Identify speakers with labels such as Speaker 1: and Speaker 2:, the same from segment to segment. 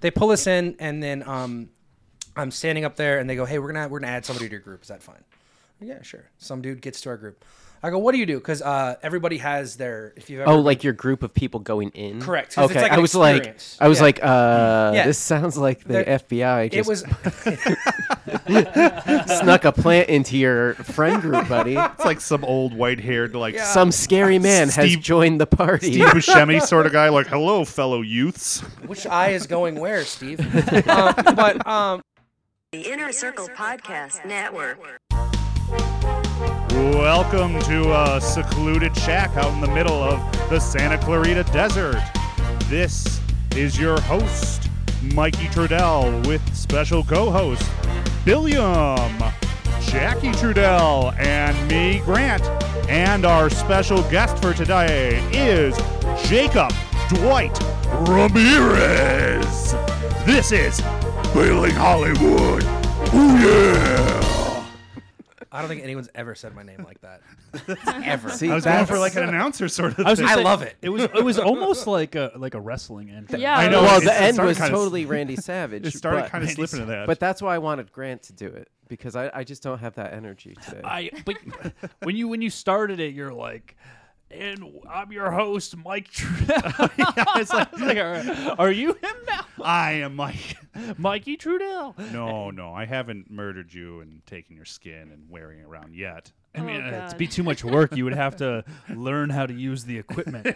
Speaker 1: They pull us in, and then um, I'm standing up there, and they go, "Hey, we're gonna we're gonna add somebody to your group. Is that fine?" Yeah, sure. Some dude gets to our group. I go, "What do you do?" Because uh, everybody has their if you've ever
Speaker 2: Oh, like your group of people going in.
Speaker 1: Correct, 'cause
Speaker 2: Okay.
Speaker 1: it's like an
Speaker 2: I was
Speaker 1: experience.
Speaker 2: like, I was
Speaker 1: Yeah.
Speaker 2: like, uh,
Speaker 1: Yeah.
Speaker 2: this sounds like the
Speaker 1: There-
Speaker 2: FBI
Speaker 1: it
Speaker 2: just
Speaker 1: was uh,
Speaker 2: snuck a plant into your friend group, buddy.
Speaker 3: It's like some old white haired, like
Speaker 1: Yeah.
Speaker 2: Some scary man has
Speaker 3: Steve-
Speaker 2: joined the party.
Speaker 3: Steve Buscemi sort of guy, like, hello, fellow youths.
Speaker 1: which eye is going where, Steve? um, but um,
Speaker 4: The Inner Circle Podcast Network.
Speaker 3: Welcome to a secluded shack out in the middle of the Santa Clarita Desert. This is your host, Mikey Trudell, with special co host, Billiam, Jackie Trudell, and me, Grant. And our special guest for today is Jacob Dwight Ramirez. This is Bailing Hollywood. Ooh, yeah!
Speaker 1: I don't think anyone's ever said my name like that.
Speaker 2: ever. See,
Speaker 3: I was going for
Speaker 2: that's-
Speaker 3: like an announcer sort of
Speaker 5: I was
Speaker 3: thing.
Speaker 5: gonna
Speaker 1: I
Speaker 5: say,
Speaker 1: love it.
Speaker 5: It was it was almost like a like a wrestling entrance.
Speaker 6: Yeah.
Speaker 3: I know.
Speaker 2: well,
Speaker 3: it's-
Speaker 2: the
Speaker 3: it
Speaker 2: end
Speaker 3: started
Speaker 2: was
Speaker 3: kinda s-
Speaker 2: totally Randy Savage.
Speaker 3: It started
Speaker 2: but-
Speaker 3: kinda slipping to that.
Speaker 2: But that's why I wanted Grant to do it because I, I just don't have that energy today.
Speaker 5: I but when you when you started it, you're like, and I'm your host, Mike. Trudell. it's like, it's like, are, are you him now,
Speaker 3: I am Mike.
Speaker 5: Mikey Trudell?
Speaker 3: No, no, I haven't murdered you and taken your skin and wearing it around yet.
Speaker 5: I mean,
Speaker 6: Oh,
Speaker 5: uh, it'd
Speaker 6: God.
Speaker 5: be too much work. You would have to learn how to use the equipment.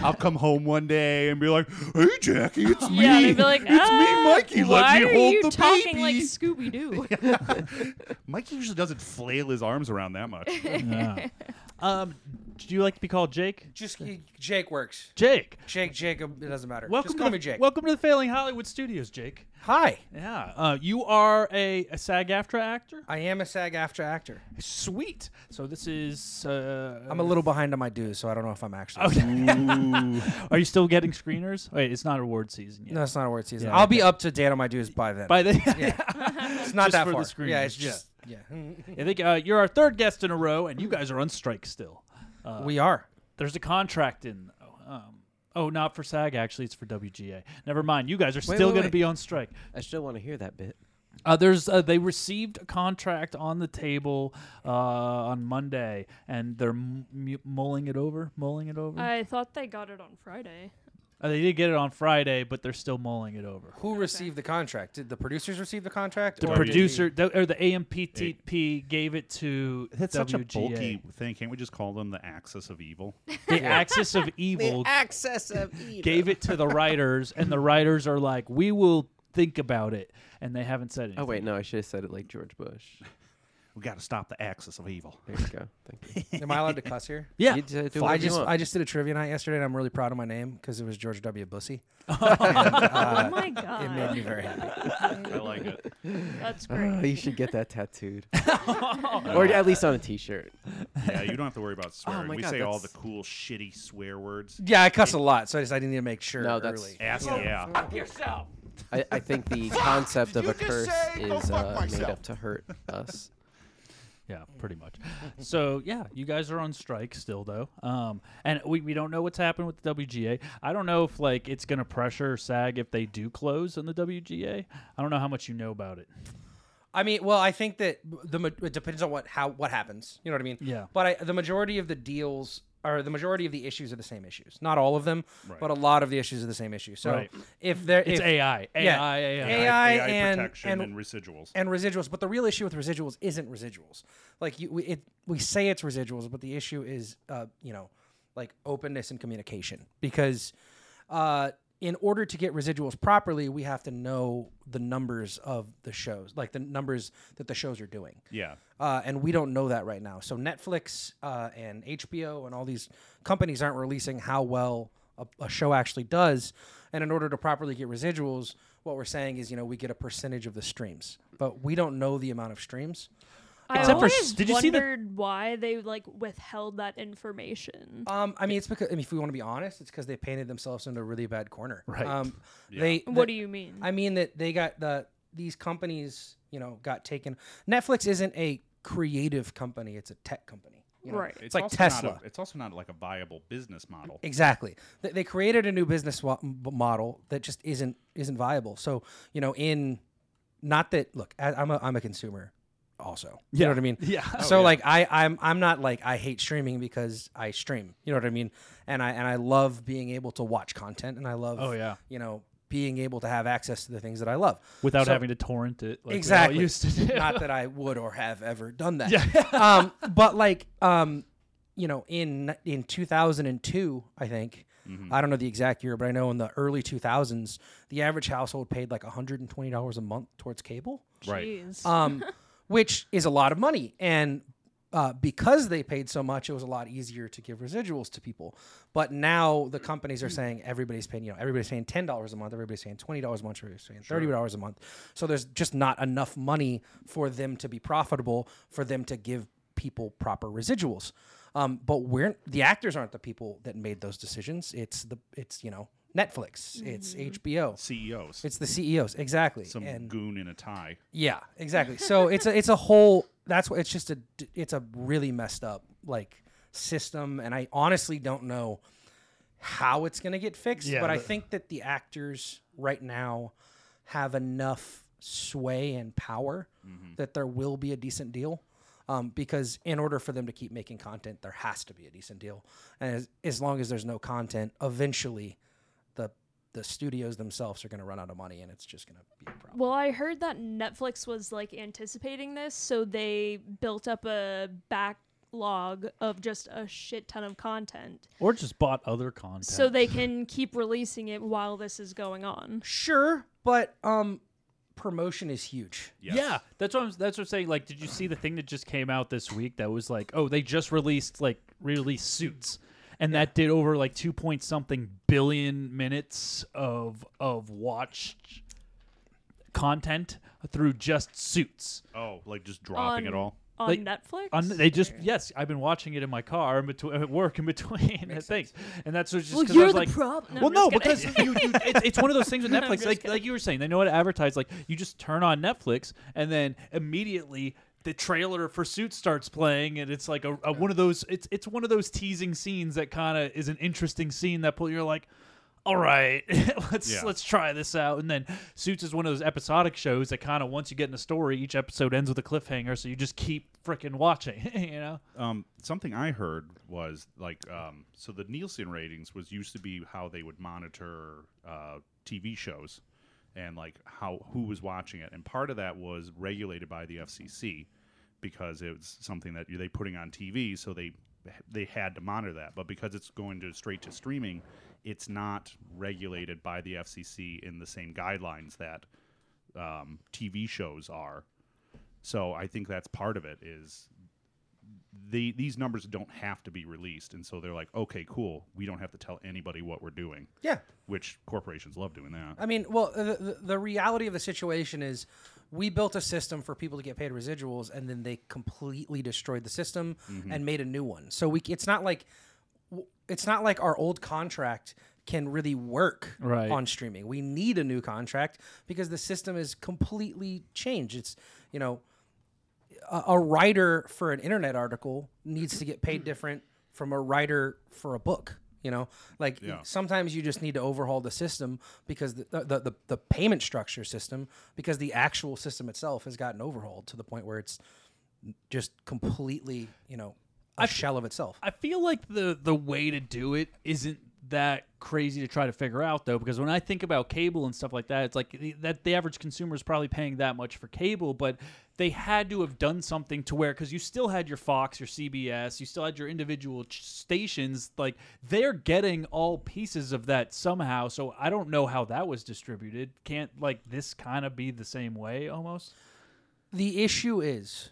Speaker 3: I'll come home one day and be like, "Hey, Jackie, it's me.
Speaker 6: Yeah, they'd be like,
Speaker 3: it's me,
Speaker 6: "Uh,
Speaker 3: Mikey.
Speaker 6: Why
Speaker 3: Let me
Speaker 6: are
Speaker 3: hold
Speaker 6: you
Speaker 3: the
Speaker 6: talking
Speaker 3: baby."
Speaker 6: like Scooby Doo?
Speaker 3: Mikey usually doesn't flail his arms around that much.
Speaker 5: Yeah. Um, do you like to be called Jake?
Speaker 1: Just Jake works.
Speaker 5: Jake.
Speaker 1: Jake, Jacob, it doesn't matter.
Speaker 5: Welcome
Speaker 1: Just call
Speaker 5: to
Speaker 1: me
Speaker 5: the,
Speaker 1: Jake.
Speaker 5: Welcome to the Failing Hollywood Studios, Jake.
Speaker 1: Hi,
Speaker 5: Yeah. Uh, you are a, a SAG-AFTRA actor.
Speaker 1: I am a SAG-AFTRA actor.
Speaker 5: Sweet. So this is. Uh,
Speaker 1: I'm a little behind on my dues, so I don't know if I'm actually. a
Speaker 5: Okay. Are you still getting screeners? Wait, it's not award season yet.
Speaker 1: No, it's not award season.
Speaker 5: Yeah,
Speaker 1: I'll be up to date on my dues by then.
Speaker 5: By the
Speaker 1: it's not
Speaker 5: just
Speaker 1: that
Speaker 5: for the
Speaker 1: far.
Speaker 5: screen
Speaker 1: yeah, it's
Speaker 5: use, yeah.
Speaker 1: just yeah.
Speaker 5: I think uh, you're our third guest in a row, and you guys are on strike still. Uh,
Speaker 1: we are.
Speaker 5: there's a contract in. oh, Um, oh, not for SAG. Actually, it's for WGA. Never mind. You guys are still
Speaker 2: wait,
Speaker 5: going to
Speaker 2: wait.
Speaker 5: be on strike.
Speaker 2: I still want to hear that bit.
Speaker 5: Uh, there's uh, they received a contract on the table uh, on Monday, and they're m- mu- mulling it over, mulling it over.
Speaker 6: I thought they got it on Friday.
Speaker 5: Uh, they did get it on Friday, but they're still mulling it over.
Speaker 1: Who received the contract? Did the producers receive the contract?
Speaker 5: The
Speaker 1: or did
Speaker 5: producer the, or the AMPTP gave it to
Speaker 3: That's
Speaker 5: WGA.
Speaker 3: such a bulky thing. Can't we just call them the axis of evil?
Speaker 5: The Axis of Evil
Speaker 2: access of evil.
Speaker 5: gave it to the writers, and the writers are like, "We will think about it," and they haven't said anything.
Speaker 2: Oh wait, no, I should have said it like George Bush.
Speaker 3: We got to stop the axis of evil.
Speaker 2: There you go. Thank you.
Speaker 1: Am I allowed to cuss here?
Speaker 5: Yeah.
Speaker 2: You do- do
Speaker 1: I
Speaker 2: whatever you
Speaker 1: just
Speaker 2: want.
Speaker 1: I just did a trivia night yesterday, and I'm really proud of my name because it was George W. Bussy.
Speaker 6: oh my
Speaker 1: It made
Speaker 6: god,
Speaker 1: me very happy.
Speaker 3: I like it.
Speaker 6: that's
Speaker 2: Oh,
Speaker 6: great.
Speaker 2: you should get that tattooed, or at least on a T-shirt.
Speaker 3: Yeah, you don't have to worry
Speaker 1: Oh
Speaker 3: about swearing.
Speaker 2: my
Speaker 3: we
Speaker 2: God,
Speaker 3: say all the
Speaker 2: that's-
Speaker 3: cool, shitty swear words.
Speaker 1: Yeah, I cuss a lot, so I decided I need to make sure.
Speaker 2: No, that's-
Speaker 1: early.
Speaker 3: Ass yeah.
Speaker 2: I, I think the concept of a curse is uh, made up to hurt us.
Speaker 5: Yeah, pretty much. so yeah, you guys are on strike still though, um, and we, we don't know what's happened with the WGA. I don't know if like it's gonna pressure SAG if they do close on the WGA. I don't know how much you know about it.
Speaker 1: I mean, well, I think that the ma- it depends on what how what happens. You know what I mean?
Speaker 5: Yeah.
Speaker 1: But I, the majority of the deals or the majority of the issues are the same issues. Not all of them, but a lot of the issues are the same issues. So
Speaker 5: Right.
Speaker 1: if there if,
Speaker 5: It's AI, AI,
Speaker 1: yeah.
Speaker 5: AI.
Speaker 1: AI and-
Speaker 3: protection
Speaker 1: and-
Speaker 3: and, residuals.
Speaker 1: and residuals, but the real issue with residuals isn't residuals. Like you, we, it, we say it's residuals, but the issue is, uh, you know, like openness and communication. Because uh, in order to get residuals properly, we have to know the numbers of the shows, like the numbers that the shows are doing.
Speaker 3: yeah.
Speaker 1: Uh, and we don't know that right now. So Netflix uh, and HBO and all these companies aren't releasing how well a, a show actually does. And in order to properly get residuals, what we're saying is, you know, we get a percentage of the streams, but we don't know the amount of streams.
Speaker 6: I
Speaker 5: Except for
Speaker 6: always
Speaker 5: s- did you see the-
Speaker 6: wondered why they like withheld that information.
Speaker 1: Um, I mean, it's because I mean, if we want to be honest, it's because they painted themselves into a really bad corner.
Speaker 5: Right.
Speaker 1: Um, They.
Speaker 6: what do
Speaker 1: the-
Speaker 6: you mean?
Speaker 1: I mean that they got the these companies, you know, got taken. Netflix isn't a creative company; it's a tech company. You You know?
Speaker 6: Right.
Speaker 1: It's, like
Speaker 3: also
Speaker 1: Tesla.
Speaker 3: Not a, it's also not like a viable business model.
Speaker 1: Exactly. They, they created a new business wa- m- model that just isn't isn't viable. So you know, in not that look, I, I'm a I'm a consumer, also. You know what I mean?
Speaker 5: Yeah.
Speaker 1: So like I I'm I'm not like I hate streaming because I stream. You know what I mean? And I and I love being able to watch content, and I love
Speaker 5: Oh, yeah.
Speaker 1: you know being able to have access to the things that I love
Speaker 5: Without
Speaker 1: So-
Speaker 5: having to torrent it. Like
Speaker 1: exactly.
Speaker 5: We all used to do.
Speaker 1: Not that I would or have ever done that. um, but like, um, you know, in in 2002, I think I don't know the exact year, but I know in the early 2000s, the average household paid like 120 dollars a month towards cable
Speaker 3: Right.
Speaker 1: um, which is a lot of money. And uh, because they paid so much, it was a lot easier to give residuals to people. But now the companies are saying everybody's paying, you know, everybody's paying ten dollars a month, everybody's paying twenty dollars a month, everybody's paying thirty dollars a month. So there's just not enough money for them to be profitable for them to give people proper residuals. Um, but we're the actors aren't the people that made those decisions. It's the it's you know Netflix, it's HBO,
Speaker 3: CEOs.
Speaker 1: it's the CEOs exactly.
Speaker 3: E some
Speaker 1: and
Speaker 3: goon in a tie.
Speaker 1: yeah, exactly. So it's a it's a whole. That's what it's just a d- it's a really messed up like system, and I honestly don't know how it's gonna get fixed.
Speaker 5: Yeah,
Speaker 1: but I
Speaker 5: the-
Speaker 1: think that the actors right now have enough sway and power
Speaker 5: Mm-hmm.
Speaker 1: that there will be a decent deal. Um, because in order for them to keep making content, there has to be a decent deal, and as, as long as there's no content, eventually, the the studios themselves are going to run out of money, and it's just going to be a problem.
Speaker 6: Well, I heard that Netflix was like anticipating this, so they built up a backlog of just a shit ton of content,
Speaker 5: Or just bought other content.
Speaker 6: so they can keep releasing it while this is going on.
Speaker 1: Sure, but um, promotion is huge.
Speaker 3: Yes.
Speaker 5: Yeah, that's what I'm. That's what I'm saying. Like, did you see the thing that just came out this week? That was like, oh, they just released like released suits, and that did over like two point something billion minutes of of watched content through just suits.
Speaker 3: Oh, like just dropping
Speaker 6: on,
Speaker 3: it all.
Speaker 6: on
Speaker 5: Like,
Speaker 6: Netflix.
Speaker 5: On, they just yes, I've been watching it in my car in between at work in between things, and that's what's just
Speaker 6: well,
Speaker 5: 'cause I
Speaker 6: you're
Speaker 5: was
Speaker 6: the
Speaker 5: like,
Speaker 6: problem.
Speaker 5: well, no,
Speaker 6: I'm just
Speaker 5: because
Speaker 6: kidding.
Speaker 5: you, you, it's, it's one of those things with Netflix.
Speaker 6: just
Speaker 5: like,
Speaker 6: kidding.
Speaker 5: like you were saying, they know how to advertise. Like, you just turn on Netflix, and then immediately the trailer for Suits starts playing, and it's like a, a one of those. It's it's one of those teasing scenes that kind of is an interesting scene that pull. You're like. All right, let's
Speaker 3: Yeah.
Speaker 5: let's try this out. And then Suits is one of those episodic shows that kind of once you get in a story, each episode ends with a cliffhanger, so you just keep freaking watching. you know,
Speaker 3: Um, something I heard was like, um, so the Nielsen ratings was used to be how they would monitor uh, TV shows and like how who was watching it, and part of that was regulated by the FCC because it was something that they putting on TV, so they they had to monitor that. But because it's going to straight to streaming, it's not regulated by the FCC in the same guidelines that um, TV shows are. So I think that's part of it is the these numbers don't have to be released, and so they're like, okay, cool, we don't have to tell anybody what we're doing.
Speaker 1: Yeah,
Speaker 3: Which corporations love doing that.
Speaker 1: I mean, well, the, the, the reality of the situation is we built a system for people to get paid residuals, and then they completely destroyed the system and made a new one. So we, c- it's not like w- it's not like our old contract can really work
Speaker 5: Right.
Speaker 1: on streaming. We need a new contract because the system is completely changed. It's you know, a, a writer for an internet article needs to get paid different from a writer for a book. You know, like sometimes you just need to overhaul the system because the the, the the payment structure system because the actual system itself has gotten overhauled to the point where it's just completely you know a shell of itself.
Speaker 5: I feel like the the way to do it isn't that crazy to try to figure out though because when I think about cable and stuff like that it's like the, that the average consumer is probably paying that much for cable but they had to have done something to where cuz you still had your Fox your CBS you still had your individual ch- stations like they're getting all pieces of that somehow so I don't know how that was distributed can't like this kind of be the same way almost
Speaker 1: the issue is,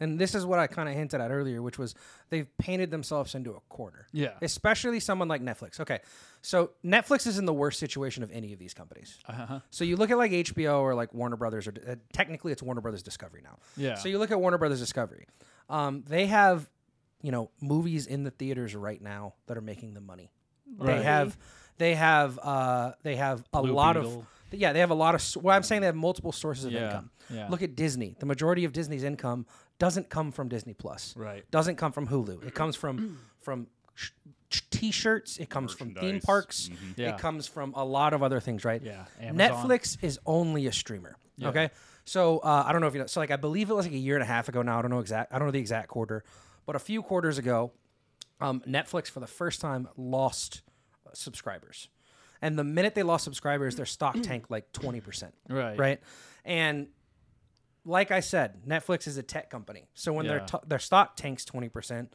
Speaker 1: and this is what I kind of hinted at earlier, which was they've painted themselves into a corner.
Speaker 5: Yeah.
Speaker 1: Especially someone like Netflix. Okay. So Netflix is in the worst situation of any of these companies. Uh-huh. So you look at like HBO or like Warner Brothers, or uh, technically it's Warner Brothers Discovery now.
Speaker 5: Yeah.
Speaker 1: So you look at Warner Brothers Discovery. Um, they have, you know, movies in the theaters right now that are making them money. They have they have uh they have a
Speaker 5: Blue
Speaker 1: lot
Speaker 5: Beetle.
Speaker 1: of yeah, they have a lot of well, I'm saying they have multiple sources of
Speaker 5: Yeah,
Speaker 1: income.
Speaker 5: yeah.
Speaker 1: Look at Disney. The majority of Disney's income doesn't come from Disney Plus.
Speaker 5: Right.
Speaker 1: Doesn't come from Hulu. It comes from from sh- sh- t-shirts, it comes from theme
Speaker 3: Merchandise.
Speaker 1: parks,
Speaker 5: Yeah.
Speaker 1: it comes from a lot of other things, right?
Speaker 5: Yeah, Amazon.
Speaker 1: Netflix is only a streamer. Okay. So uh, I don't know if you know. So like I believe it was like a year and a half ago now. I don't know exact. I don't know the exact quarter, but a few quarters ago, um, Netflix for the first time lost uh, subscribers, and the minute they lost subscribers, their stock tanked like twenty percent.
Speaker 5: Right.
Speaker 1: Right. And like I said, Netflix is a tech company, so when their
Speaker 5: Yeah.
Speaker 1: t- their stock tanks twenty percent,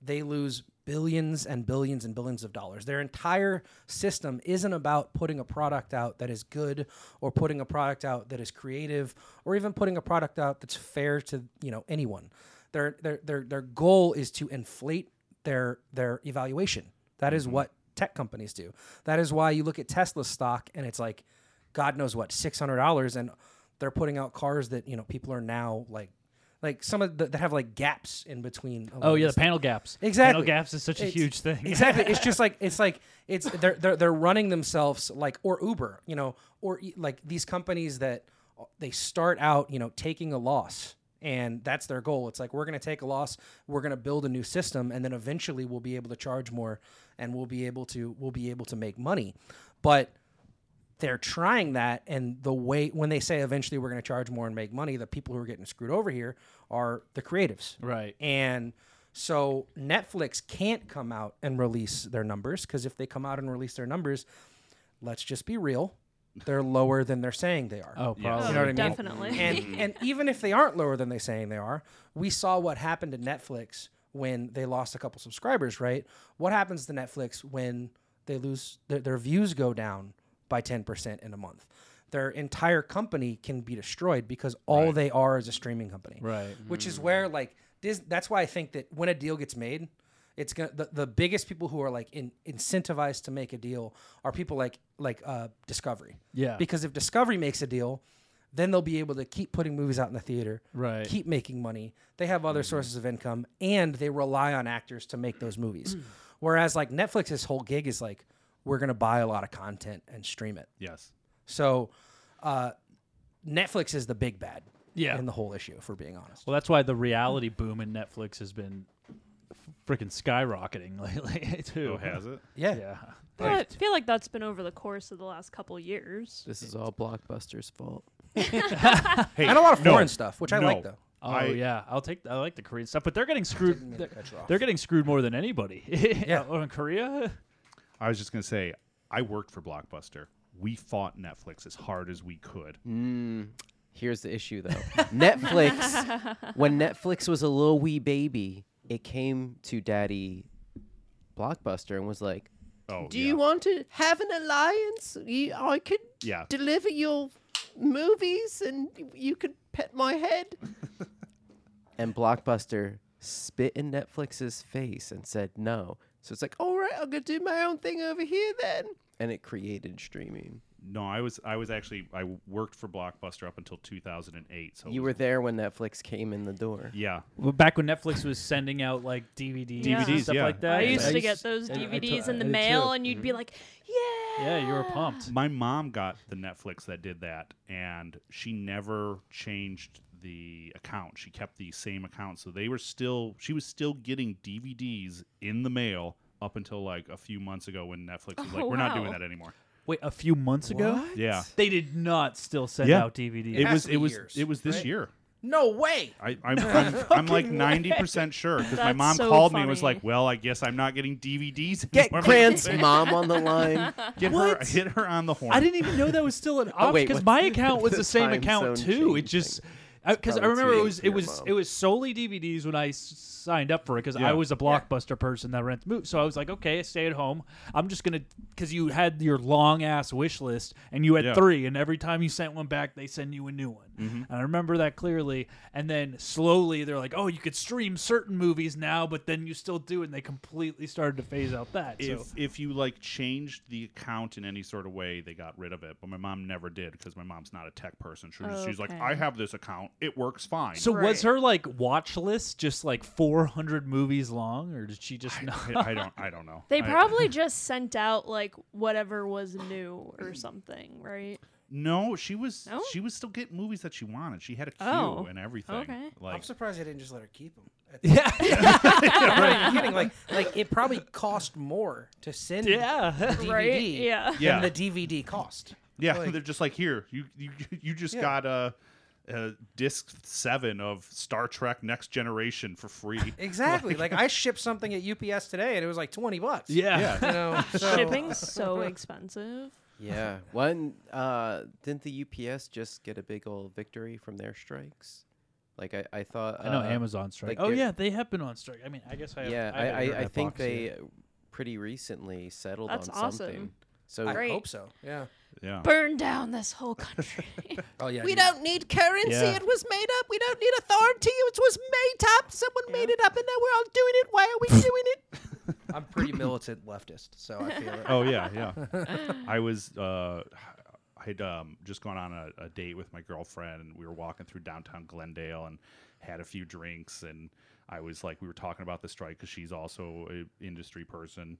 Speaker 1: they lose billions and billions and billions of dollars. Their entire system isn't about putting a product out that is good or putting a product out that is creative or even putting a product out that's fair to, you know, anyone. Their their their their goal is to inflate their their evaluation. That is what tech companies do. That is why you look at Tesla's stock and it's like god knows what, $600 and they're putting out cars that, you know, people are now like like some of the, that have like gaps in between. a lot
Speaker 5: Oh
Speaker 1: of
Speaker 5: yeah,
Speaker 1: these
Speaker 5: the panel gaps.
Speaker 1: Exactly.
Speaker 5: Panel gaps is such a
Speaker 1: It's-
Speaker 5: huge thing.
Speaker 1: exactly. It's just like it's like it's they're they're they're running themselves like or Uber, you know, or e- like these companies that uh, they start out, you know, taking a loss and that's their goal. It's like we're going to take a loss, we're going to build a new system and then eventually we'll be able to charge more and we'll be able to we'll be able to make money. But they're trying that and the way when they say eventually we're going to charge more and make money, the people who are getting screwed over here are the creatives.
Speaker 5: Right.
Speaker 1: And so Netflix can't come out and release their numbers because if they come out and release their numbers, let's just be real, they're lower than they're saying they are.
Speaker 5: Oh, probably.
Speaker 6: Oh,
Speaker 1: You know what I mean?
Speaker 6: definitely.
Speaker 1: And and even if they aren't lower than they're saying they are, we saw what happened to Netflix when they lost a couple subscribers, right? What happens to Netflix when they lose their, their views go down by 10% in a month? Their entire company can be destroyed because all they are is a streaming company
Speaker 5: Right.
Speaker 1: which is where like this that's why i think that when a deal gets made it's gonna the, the biggest people who are like in, incentivized to make a deal are people like like uh discovery
Speaker 5: Yeah.
Speaker 1: because if discovery makes a deal then they'll be able to keep putting movies out in the theater
Speaker 5: Right. Mm-hmm.
Speaker 1: keep making money they have other sources of income and they rely on actors to make those movies whereas like netflix's whole gig is like we're gonna buy a lot of content and stream it
Speaker 3: Yes.
Speaker 1: so uh netflix is the big bad
Speaker 5: Yeah.
Speaker 1: in the whole issue if we're being honest
Speaker 5: Well, that's why the reality boom in Netflix has been freaking skyrocketing lately too.
Speaker 3: Who Oh, has it?
Speaker 5: Yeah.
Speaker 6: I feel like that's been over the course of the last couple years.
Speaker 2: This is all Blockbuster's fault.
Speaker 3: Hey,
Speaker 1: and a lot of
Speaker 3: no,
Speaker 1: foreign stuff, which I like
Speaker 3: no.
Speaker 1: though.
Speaker 5: Oh
Speaker 3: I-
Speaker 5: yeah, I'll take. I like the Korean stuff, but they're getting screwed. They're, they're getting screwed more than anybody. yeah. Or in Korea.
Speaker 3: I was just gonna say, I worked for Blockbuster. We fought Netflix as hard as we could.
Speaker 1: Mm.
Speaker 2: Here's the issue, though. Netflix. When Netflix was a little wee baby, it came to Daddy Blockbuster and was like,
Speaker 3: Oh,
Speaker 2: "Do
Speaker 3: yeah.
Speaker 2: you want to have an alliance? You, I could
Speaker 3: Yeah.
Speaker 2: deliver your movies, and you could pet my head." and Blockbuster spit in Netflix's face and said no. So it's like, "All right, I'm gonna do my own thing over here then." And it created streaming.
Speaker 3: No, I was I was actually I worked for Blockbuster up until 2008. So it
Speaker 2: You
Speaker 3: was-
Speaker 2: were there when Netflix came in the door.
Speaker 3: yeah.
Speaker 5: Well, back when Netflix was sending out like DVDs, and
Speaker 6: DVDs,
Speaker 5: stuff
Speaker 3: yeah.
Speaker 5: like that.
Speaker 6: I used to get
Speaker 5: s-
Speaker 6: those
Speaker 5: I- I
Speaker 6: DVDs
Speaker 5: to-
Speaker 6: in the
Speaker 5: I did,
Speaker 6: mail,
Speaker 5: too. Mm-hmm.
Speaker 6: and you'd be like, "Yeah,
Speaker 5: Yeah, you were pumped.
Speaker 3: My mom got the Netflix that did that, and she never changed the account. She kept the same account, so they were still. She was still getting DVDs in the mail up until like a few months ago when Netflix was like,
Speaker 6: Oh,
Speaker 3: "We're not doing
Speaker 6: wow.
Speaker 3: that anymore."
Speaker 5: Wait, a few months ago,
Speaker 3: Yeah,
Speaker 5: they did not still send
Speaker 3: Yeah.
Speaker 5: out DVDs.
Speaker 3: it
Speaker 1: has
Speaker 3: was.
Speaker 1: to
Speaker 3: It
Speaker 1: be
Speaker 3: was.
Speaker 1: years,
Speaker 3: it was this
Speaker 1: right?
Speaker 3: year.
Speaker 1: No way.
Speaker 3: I, I'm, I'm, I'm like 90% sure because my
Speaker 6: That's
Speaker 3: mom
Speaker 6: so
Speaker 3: called me and was
Speaker 6: funny.
Speaker 3: like, Well, I guess I'm not getting DVDs.
Speaker 2: Get
Speaker 3: anymore." I'm like,
Speaker 2: Grant's mom on the line.
Speaker 3: Get her,
Speaker 5: What?
Speaker 3: hit her on the horn.
Speaker 5: I didn't even know that was still an option
Speaker 2: Oh, wait,
Speaker 5: because
Speaker 2: what's
Speaker 5: my
Speaker 2: the-
Speaker 5: account was the,
Speaker 2: the
Speaker 5: same
Speaker 2: time
Speaker 5: account
Speaker 2: zone
Speaker 5: too. It
Speaker 2: change
Speaker 5: just
Speaker 2: thing?
Speaker 5: because I,
Speaker 2: probably
Speaker 5: remember it
Speaker 2: too
Speaker 5: was
Speaker 2: young
Speaker 5: it
Speaker 2: for
Speaker 5: was
Speaker 2: your
Speaker 5: it was solely DVDs when I s- signed up for it because
Speaker 3: Yeah.
Speaker 5: I was a blockbuster person that rents movies. So I was like, okay, I stay at home. I'm just gonna because you had your long ass wish list and you had
Speaker 3: Yeah.
Speaker 5: three, and every time you sent one back, they send you a new one.
Speaker 2: Mm-hmm.
Speaker 5: And I remember that clearly. And then slowly they're like, oh, you could stream certain movies now, but then you still do, and they completely started to phase out that.
Speaker 3: if,
Speaker 5: so
Speaker 3: if you like changed the account in any sort of way, they got rid of it. But my mom never did because my mom's not a tech person. She was, She's like,
Speaker 6: Okay.
Speaker 3: I have this account. it works fine.
Speaker 5: So was
Speaker 6: Right.
Speaker 5: her like watch list just like 400 movies long, or did she just not?
Speaker 3: I, I don't. I don't know.
Speaker 6: They
Speaker 3: I-
Speaker 6: probably just sent out like whatever was new or something, right?
Speaker 3: no. She was.
Speaker 6: No?
Speaker 3: She was still getting movies that she wanted. She had a queue
Speaker 6: Oh,
Speaker 3: and everything.
Speaker 6: okay.
Speaker 1: I'm
Speaker 3: Like
Speaker 1: surprised they didn't just let her keep them.
Speaker 5: yeah,
Speaker 1: I'm not even kidding. Like, like it probably cost more to send the
Speaker 5: yeah.
Speaker 1: DVD
Speaker 6: Right? Yeah.
Speaker 1: than
Speaker 3: Yeah.
Speaker 1: the DVD cost.
Speaker 3: yeah,
Speaker 1: like-
Speaker 3: they're just like here. You you you just
Speaker 1: Yeah.
Speaker 3: got a. Uh, disc seven of Star Trek Next Generation for free.
Speaker 1: Exactly. Like, I shipped something at UPS today, and it was like twenty bucks.
Speaker 5: yeah.
Speaker 1: You know, so-
Speaker 6: Shipping's so expensive.
Speaker 2: Yeah. One uh didn't the UPS just get a big old victory from their strikes? Like I, I thought
Speaker 5: I know
Speaker 2: uh,
Speaker 5: Amazon
Speaker 2: like
Speaker 5: strike. oh
Speaker 2: they're-
Speaker 5: yeah, they have been on strike. I mean, I guess I. have-
Speaker 2: Yeah, I, I,
Speaker 5: haven't heard
Speaker 2: I
Speaker 5: that
Speaker 2: think
Speaker 5: box
Speaker 2: they
Speaker 5: yet.
Speaker 2: pretty recently settled
Speaker 6: That's
Speaker 2: on
Speaker 6: awesome.
Speaker 2: something. So
Speaker 1: I
Speaker 6: Great.
Speaker 1: hope so. Yeah.
Speaker 3: Yeah.
Speaker 6: Burn down this whole country.
Speaker 1: Oh yeah. dude.
Speaker 2: don't need currency.
Speaker 5: Yeah. it
Speaker 2: was made up. We don't need authority. It was made up. Someone made it up, and now we're all doing it. Why are we doing it?
Speaker 1: I'm pretty militant leftist, so I feel it.
Speaker 3: oh yeah, yeah. I was uh, I had um, just gone on a, a date with my girlfriend, and we were walking through downtown Glendale and had a few drinks, and I was like, we were talking about the strike because she's also an industry person.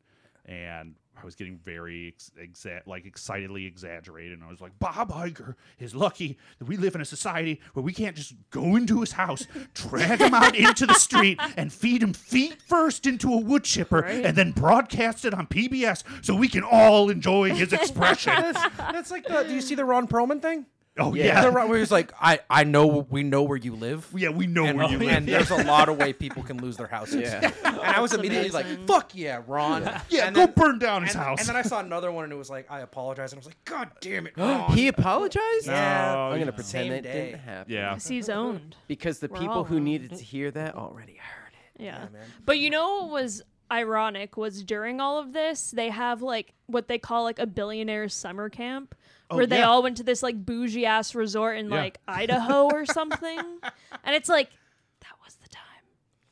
Speaker 3: And I was getting very ex- exa- like excitedly exaggerated, and I was like, "Bob Iger is lucky that we live in a society where we can't just go into his house, drag him out into the street, and feed him feet first into a wood chipper, and then broadcast it on PBS so we can all enjoy his expression."
Speaker 1: That's, that's like the. Do you see the Ron Perlman thing?
Speaker 3: oh
Speaker 1: Yeah.
Speaker 3: yeah,
Speaker 1: The Ron, where he's like, I, I know we know where you live.
Speaker 3: yeah, we know
Speaker 1: and,
Speaker 3: where you
Speaker 1: and
Speaker 3: live.
Speaker 1: there's a lot of way people can lose their houses.
Speaker 2: Yeah.
Speaker 1: And I was
Speaker 6: That's
Speaker 1: immediately
Speaker 6: amazing.
Speaker 1: like, "Fuck yeah, Ron!"
Speaker 3: Yeah,
Speaker 1: and
Speaker 3: go
Speaker 1: then-
Speaker 3: burn down his
Speaker 1: and,
Speaker 3: house.
Speaker 1: And then I saw another one, and it was like, "I apologize," and I was like, "God damn it, Ron!"
Speaker 2: He apologized.
Speaker 1: yeah.
Speaker 3: No,
Speaker 2: I'm
Speaker 3: you-
Speaker 2: gonna pretend
Speaker 1: Same
Speaker 2: it
Speaker 1: day.
Speaker 2: didn't happen.
Speaker 3: yeah.
Speaker 6: 'Cause he's owned.
Speaker 2: Because the
Speaker 6: We're all
Speaker 2: people who
Speaker 6: wrong.
Speaker 2: needed to hear that already heard it.
Speaker 6: Yeah.
Speaker 1: man.
Speaker 6: but you know what was ironic was during all of this, they have like what they call like a billionaire summer camp where they
Speaker 3: yeah.
Speaker 6: all went to this like bougie ass resort in
Speaker 3: Yeah.
Speaker 6: like Idaho or something. And it's like, that was the time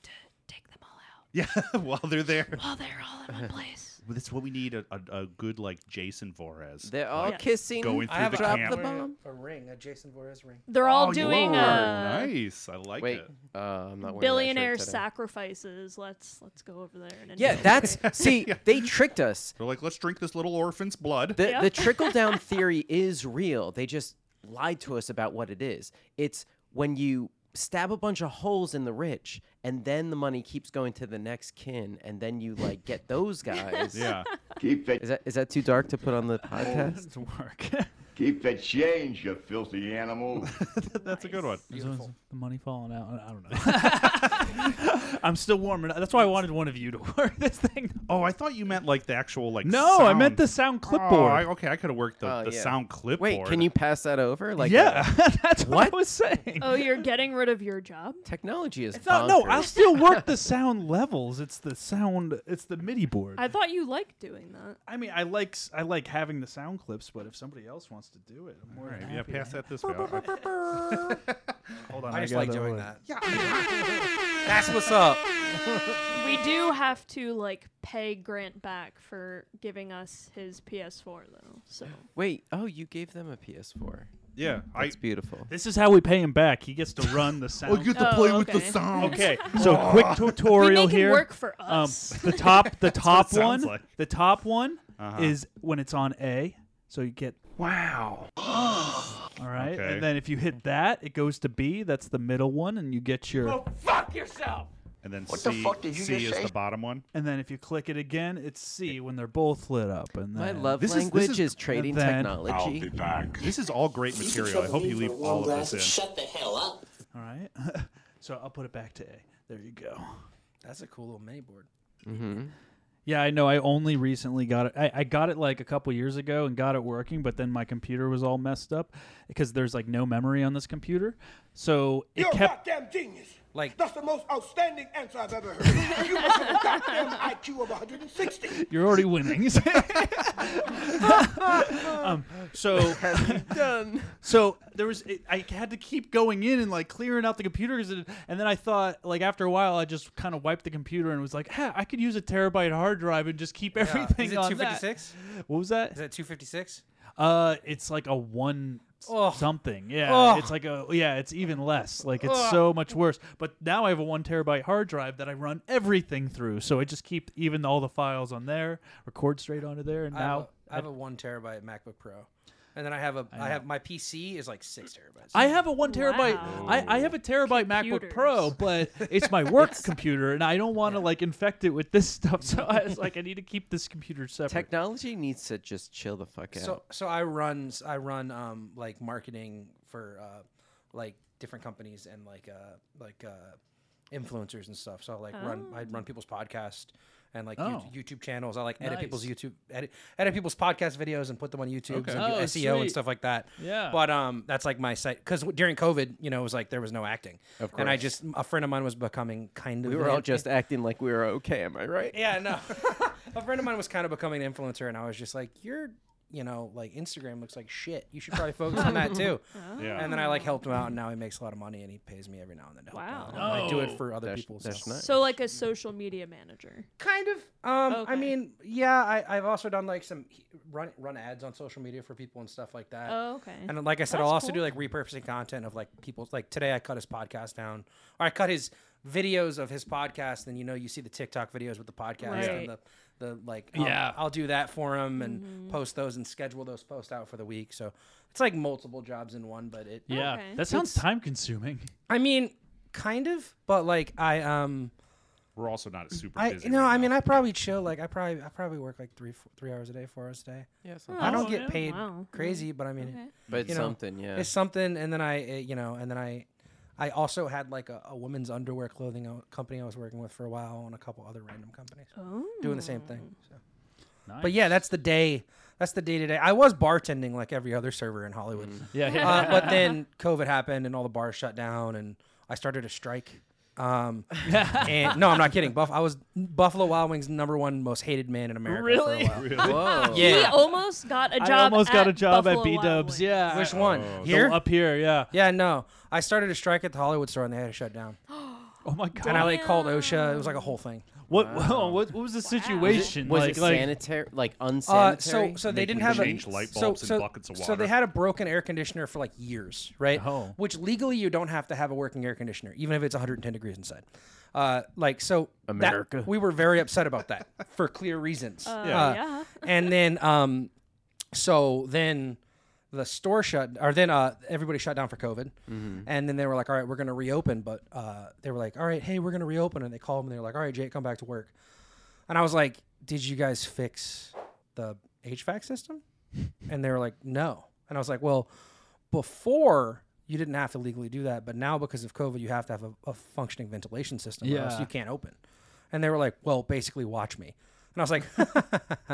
Speaker 6: to take them all out
Speaker 3: Yeah, while they're there,
Speaker 6: while they're all in one place.
Speaker 3: that's what we need a, a, a good like Jason Voorhees.
Speaker 2: They're all
Speaker 6: Yes.
Speaker 2: kissing.
Speaker 3: Going
Speaker 1: I have
Speaker 3: the
Speaker 1: a,
Speaker 2: drop
Speaker 3: camp.
Speaker 2: the bomb.
Speaker 1: a ring, a Jason Voorhees ring.
Speaker 6: They're all doing
Speaker 3: were.
Speaker 6: uh,
Speaker 3: Oh, nice. I like
Speaker 2: Wait,
Speaker 3: it.
Speaker 2: uh, I'm not wearing that shirt
Speaker 6: billionaire
Speaker 2: today.
Speaker 6: sacrifices. Let's let's go over there and
Speaker 2: Yeah,
Speaker 6: enjoy.
Speaker 2: that's see, they tricked us.
Speaker 3: They're like, let's drink this little orphan's blood.
Speaker 2: The
Speaker 6: Yeah.
Speaker 2: the trickle down theory is real. They just lied to us about what it is. It's when you stab a bunch of holes in the rich and then the money keeps going to the next kin and then you like get those guys.
Speaker 3: yeah,
Speaker 7: Keep the
Speaker 2: Is that is that too dark to put on the podcast?
Speaker 5: Doesn't work.
Speaker 7: keep the change, you filthy animal.
Speaker 3: that's a good one.
Speaker 5: Beautiful. The money falling out. I don't know. I'm still warming. up. That's why I wanted one of you to work this thing.
Speaker 3: Oh, I thought you meant like the actual like.
Speaker 5: No, I meant
Speaker 3: sound-
Speaker 5: the sound clipboard.
Speaker 3: Oh, I, okay, I could have worked the,
Speaker 2: Oh,
Speaker 3: the
Speaker 2: yeah.
Speaker 3: sound clipboard.
Speaker 2: Wait, can you pass that over? Like
Speaker 5: yeah,
Speaker 2: uh,
Speaker 5: that's what? I
Speaker 2: What?
Speaker 5: was saying.
Speaker 6: Oh, you're getting rid of your job?
Speaker 2: technology is
Speaker 5: It's not- no, I'll
Speaker 2: bonkers.
Speaker 5: still work the sound levels. It's the sound. It's the MIDI board.
Speaker 6: I thought you liked doing that.
Speaker 5: I mean, I like s- I like having the sound clips, but if somebody else wants to do it, I'm more
Speaker 3: All right,
Speaker 5: than
Speaker 3: yeah,
Speaker 5: happy
Speaker 3: pass
Speaker 5: to-
Speaker 3: that this way.
Speaker 5: Hold on,
Speaker 1: I just
Speaker 5: got
Speaker 1: like
Speaker 5: that
Speaker 1: doing
Speaker 5: one.
Speaker 1: that. Yeah. That's what's up.
Speaker 6: We do have to like pay Grant back for giving us his PS4 though. So
Speaker 2: Wait, oh, you gave them a PS4.
Speaker 3: Yeah, I.
Speaker 2: It's beautiful.
Speaker 5: This is how we pay him back. He gets to run the
Speaker 2: Oh,
Speaker 5: sound.
Speaker 6: to play with the Oh, okay.
Speaker 3: sound.
Speaker 5: Okay, so quick
Speaker 6: we
Speaker 5: tutorial
Speaker 6: make
Speaker 5: here.
Speaker 6: it work for
Speaker 5: Um,
Speaker 6: us.
Speaker 5: the top, the top
Speaker 3: it
Speaker 5: one,
Speaker 3: sounds like. Uh-huh.
Speaker 5: the top one is when it's on A. So you get wow. All right,
Speaker 3: Okay.
Speaker 5: and then if you hit that, it goes to B. That's the middle one, and you get your.
Speaker 3: And then
Speaker 7: What
Speaker 3: C,
Speaker 7: the fuck did you
Speaker 3: C
Speaker 7: just
Speaker 3: is
Speaker 7: say?
Speaker 3: the bottom one.
Speaker 5: And then if you click it again, it's C when they're both lit up. And
Speaker 2: My
Speaker 5: then-
Speaker 2: love
Speaker 3: This is- this
Speaker 2: language
Speaker 3: is-
Speaker 2: is, trading
Speaker 5: then-
Speaker 2: technology.
Speaker 7: back.
Speaker 3: This is all great material. I hope you leave all of this in.
Speaker 8: Shut the hell up.
Speaker 5: All right, so I'll put it back to A. There you go.
Speaker 1: That's a cool little mini board.
Speaker 5: Yeah, I know. I only recently got it. I, I got it like a couple years ago and got it working, but then my computer was all messed up because there's like no memory on this computer. So it kept.
Speaker 9: goddamn genius.
Speaker 1: Like-
Speaker 9: that's the most outstanding answer I've ever heard. you must have a goddamn IQ of 160.
Speaker 5: You're already winning. um, so
Speaker 2: Done.
Speaker 5: so there was it, I had to keep going in and like clearing out the computer 'cause it, and then I thought like after a while I just kind of wiped the computer and was like, "Ha, I could use a terabyte hard drive and just keep
Speaker 1: Yeah.
Speaker 5: everything
Speaker 1: Is uh, it
Speaker 5: on that."
Speaker 1: 256?
Speaker 5: What was that?
Speaker 1: Is that 256?
Speaker 5: Uh, it's like a one
Speaker 1: Ugh.
Speaker 5: something. Yeah,
Speaker 1: Ugh.
Speaker 5: it's like a yeah, it's even less. Like it's so much worse. But now I have a one terabyte hard drive that I run everything through, so I just keep even all the files on there, record straight onto there, and
Speaker 1: I have,
Speaker 5: now
Speaker 1: a, I have a one terabyte MacBook Pro, and then I have a I, have my PC is like six terabytes.
Speaker 5: I have a one terabyte.
Speaker 6: Wow.
Speaker 5: I, I have a terabyte MacBook
Speaker 6: Computers.
Speaker 5: Pro, but it's my work computer, and I don't want to like infect it with this stuff. So I was like, I need to keep this computer separate.
Speaker 2: Technology needs to just chill the fuck out.
Speaker 1: so so I run I run um like marketing for uh like different companies and like uh like uh influencers and stuff. So I like run I run people's podcasts and like
Speaker 5: Oh.
Speaker 1: you- YouTube channels. I like edit
Speaker 5: Nice.
Speaker 1: people's YouTube edit, edit people's podcast videos and put them on YouTube and
Speaker 5: Oh,
Speaker 1: do SEO
Speaker 5: sweet.
Speaker 1: and stuff like that.
Speaker 5: Yeah.
Speaker 1: But um that's like my site because during COVID you know it was like there was no acting. Of course. And I just a friend of mine was becoming kind of
Speaker 2: we were
Speaker 1: an
Speaker 2: all just acting like we were okay. Am I right?
Speaker 1: yeah, no. a friend of mine was kind of becoming an influencer, and I was just like, "You're, you know, like Instagram looks like shit. You should probably focus on that too."
Speaker 3: Yeah.
Speaker 1: And then I like helped him out, and now he makes a lot of money, and he pays me every now and then to help
Speaker 6: Wow.
Speaker 1: him out. And I do it for other
Speaker 2: That's,
Speaker 1: people.
Speaker 2: that's
Speaker 1: so.
Speaker 2: nice.
Speaker 6: So like a social media manager.
Speaker 1: Kind of. Um, I
Speaker 6: Okay.
Speaker 1: mean, yeah, I, I've also done like some he- run run ads on social media for people and stuff like that.
Speaker 6: Oh, okay.
Speaker 5: uh,
Speaker 1: And then, like I said, I'll
Speaker 6: That's
Speaker 1: also
Speaker 6: cool.
Speaker 1: do like repurposing content of like people's like today I cut his podcast down or I cut his videos of his podcast and you know you see the TikTok videos with the podcast
Speaker 6: Right. Mm-hmm.
Speaker 1: and the the like I'll,
Speaker 5: Yeah.
Speaker 1: I'll do that for him and post those and schedule those posts out for the week. So it's like multiple jobs in one, but it
Speaker 5: yeah,
Speaker 6: Okay.
Speaker 5: that sounds time consuming.
Speaker 1: I mean kind of, but like I um
Speaker 3: We're also not super
Speaker 1: I
Speaker 3: busy.
Speaker 1: no
Speaker 3: right
Speaker 1: I mean
Speaker 3: now.
Speaker 1: I probably chill like I probably I probably work like three four, three hours a day four hours a day. I don't
Speaker 5: Oh,
Speaker 1: get
Speaker 5: yeah.
Speaker 1: paid
Speaker 6: Wow.
Speaker 1: crazy, but I mean.
Speaker 6: Okay.
Speaker 2: But it's
Speaker 1: you know,
Speaker 2: something, yeah.
Speaker 1: it's something and then i uh, you know and then i i also had like a, a women's underwear clothing o- company i was working with for a while and a couple other random companies
Speaker 6: Oh.
Speaker 1: doing the same thing so.
Speaker 5: Nice.
Speaker 1: but yeah that's the day that's the day to day i was bartending like every other server in hollywood
Speaker 5: yeah, yeah.
Speaker 1: uh, but then covid happened and all the bars shut down and i started a strike um and no i'm not kidding buff i was buffalo wild wings number one most hated man in america
Speaker 5: Really?
Speaker 1: for a while.
Speaker 2: Whoa.
Speaker 6: He
Speaker 1: yeah
Speaker 6: almost got a job.
Speaker 5: I almost got a job at
Speaker 6: Buffalo
Speaker 5: B
Speaker 6: Wild
Speaker 5: Dubs.
Speaker 6: Wings.
Speaker 5: Yeah,
Speaker 1: which one
Speaker 5: The-
Speaker 1: here
Speaker 5: up here. Yeah.
Speaker 1: yeah no i started a strike at the hollywood store and they had to shut down
Speaker 5: Oh my god.
Speaker 1: And I like called OSHA. It was like a whole thing.
Speaker 5: what, what? What was the situation?
Speaker 2: Was
Speaker 5: like,
Speaker 2: it
Speaker 5: like
Speaker 2: sanitary? Like
Speaker 1: Uh,
Speaker 2: unsanitary?
Speaker 1: so so they didn't
Speaker 3: we
Speaker 1: have
Speaker 3: change
Speaker 1: a
Speaker 3: light
Speaker 1: so-
Speaker 3: bulbs and
Speaker 1: so,
Speaker 3: buckets of
Speaker 1: So they
Speaker 3: water.
Speaker 1: had a broken air conditioner for like years, right?
Speaker 5: Oh.
Speaker 1: Which legally you don't have to have a working air conditioner, even if it's 110 degrees inside. Uh, like so, that-
Speaker 2: America.
Speaker 1: we were very upset about that for clear reasons. Uh,
Speaker 6: Yeah. yeah.
Speaker 1: and then um, so then the store shut, or then uh, everybody shut down for COVID,
Speaker 3: Mm-hmm.
Speaker 1: and then they were like, "All right, we're going to reopen," but uh, they were like, "All right, hey, we're going to reopen," and they called them and they were like, "All right, Jake, come back to work," and I was like, "Did you guys fix the HVAC system?" And they were like, "No," and I was like, "Well, before." You didn't have to legally do that, but now because of COVID, you have to have a, a functioning ventilation system, or else
Speaker 5: Yeah.
Speaker 1: you can't open. And they were like, well, basically, watch me. And I was like,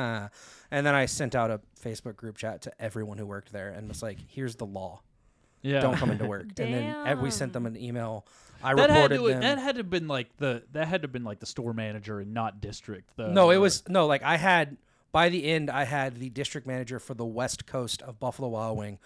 Speaker 1: and then I sent out a Facebook group chat to everyone who worked there and was like, here's the law.
Speaker 5: yeah.
Speaker 1: Don't come into work. and then ev- we sent them an email. I
Speaker 5: that had
Speaker 1: reported
Speaker 5: to
Speaker 1: them.
Speaker 5: that had to have been like the that had to have been like the store manager and not district though.
Speaker 1: no, it was, no, like I had, by the end, I had the district manager for the West Coast of Buffalo Wild Wing.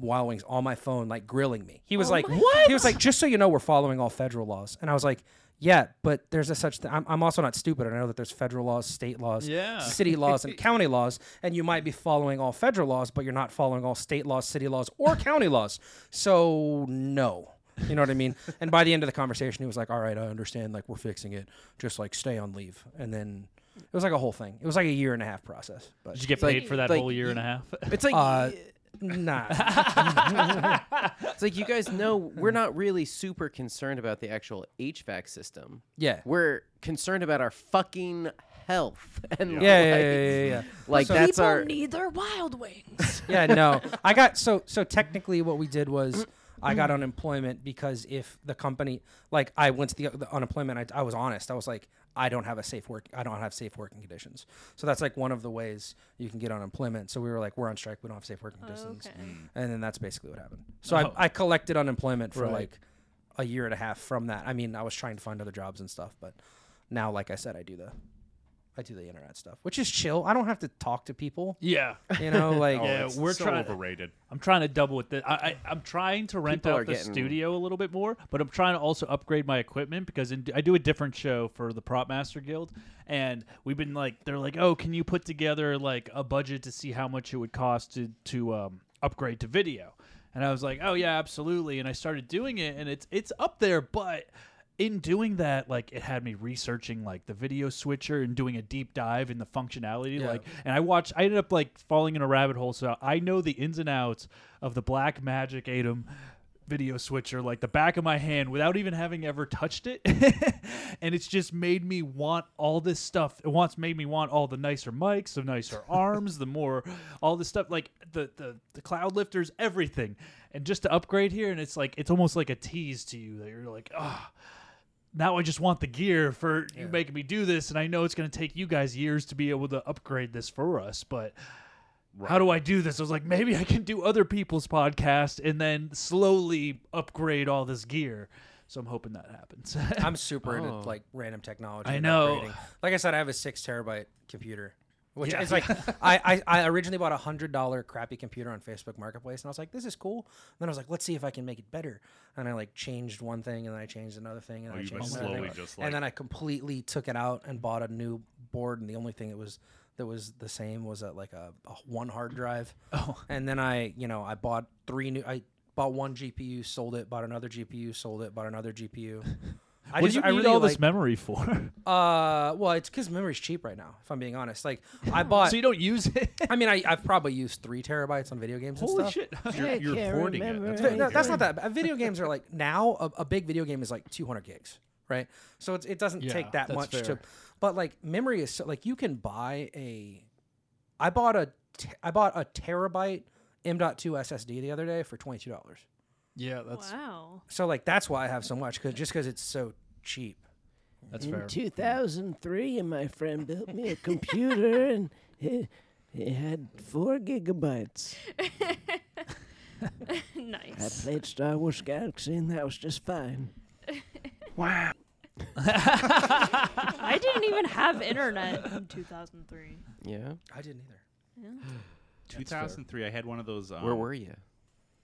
Speaker 1: Wild Wings on my phone, like grilling me. He was like, "What?" He was like, "Just so you know, we're following all federal laws." And I was like, "Yeah, but there's a such thing. I'm, I'm also not stupid. and I know that there's federal laws, state laws,
Speaker 5: Yeah.
Speaker 1: city laws and county laws, and you might be following all federal laws, but you're not following all state laws, city laws, or county laws. So no. You know what I mean? And by the end of the conversation, he was like, "All right, I understand. Like, we're fixing it. Just like stay on leave." And then it was like a whole thing. It was like a year and a half process. But
Speaker 5: Did you get
Speaker 2: like-
Speaker 5: paid for that
Speaker 2: like
Speaker 5: whole year and a half?
Speaker 2: it's like
Speaker 1: uh, nah.
Speaker 2: it's like you guys know we're not really super concerned about the actual HVAC system.
Speaker 1: Yeah.
Speaker 2: We're concerned about our fucking health and
Speaker 1: Yeah, yeah, yeah, yeah, yeah, yeah.
Speaker 2: like that's
Speaker 6: People
Speaker 2: our
Speaker 6: need their Wild Wings.
Speaker 1: yeah, no. I got so so technically what we did was I got unemployment because if the company like I went to the, the unemployment I, I was honest. I was like I don't have a safe work I don't have safe working conditions. So that's like one of the ways you can get unemployment. So we were like we're on strike, we don't have safe working conditions.
Speaker 6: okay.
Speaker 5: Mm.
Speaker 1: And then that's basically what happened. So I, I collected unemployment for
Speaker 5: Oh. Right.
Speaker 1: like a year and a half from that. I mean, I was trying to find other jobs and stuff, but now like I said I do the I do the internet stuff, which is chill. I don't have to talk to people.
Speaker 5: yeah.
Speaker 1: You know, like
Speaker 5: Yeah,
Speaker 3: It's
Speaker 5: we're
Speaker 3: so
Speaker 5: trying.
Speaker 3: overrated.
Speaker 5: I'm trying to double with this. I, I I'm trying to rent
Speaker 2: People
Speaker 5: out
Speaker 2: are
Speaker 5: the
Speaker 2: getting-
Speaker 5: studio a little bit more, but I'm trying to also upgrade my equipment because in, I do a different show for the Prop Master Guild, and we've been like, they're like, oh, can you put together like a budget to see how much it would cost to to um, upgrade to video? And And I was like, "Oh yeah, absolutely." And I started doing it, and it's it's up there, but in doing that, like it had me researching like the video switcher and doing a deep dive in the functionality. Like, and I watched, I ended up like falling in a rabbit hole. So I know the ins and outs of the Black Magic Atom video switcher like the back of my hand without even having ever touched it and it's just made me want all this stuff it wants made me want all the nicer mics the nicer arms the more all this stuff like the, the the cloud lifters everything and just to upgrade here and it's like it's almost like a tease to you that you're like oh now I just want the gear for you making me do this, and I know it's going to take you guys years to be able to upgrade this for us, but how do I do this? I was like, maybe I can do other people's podcast and then slowly upgrade all this gear. So I'm hoping that happens.
Speaker 1: I'm super into like random technology.
Speaker 5: Oh. I
Speaker 1: and
Speaker 5: know.
Speaker 1: upgrading. Like I said, I have a six terabyte computer, which is like I, I I originally bought a hundred dollar crappy computer on Facebook Marketplace, and I was like, this is cool. And then I was like, let's see if I can make it better. And I like changed one thing, and then I changed another thing, and
Speaker 3: Oh,
Speaker 1: I
Speaker 3: you, like,
Speaker 1: changed another
Speaker 3: slowly
Speaker 1: thing,
Speaker 3: just, like-
Speaker 1: and then I completely took it out and bought a new board, and the only thing that was that was the same was a, like a, a one hard drive. Oh. And then I, you know, I bought three new. I bought one GPU, sold it. Bought another GPU, sold it. Bought another GPU. I
Speaker 5: what do you
Speaker 1: I
Speaker 5: need
Speaker 1: really
Speaker 5: all this
Speaker 1: like-
Speaker 5: memory for?
Speaker 1: uh, well, it's because memory's cheap right now. If I'm being honest, like I bought.
Speaker 5: so you don't use it?
Speaker 1: I mean, I, I've probably used three terabytes on video games.
Speaker 5: Holy
Speaker 1: and stuff.
Speaker 5: shit!
Speaker 3: You're, you're hoarding it. That's
Speaker 1: Th-
Speaker 3: what
Speaker 1: no,
Speaker 3: you're
Speaker 1: that's not
Speaker 3: doing.
Speaker 1: that. bad. Video games are like now a, a big video game is like 200 gigs, right? So it's, it doesn't
Speaker 5: Yeah,
Speaker 1: take that
Speaker 5: that's
Speaker 1: much
Speaker 5: fair.
Speaker 1: to. But like memory is so, like you can buy a. I bought a te- I bought a terabyte M.2 SSD the other day for twenty two dollars.
Speaker 5: yeah,
Speaker 6: wow.
Speaker 1: So like that's why I have so much, cause just because it's so cheap.
Speaker 5: that's
Speaker 2: In 2003, and my friend built me a computer, and it, it had four gigabytes. I
Speaker 6: nice.
Speaker 2: played Star Wars Galaxy, and that was just fine.
Speaker 6: I didn't even have internet in 2003.
Speaker 2: Yeah.
Speaker 1: I didn't either.
Speaker 3: 2003. I had one of those. Um,
Speaker 2: Where were you?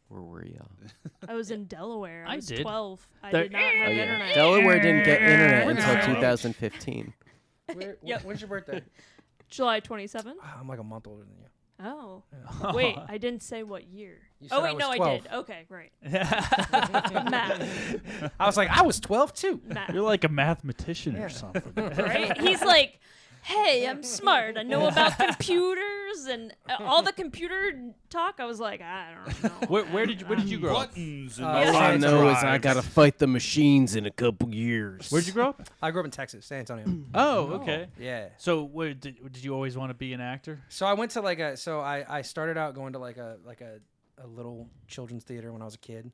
Speaker 2: Where were you?
Speaker 6: I was in Delaware. I,
Speaker 5: I
Speaker 6: was
Speaker 5: did.
Speaker 6: 12. I
Speaker 5: There- Oh,
Speaker 6: did not have internet.
Speaker 2: Oh, Delaware didn't get internet until 2015.
Speaker 1: Where, When's your birthday?
Speaker 6: July 27th.
Speaker 1: Ah, I'm like a month older than you.
Speaker 6: Oh. Wait, I didn't say what year.
Speaker 1: You said
Speaker 6: Oh,
Speaker 1: I
Speaker 6: wait,
Speaker 1: was
Speaker 6: no, I
Speaker 1: 12.
Speaker 6: did. Okay, right. Math.
Speaker 1: I was like, I was 12 too.
Speaker 5: You're like a mathematician or something.
Speaker 6: right? He's like, hey, I'm smart. I know about computers and uh, all the computer talk. I was like, I don't know.
Speaker 5: where, where did you, where did you grow up?
Speaker 3: buttons and
Speaker 1: Uh,
Speaker 2: All I
Speaker 3: electronics.
Speaker 2: know is I gotta fight the machines in a couple years.
Speaker 5: Where'd you grow up?
Speaker 1: I grew up in Texas, San Antonio.
Speaker 5: Oh, okay.
Speaker 1: yeah.
Speaker 5: So, where, did did you always want to be an actor?
Speaker 1: So I went to like a so I I started out going to like a like a, a little children's theater when I was a kid,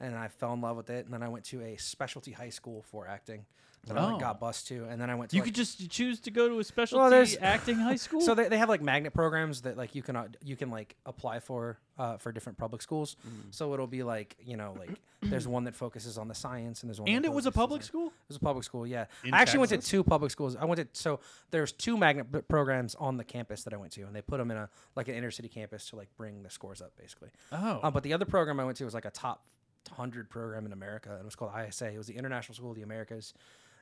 Speaker 1: and I fell in love with it. And then I went to a specialty high school for acting that I
Speaker 5: Oh.
Speaker 1: like got bused to. And then I went to
Speaker 5: You
Speaker 1: like-
Speaker 5: could just choose to go to a specialty
Speaker 1: there's-
Speaker 5: acting high school.
Speaker 1: so they, they have like magnet programs that like you can uh, you can like apply for uh, for different public schools.
Speaker 5: Mm.
Speaker 1: So it'll be like you know like there's one that focuses on the science and there's one.
Speaker 5: and
Speaker 1: that
Speaker 5: it was a
Speaker 1: focuses
Speaker 5: public
Speaker 1: on-
Speaker 5: school.
Speaker 1: It was a public school, yeah.
Speaker 3: In
Speaker 1: I actually went
Speaker 3: Texas?
Speaker 1: to two public schools. I went to so there's two magnet b- programs on the campus that I went to, and they put them in a like an inner city campus to like bring the scores up, basically.
Speaker 5: Oh,
Speaker 1: Um, but the other program I went to was like a top 100 program in America, and it was called ISA. It was the International School of the Americas,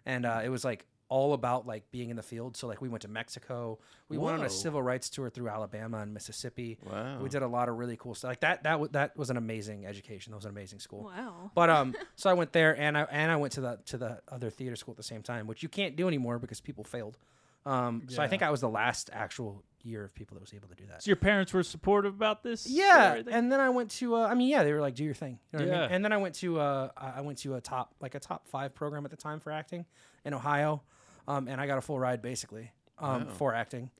Speaker 1: and uh, it was like all about like being in the field. So like we went to Mexico, we went on
Speaker 2: Whoa.
Speaker 1: a civil rights tour through Alabama and Mississippi.
Speaker 2: Wow.
Speaker 1: We did a lot of really cool stuff. Like that that wa- that was an amazing education. That was an amazing school.
Speaker 6: Wow.
Speaker 1: But um, so I went there, and I and I went to the to the other theater school at the same time, which you can't do anymore because people failed. Um, so I think I was the last actual year of people that was able to do that.
Speaker 5: so your parents were supportive about this? and
Speaker 1: Yeah,
Speaker 5: everything?
Speaker 1: and then I went to. Uh, I mean, yeah, they were like, "Do your thing." You know what I mean?
Speaker 5: Yeah.
Speaker 1: And then I went to. Uh, I I went to a top like a top five program at the time for acting in Ohio, um, and I got a full ride basically um, for acting.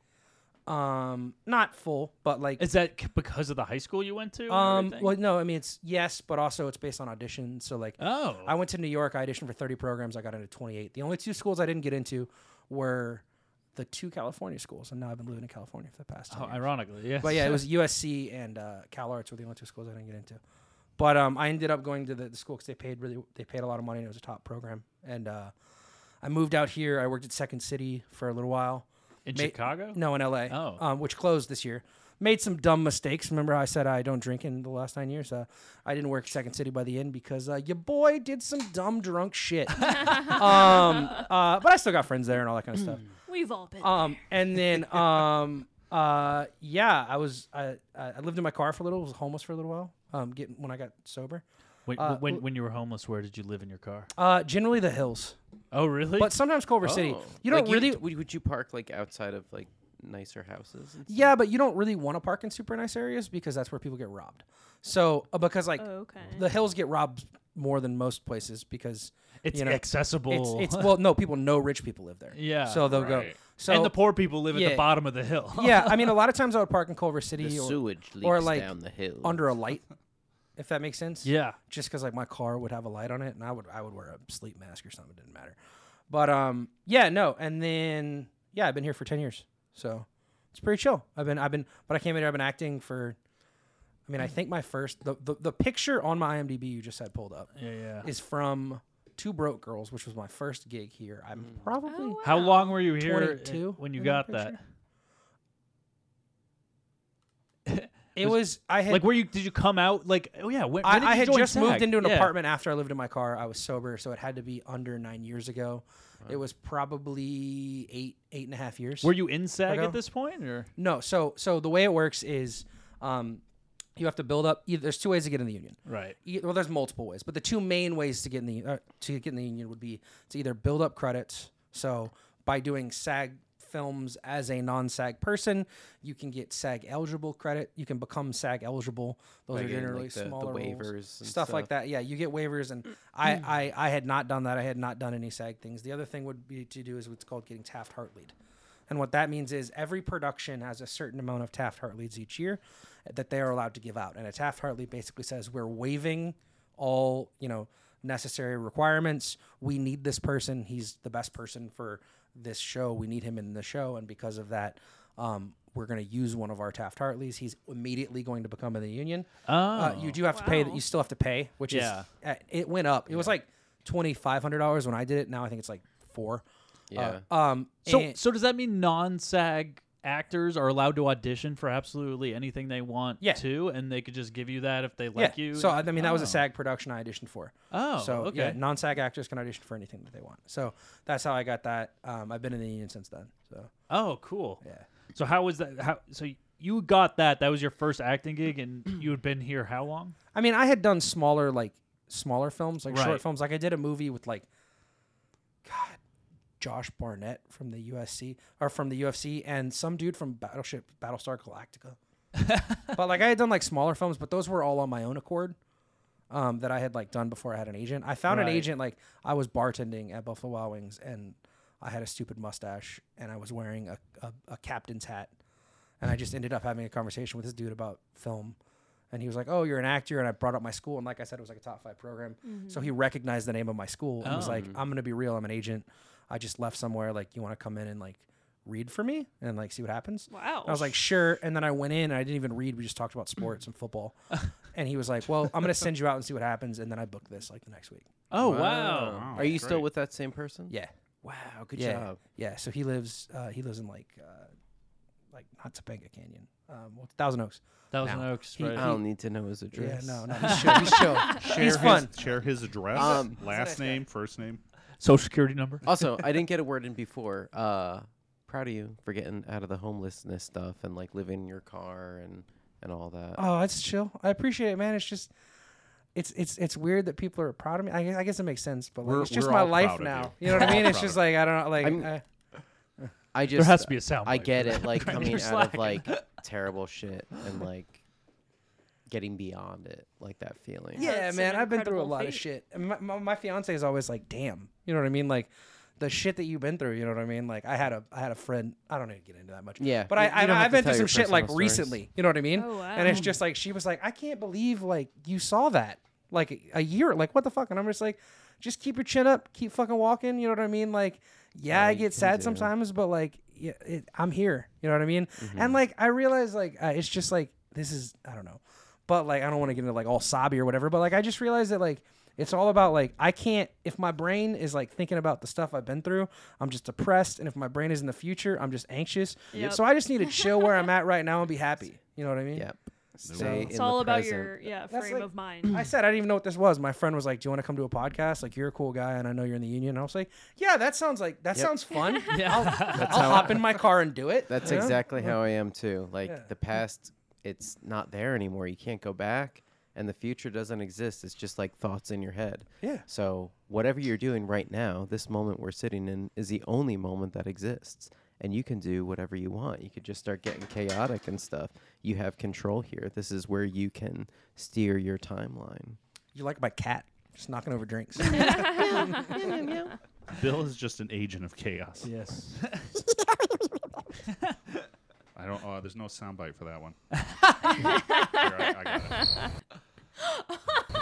Speaker 1: Um, not full, but like.
Speaker 5: Is that c- because of the high school you went to? and
Speaker 1: um,
Speaker 5: everything?
Speaker 1: well, no, I mean it's yes, but also it's based on audition. So like,
Speaker 5: oh,
Speaker 1: I went to New York. I auditioned for 30 programs. I got into 28. The only two schools I didn't get into were the two California schools, and now I've been living in California for the past. 10
Speaker 5: oh,
Speaker 1: years.
Speaker 5: ironically, yes.
Speaker 1: But yeah, it was USC and uh, Cal Arts were the only two schools I didn't get into. But um, I ended up going to the, the school because they paid really they paid a lot of money and it was a top program. And uh, I moved out here. I worked at Second City for a little while.
Speaker 5: in
Speaker 1: Ma-
Speaker 5: Chicago.
Speaker 1: No, in LA.
Speaker 5: Oh.
Speaker 1: Um, which closed this year. Made some dumb mistakes. Remember, I said I don't drink in the last nine years. Uh, I didn't work Second City by the end because uh, your boy did some dumb drunk shit. um, uh, but I still got friends there and all that kind of stuff.
Speaker 6: We've all been.
Speaker 1: Um, and then, uh, um, uh, yeah, I was I, I I lived in my car for a little. Was homeless for a little while. um, getting when I got sober.
Speaker 5: When,
Speaker 1: Uh,
Speaker 5: when,
Speaker 1: well-
Speaker 5: when you were homeless, where did you live in your car?
Speaker 1: Uh, generally the hills,
Speaker 5: Oh, really?
Speaker 1: but sometimes Culver City.
Speaker 2: Oh.
Speaker 1: You don't
Speaker 2: Like,
Speaker 1: really.
Speaker 2: would, would you park like outside of like nicer houses? And stuff?
Speaker 1: yeah, but you don't really want to park in super nice areas because that's where people get robbed. So uh, because like
Speaker 6: Oh, Okay.
Speaker 1: the hills get robbed more than most places because
Speaker 5: it's
Speaker 1: you know,
Speaker 5: accessible.
Speaker 1: It's, it's well, no, people know rich people live there.
Speaker 5: Yeah,
Speaker 1: so they'll go.
Speaker 3: right.
Speaker 1: So
Speaker 5: and the poor people live at
Speaker 1: yeah.
Speaker 5: the bottom of the hill.
Speaker 1: yeah, I mean, a lot of times I would park in Culver City
Speaker 2: The
Speaker 1: or
Speaker 2: sewage leaks
Speaker 1: or, like,
Speaker 2: down the hill.
Speaker 1: under a light, if that makes sense.
Speaker 5: yeah.
Speaker 1: Just because like my car would have a light on it, and I would I would wear a sleep mask or something. It didn't matter. But um, yeah, no, and then yeah, I've been here for ten years, so it's pretty chill. I've been I've been, but I came in here. I've been acting for. I mean, I think my first the the, the picture on my IMDb you just had pulled up
Speaker 5: Yeah, yeah.
Speaker 1: is from Two Broke Girls, which was my first gig here. I'm
Speaker 6: Oh,
Speaker 1: probably
Speaker 6: wow. Oh,
Speaker 5: How long were you here uh,
Speaker 1: 22
Speaker 5: when you
Speaker 1: in
Speaker 5: got
Speaker 1: that
Speaker 5: that?
Speaker 1: it was I had
Speaker 5: Like, were you? Did you come out? Like, oh yeah. When, when did
Speaker 1: I, I
Speaker 5: you
Speaker 1: had
Speaker 5: join
Speaker 1: just
Speaker 5: SAG?
Speaker 1: moved into an
Speaker 5: Yeah.
Speaker 1: apartment after I lived in my car. I was sober, so it had to be under nine years ago. It was probably eight, eight and a half years.
Speaker 5: Were you in SAG
Speaker 1: Ago.
Speaker 5: at this point, or
Speaker 1: No, so so the way it works is, um, you have to build up. Either, there's two ways to get in the union.
Speaker 5: right?
Speaker 1: E- Well, there's multiple ways, but the two main ways to get in the uh, to get in the union would be to either build up credits. So by doing SAG films as a non-SAG person, you can get SAG eligible credit. You can become SAG eligible. Those
Speaker 2: By
Speaker 1: are
Speaker 2: getting,
Speaker 1: generally
Speaker 2: like, the- the
Speaker 1: smaller roles,
Speaker 2: waivers and
Speaker 1: stuff, like
Speaker 2: stuff.
Speaker 1: that. Yeah, you get waivers, and I, I I had not done that. I had not done any SAG things. The other thing would be to do is what's called getting Taft Hart lead. And what that means is every production has a certain amount of Taft Hart leads each year that they are allowed to give out. And a Taft Hart lead basically says we're waiving all, you know, necessary requirements. We need this person. He's the best person for this show. We need him in the show. And because of that, um, we're going to use one of our Taft Hart leads. He's immediately going to become in the union. Uh,
Speaker 2: Oh.
Speaker 1: you do have to pay that. You still have to pay, which
Speaker 5: Yeah.
Speaker 1: is uh, it went up. It was like twenty five hundred dollars when I did it. Now I think it's like four.
Speaker 2: Yeah.
Speaker 1: Uh, um.
Speaker 5: So,
Speaker 1: and-
Speaker 5: so does that mean non-SAG actors are allowed to audition for absolutely anything they want
Speaker 1: Yeah.
Speaker 5: to, and they could just give you that if they
Speaker 1: yeah.
Speaker 5: like you?
Speaker 1: So I I mean, that was
Speaker 5: Oh.
Speaker 1: a SAG production I auditioned for.
Speaker 5: Oh,
Speaker 1: so
Speaker 5: okay.
Speaker 1: yeah, non-SAG actors can audition for anything that they want. So that's how I got that. Um, I've been in the union since then. So
Speaker 5: Oh, cool.
Speaker 1: Yeah.
Speaker 5: So how was that? How so you got that? That was your first acting gig, and you had been here how long?
Speaker 1: I mean, I had done smaller like smaller films, like
Speaker 5: Right.
Speaker 1: short films. Like I did a movie with like, God, Josh Barnett from the USC or from the UFC, and some dude from Battleship Battlestar Galactica. but like I had done like smaller films, but those were all on my own accord. Um, that I had like done before I had an agent. I found
Speaker 5: Right.
Speaker 1: an agent like I was bartending at Buffalo Wild Wings, and I had a stupid mustache, and I was wearing a, a, a captain's hat, and I just ended up having a conversation with this dude about film. And he was like, "Oh, you're an actor," and I brought up my school, and like I said, it was like a top five program. So he recognized the name of my school and was like,
Speaker 2: Oh.
Speaker 1: "I'm gonna be real. I'm an agent. I just left somewhere. Like, you want to come in and like read for me and like see what happens?"
Speaker 6: Wow.
Speaker 1: I was like, "Sure." And then I went in, and I didn't even read. We just talked about sports and football. And he was like, "Well, I'm gonna send you out and see what happens." And then I booked this like the next week.
Speaker 5: Oh wow.
Speaker 3: Wow,
Speaker 2: Are you still
Speaker 3: great.
Speaker 2: with that same person?
Speaker 1: Yeah,
Speaker 2: Wow. Good
Speaker 1: yeah,
Speaker 2: job.
Speaker 1: yeah. So he lives. Uh, he lives in like, uh, like not Topanga Canyon, um, well, Thousand Oaks.
Speaker 5: Thousand
Speaker 1: Now,
Speaker 5: Oaks,
Speaker 1: he-
Speaker 5: right?
Speaker 2: I don't need to know his
Speaker 1: Yeah,
Speaker 2: address.
Speaker 1: no, no, he's chill. He's chill.
Speaker 3: Share
Speaker 1: He's
Speaker 3: his,
Speaker 1: fun.
Speaker 3: Share his address,
Speaker 2: Um,
Speaker 3: last name, first name.
Speaker 5: Social security number.
Speaker 2: also, I didn't get a word in before. Uh, proud of you for getting out of the homelessness stuff and like living in your car and and all that.
Speaker 1: Oh, that's chill. I appreciate it, man. It's just, it's it's it's weird that people are proud of me. I, guess- I guess it makes sense, but like,
Speaker 3: We're-
Speaker 1: it's just
Speaker 3: we're
Speaker 1: my
Speaker 3: all
Speaker 1: life
Speaker 3: proud of
Speaker 1: now. You
Speaker 3: you.
Speaker 1: know what I
Speaker 3: We're all
Speaker 1: mean? It's
Speaker 3: proud
Speaker 1: just
Speaker 3: of
Speaker 1: like I don't know, like
Speaker 2: I'm-
Speaker 1: I,
Speaker 2: I just
Speaker 5: There has to be a sound.
Speaker 2: I
Speaker 5: bite
Speaker 2: get
Speaker 5: for
Speaker 2: it.
Speaker 5: that.
Speaker 2: Like
Speaker 5: Right,
Speaker 2: coming
Speaker 5: you're
Speaker 2: out of
Speaker 5: slacking.
Speaker 2: like terrible shit and like getting beyond it, like that feeling.
Speaker 1: yeah,
Speaker 6: That's
Speaker 1: man.
Speaker 6: an
Speaker 1: I've been through a
Speaker 6: incredible
Speaker 1: lot of
Speaker 6: feat.
Speaker 1: shit. And my, my my fiance is always like, "Damn," you know what I mean? Like the shit that you've been through. You know what I mean? Like I had a I had a friend. I don't need to get into that much.
Speaker 2: Yeah,
Speaker 1: but
Speaker 2: you-
Speaker 1: I,
Speaker 2: you don't
Speaker 1: I
Speaker 2: have
Speaker 1: I've
Speaker 2: to
Speaker 1: been through
Speaker 2: tell
Speaker 1: some
Speaker 2: your
Speaker 1: shit like
Speaker 2: personal stories.
Speaker 1: recently. You know what I mean?
Speaker 6: Oh,
Speaker 1: And it's
Speaker 6: wow.
Speaker 1: just like she was like, "I can't believe like you saw that like a- a year like what the fuck?" And I'm just like, "Just keep your chin up, keep fucking walking." You know what I mean? Like, yeah,
Speaker 2: All
Speaker 1: I
Speaker 2: you
Speaker 1: get
Speaker 2: can
Speaker 1: sad
Speaker 2: do.
Speaker 1: sometimes, but like, yeah, it, I'm here. You know what I mean? And like, I realize like uh, it's just like this is I don't know, but like I don't want to get into like all sobby or whatever. But like I just realized that like it's all about like I can't if my brain is like thinking about the stuff I've been through, I'm just depressed, and if my brain is in the future, I'm just anxious.
Speaker 6: Yep.
Speaker 1: So I just need to chill where I'm at right now and be happy. You know what I mean?
Speaker 2: Yep. Stay in
Speaker 6: it's
Speaker 2: the
Speaker 6: all about
Speaker 2: present.
Speaker 6: your yeah
Speaker 1: That's
Speaker 6: frame
Speaker 1: like-
Speaker 6: of mind.
Speaker 1: I said I didn't even know what this was. My friend was like, "Do you want to come to a podcast? Like, you're a cool guy, and I know you're in the union." And I was like, "Yeah, that sounds like that sounds fun. I'll, I'll hop in my car and do it."
Speaker 2: That's
Speaker 1: you know?
Speaker 2: exactly how I am too. Like
Speaker 1: Yeah.
Speaker 2: the past, it's not there anymore. You can't go back. and the future doesn't exist. It's just like thoughts in your head.
Speaker 1: Yeah.
Speaker 2: So whatever you're doing right now, this moment we're sitting in is the only moment that exists. And you can do whatever you want. You could just start getting chaotic and stuff. You have control here. This is where you can steer your timeline.
Speaker 1: You like my cat just knocking over drinks.
Speaker 3: Bill is just an agent of chaos.
Speaker 5: Yes.
Speaker 3: I don't. Oh, there's no soundbite for that one. Here, I, I got it.
Speaker 2: Do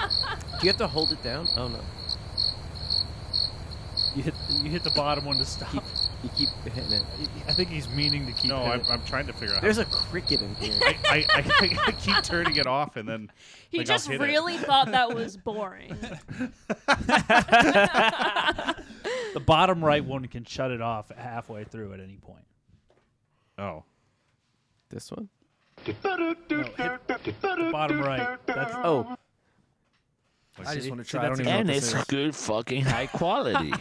Speaker 2: you have to hold it down? Oh no.
Speaker 5: you hit you hit the bottom one to stop.
Speaker 2: You keep hitting it.
Speaker 5: I think he's meaning to keep.
Speaker 3: No,
Speaker 5: it.
Speaker 3: I'm, I'm trying to figure out.
Speaker 2: There's a cricket in here.
Speaker 3: I, I, I, I keep turning it off, and then
Speaker 6: He
Speaker 3: like, I'll
Speaker 6: just
Speaker 3: hit it.
Speaker 6: really thought that was boring.
Speaker 5: the bottom right one can shut it off halfway through at any point.
Speaker 3: Oh,
Speaker 2: this one?
Speaker 5: The bottom right. That's
Speaker 2: Oh,
Speaker 1: I just want to
Speaker 5: See,
Speaker 1: try. I
Speaker 5: that's
Speaker 1: don't even
Speaker 8: And
Speaker 1: know what this
Speaker 8: it's
Speaker 1: is.
Speaker 8: good fucking high quality.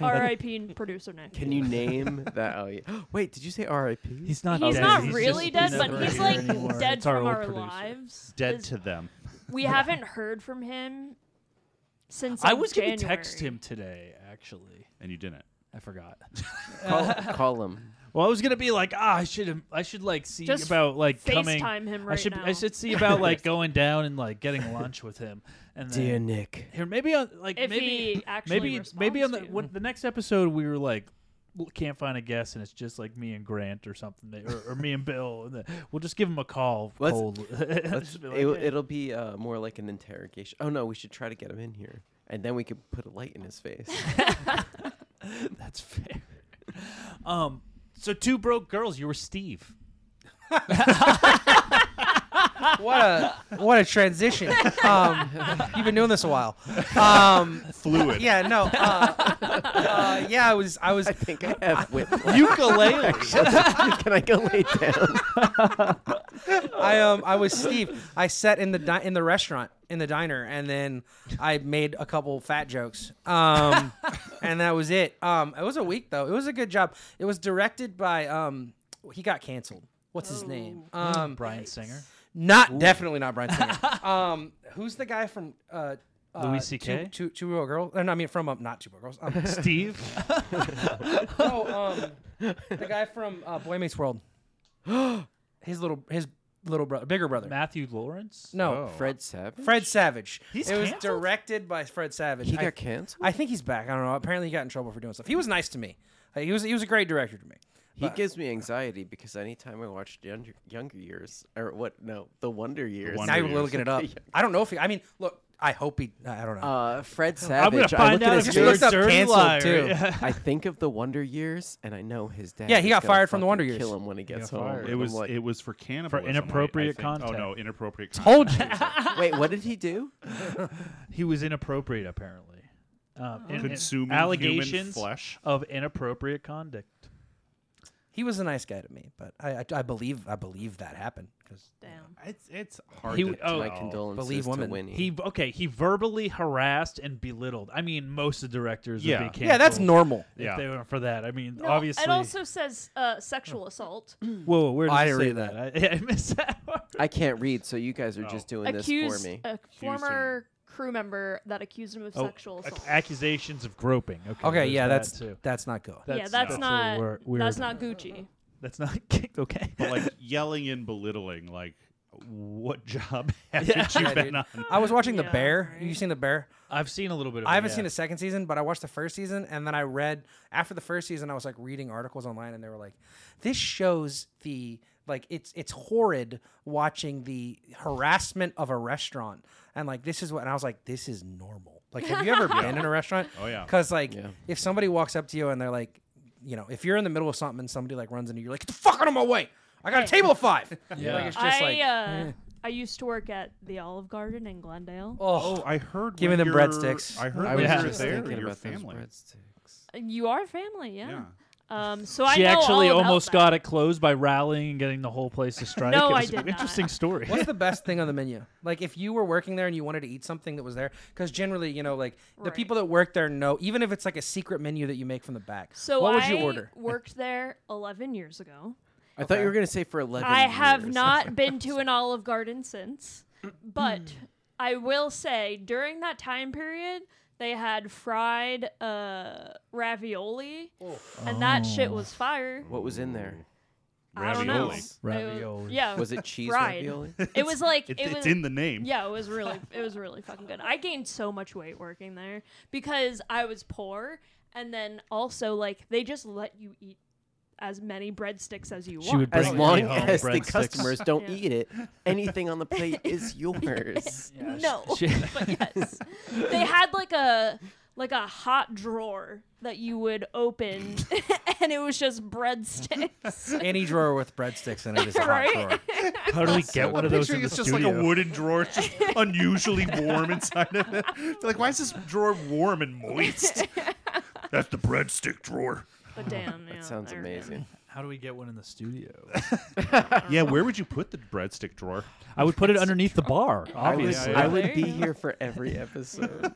Speaker 6: R.I.P. producer Nick.
Speaker 2: can you name that? Oh, yeah. Wait, did you say RIP?
Speaker 5: he's not.
Speaker 6: He's
Speaker 5: dead.
Speaker 6: not
Speaker 5: he's
Speaker 6: really
Speaker 5: just
Speaker 6: dead, but
Speaker 5: never
Speaker 6: he's
Speaker 5: here
Speaker 6: like
Speaker 5: anymore.
Speaker 6: dead
Speaker 5: It's our
Speaker 6: from
Speaker 5: old
Speaker 6: our
Speaker 5: producer.
Speaker 6: lives.
Speaker 3: dead
Speaker 6: Is-
Speaker 3: to them.
Speaker 6: We haven't heard from him since.
Speaker 5: I
Speaker 6: like,
Speaker 5: was
Speaker 6: January.
Speaker 5: gonna text him today. Actually,
Speaker 3: And you didn't.
Speaker 5: I forgot.
Speaker 2: call, call him.
Speaker 5: Well, I was gonna be like, ah, I should, I should like see
Speaker 6: Just
Speaker 5: about like coming.
Speaker 6: FaceTime him
Speaker 5: I
Speaker 6: right
Speaker 5: should, I
Speaker 6: now.
Speaker 5: should see about like going down and like getting lunch with him. And then,
Speaker 2: Dear Nick.
Speaker 5: here maybe on like
Speaker 6: If
Speaker 5: maybe
Speaker 6: he actually
Speaker 5: maybe maybe
Speaker 6: responds
Speaker 5: on the
Speaker 6: to you.
Speaker 5: when, the next episode we were like "Well, can't find a guest and it's just like me and Grant or something that- or, or me and Bill and then we'll just give him a call
Speaker 2: Let's-
Speaker 5: cold. Just be like,
Speaker 2: It,
Speaker 5: "Hey."
Speaker 2: it'll be uh, more like an interrogation. Oh no, we should try to get him in here, and then we could put a light in his face.
Speaker 5: That's fair. Um, so two broke girls. You were Steve.
Speaker 1: What a what a transition. Um, you've been doing this a while. Um,
Speaker 3: Fluid.
Speaker 1: yeah, no. Uh, uh, yeah, I was I was
Speaker 2: I think I have whiplash.
Speaker 5: Ukulele.
Speaker 2: Can I go lay down?
Speaker 1: I um I was Steve. I sat in the di- in the restaurant in the diner, and then I made a couple fat jokes. Um, and that was it. Um, it was a week though. It was a good job. It was directed by um he got canceled. What's his name? Um,
Speaker 5: Brian Singer.
Speaker 1: not definitely not Brian Singer. um, who's the guy from uh, uh
Speaker 5: Louis CK?
Speaker 1: Two, two, two Real Girls? Uh, No, I mean from um, not Two Real Girls. Um,
Speaker 5: Steve.
Speaker 1: no, um, the guy from uh, Boy Meets World. his little his little brother, bigger brother.
Speaker 5: Matthew Lawrence.
Speaker 1: no,
Speaker 2: Fred Savage.
Speaker 1: Oh. Fred Savage.
Speaker 5: He's
Speaker 1: it was
Speaker 5: canceled?
Speaker 1: directed by Fred Savage.
Speaker 2: He
Speaker 1: I,
Speaker 2: got canceled.
Speaker 1: I think he's back. I don't know. Apparently, he got in trouble for doing stuff. He was nice to me. Uh, He was he was a great director to me.
Speaker 2: He gives me anxiety because anytime I watch younger, younger years or what? No, the Wonder Years.
Speaker 3: Wonder
Speaker 1: Now
Speaker 3: Years.
Speaker 1: you're looking it up. I don't know if he. I mean, look. I hope he. I don't know.
Speaker 2: Uh, Fred
Speaker 5: I'm
Speaker 2: Savage.
Speaker 5: gonna find
Speaker 2: I look
Speaker 5: out
Speaker 2: at
Speaker 5: if
Speaker 2: his
Speaker 1: you're
Speaker 5: you're a
Speaker 1: Just looked up
Speaker 5: dirty
Speaker 1: canceled,
Speaker 5: liar.
Speaker 1: too.
Speaker 5: Yeah.
Speaker 2: I think of the Wonder Years, and I know his dad.
Speaker 1: Yeah, he
Speaker 2: is
Speaker 1: got
Speaker 2: gonna
Speaker 1: fired from the Wonder
Speaker 2: fucking
Speaker 1: Years.
Speaker 2: Kill him when he gets
Speaker 5: got
Speaker 2: home.
Speaker 5: fired.
Speaker 3: It
Speaker 2: I'm
Speaker 3: was
Speaker 2: like,
Speaker 3: it was for cannibalism. right, I
Speaker 5: inappropriate
Speaker 3: think. Oh no,
Speaker 5: content.
Speaker 3: inappropriate.
Speaker 1: Told
Speaker 3: content.
Speaker 2: wait, what did he do?
Speaker 5: He was inappropriate, apparently. Um, in- in-
Speaker 3: Uh-huh. Consuming human
Speaker 5: allegations
Speaker 3: flesh.
Speaker 5: of inappropriate conduct.
Speaker 1: he was a nice guy to me, but I I, I believe I believe that happened. 'cause
Speaker 6: Damn.
Speaker 3: It's it's hard
Speaker 5: He-
Speaker 3: to
Speaker 5: oh.
Speaker 2: My
Speaker 3: tell.
Speaker 2: condolences
Speaker 1: Believe
Speaker 2: to
Speaker 1: women.
Speaker 2: Winnie.
Speaker 5: He okay. He verbally harassed and belittled. I mean, most of the directors
Speaker 3: Yeah.
Speaker 5: would be
Speaker 1: Yeah, that's
Speaker 5: canceled
Speaker 1: normal.
Speaker 5: If
Speaker 3: Yeah.
Speaker 5: they weren't for that, I mean,
Speaker 6: No,
Speaker 5: obviously. Mm.
Speaker 6: it also says uh, sexual assault.
Speaker 5: whoa, whoa, where did
Speaker 1: I
Speaker 5: it
Speaker 1: didn't
Speaker 5: say
Speaker 1: read
Speaker 5: I, I missed that. Part.
Speaker 2: I can't read, so you guys are just doing this
Speaker 6: accused
Speaker 2: for me.
Speaker 6: a former crew member that accused him of
Speaker 5: Oh,
Speaker 6: sexual
Speaker 5: ac-
Speaker 6: assault.
Speaker 5: accusations of groping. Okay,
Speaker 1: Okay,
Speaker 5: there's
Speaker 1: yeah,
Speaker 5: that
Speaker 1: that's
Speaker 5: too.
Speaker 1: that's not good.
Speaker 6: yeah,
Speaker 5: That's-
Speaker 6: that's
Speaker 5: that's a
Speaker 6: not
Speaker 5: wor- weird-
Speaker 6: that's not Gucci.
Speaker 5: That's not kicked. Okay,
Speaker 3: But like yelling and belittling. Like, what job have
Speaker 5: Yeah.
Speaker 3: you
Speaker 1: Yeah,
Speaker 3: been
Speaker 1: dude.
Speaker 3: on?
Speaker 1: I was watching The
Speaker 6: Yeah,
Speaker 1: Bear.
Speaker 6: right.
Speaker 1: You seen The Bear?
Speaker 5: I've seen a little bit. of
Speaker 1: I haven't
Speaker 5: it,
Speaker 1: seen
Speaker 5: yeah.
Speaker 1: the second season, but I watched the first season, and then I read after the first season. I was like reading articles online, and they were like, "This shows the like it's it's horrid watching the harassment of a restaurant, and like this is what." And I was like, "This is normal." Like, have you ever been in a restaurant?
Speaker 3: Oh, yeah.
Speaker 1: Because like, if somebody walks up to you and they're like, you know, if you're in the middle of something and somebody like runs into you, you're like, "Get the fuck out of my way! I got a table of five. Yeah. Like, it's just
Speaker 6: I
Speaker 1: like,
Speaker 6: uh,
Speaker 5: eh.
Speaker 6: I used to work at the Olive Garden in Glendale.
Speaker 1: oh,
Speaker 3: Oh, I heard.
Speaker 1: Give
Speaker 3: when
Speaker 1: me them
Speaker 3: you're-
Speaker 1: breadsticks.
Speaker 3: I heard
Speaker 2: I
Speaker 3: when
Speaker 2: was
Speaker 3: you're
Speaker 2: just
Speaker 3: there.
Speaker 2: thinking
Speaker 3: Your
Speaker 2: about those
Speaker 3: family.
Speaker 2: breadsticks.
Speaker 6: Uh, You are family, yeah.
Speaker 3: Yeah.
Speaker 6: Um, so I
Speaker 5: She
Speaker 6: know
Speaker 5: actually
Speaker 6: all about
Speaker 5: almost
Speaker 6: that.
Speaker 5: got it closed by rallying and getting the whole place to strike.
Speaker 6: No,
Speaker 5: it
Speaker 6: I
Speaker 5: was an
Speaker 6: did not.
Speaker 5: interesting story.
Speaker 1: What's the best thing on the menu? Like, if you were working there and you wanted to eat something that was there, because generally, you know, like the
Speaker 6: Right.
Speaker 1: people that work there know, even if it's like a secret menu that you make from the back.
Speaker 6: So
Speaker 1: what would
Speaker 6: I
Speaker 1: you order?
Speaker 6: worked there 11 years ago.
Speaker 2: I thought you were gonna say for eleven.
Speaker 6: I have
Speaker 2: years.
Speaker 6: not been to an Olive Garden since. But I will say during that time period, they had fried uh, ravioli, and that shit
Speaker 2: Oh.
Speaker 6: was fire.
Speaker 2: What was in there?
Speaker 6: I don't know. It was- yeah.
Speaker 2: Was it cheese
Speaker 6: fried.
Speaker 2: ravioli?
Speaker 6: It was like
Speaker 2: It-
Speaker 6: it
Speaker 2: it's
Speaker 6: was-
Speaker 2: in the name.
Speaker 6: Yeah, it was really it was really fucking good. I gained so much weight working there because I was poor, and then also like they just let you eat as many breadsticks as you
Speaker 2: She
Speaker 6: want.
Speaker 2: would bring As long me home as the breadsticks. customers don't eat it, anything on the plate is yours. Yeah, she-
Speaker 6: no,
Speaker 2: she-
Speaker 6: but yes, they had like a like a hot drawer that you would open, and it was just breadsticks.
Speaker 1: Any drawer with breadsticks in it is a hot
Speaker 6: Right?
Speaker 1: drawer.
Speaker 5: How do we get one of those
Speaker 3: Picturing
Speaker 5: in the
Speaker 3: it's just
Speaker 5: studio?
Speaker 3: like a wooden drawer, it's just unusually warm inside of it. They're like, why is this drawer warm and moist? That's the breadstick drawer.
Speaker 6: But damn,
Speaker 2: That sounds amazing.
Speaker 5: How do we get one in the studio?
Speaker 3: Yeah, where would you put the breadstick drawer?
Speaker 5: I would put it underneath the bar.
Speaker 2: I would,
Speaker 5: Obviously,
Speaker 2: I would be here for every episode.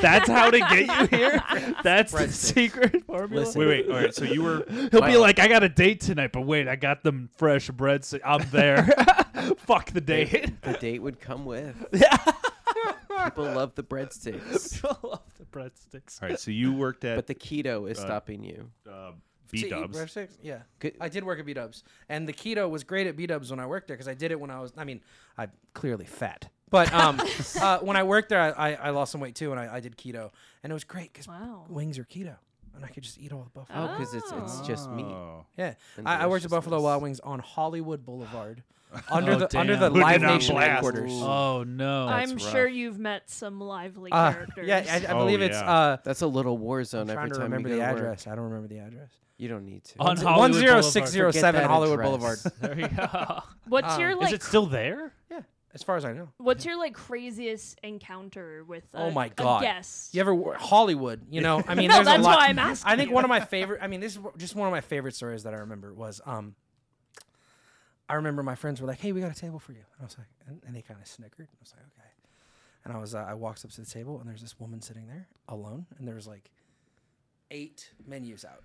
Speaker 5: That's how to get you here. That's the secret formula.
Speaker 2: Listen. Wait, wait, all right,
Speaker 3: so you were-
Speaker 5: He'll be
Speaker 2: Wow.
Speaker 5: like, I got a date tonight, but wait, I got them fresh breads. I'm there. Fuck the
Speaker 2: They-
Speaker 5: date.
Speaker 2: the date would come with. People love the breadsticks.
Speaker 5: People love the breadsticks.
Speaker 3: All right, so you worked at.
Speaker 2: But the keto is
Speaker 3: uh,
Speaker 2: stopping you.
Speaker 3: Uh,
Speaker 1: To
Speaker 3: B
Speaker 1: eat
Speaker 3: Dubs.
Speaker 1: breadsticks? Yeah. I did work at B Dubs, and the keto was great at B Dubs when I worked there because I did it when I was. I mean, I'm clearly fat, but um, uh, when I worked there, I, I, I lost some weight too, and I, I did keto, and it was great because wings are keto, and I could just eat all the buffalo.
Speaker 2: Oh, 'cause it's- it's just meat. Oh.
Speaker 1: Yeah,
Speaker 2: And
Speaker 1: I, I worked at Buffalo Wild Wings on Hollywood Boulevard, under the under the Live Nation headquarters.
Speaker 5: Oh no!
Speaker 6: I'm sure you've met some lively
Speaker 1: Uh,
Speaker 6: characters.
Speaker 1: yeah, I, I believe it's uh,
Speaker 2: That's a little war
Speaker 1: I'm
Speaker 2: zone
Speaker 1: trying
Speaker 2: every
Speaker 1: to
Speaker 2: time
Speaker 1: remember
Speaker 2: you
Speaker 1: the
Speaker 2: go to work.
Speaker 1: address. I don't remember the address.
Speaker 2: You don't need to.
Speaker 5: On
Speaker 1: One-
Speaker 5: Hollywood Boulevard.
Speaker 1: 10607
Speaker 2: Forget that
Speaker 1: Hollywood Boulevard.
Speaker 2: address.
Speaker 5: There you go.
Speaker 6: What's
Speaker 1: Um,
Speaker 6: your
Speaker 1: is
Speaker 6: like?
Speaker 5: Is it still there?
Speaker 1: Yeah, as far as I know.
Speaker 6: What's your like craziest encounter with? A,
Speaker 1: oh my god!
Speaker 6: A guest?
Speaker 1: You ever wo- Hollywood? You know, I mean,
Speaker 6: Uh, No,
Speaker 1: there's a
Speaker 6: that's
Speaker 1: lot-
Speaker 6: why I'm asking
Speaker 1: I think
Speaker 6: you.
Speaker 1: one of my favorite. I mean, this is wh- just one of my favorite stories that I remember was. um I remember my friends were like, "Hey, we got a table for you," and I was like, and, and they kind of snickered. I was like, "Okay," and I was uh, I walked up to the table and there's this woman sitting there alone, and there was like eight menus out.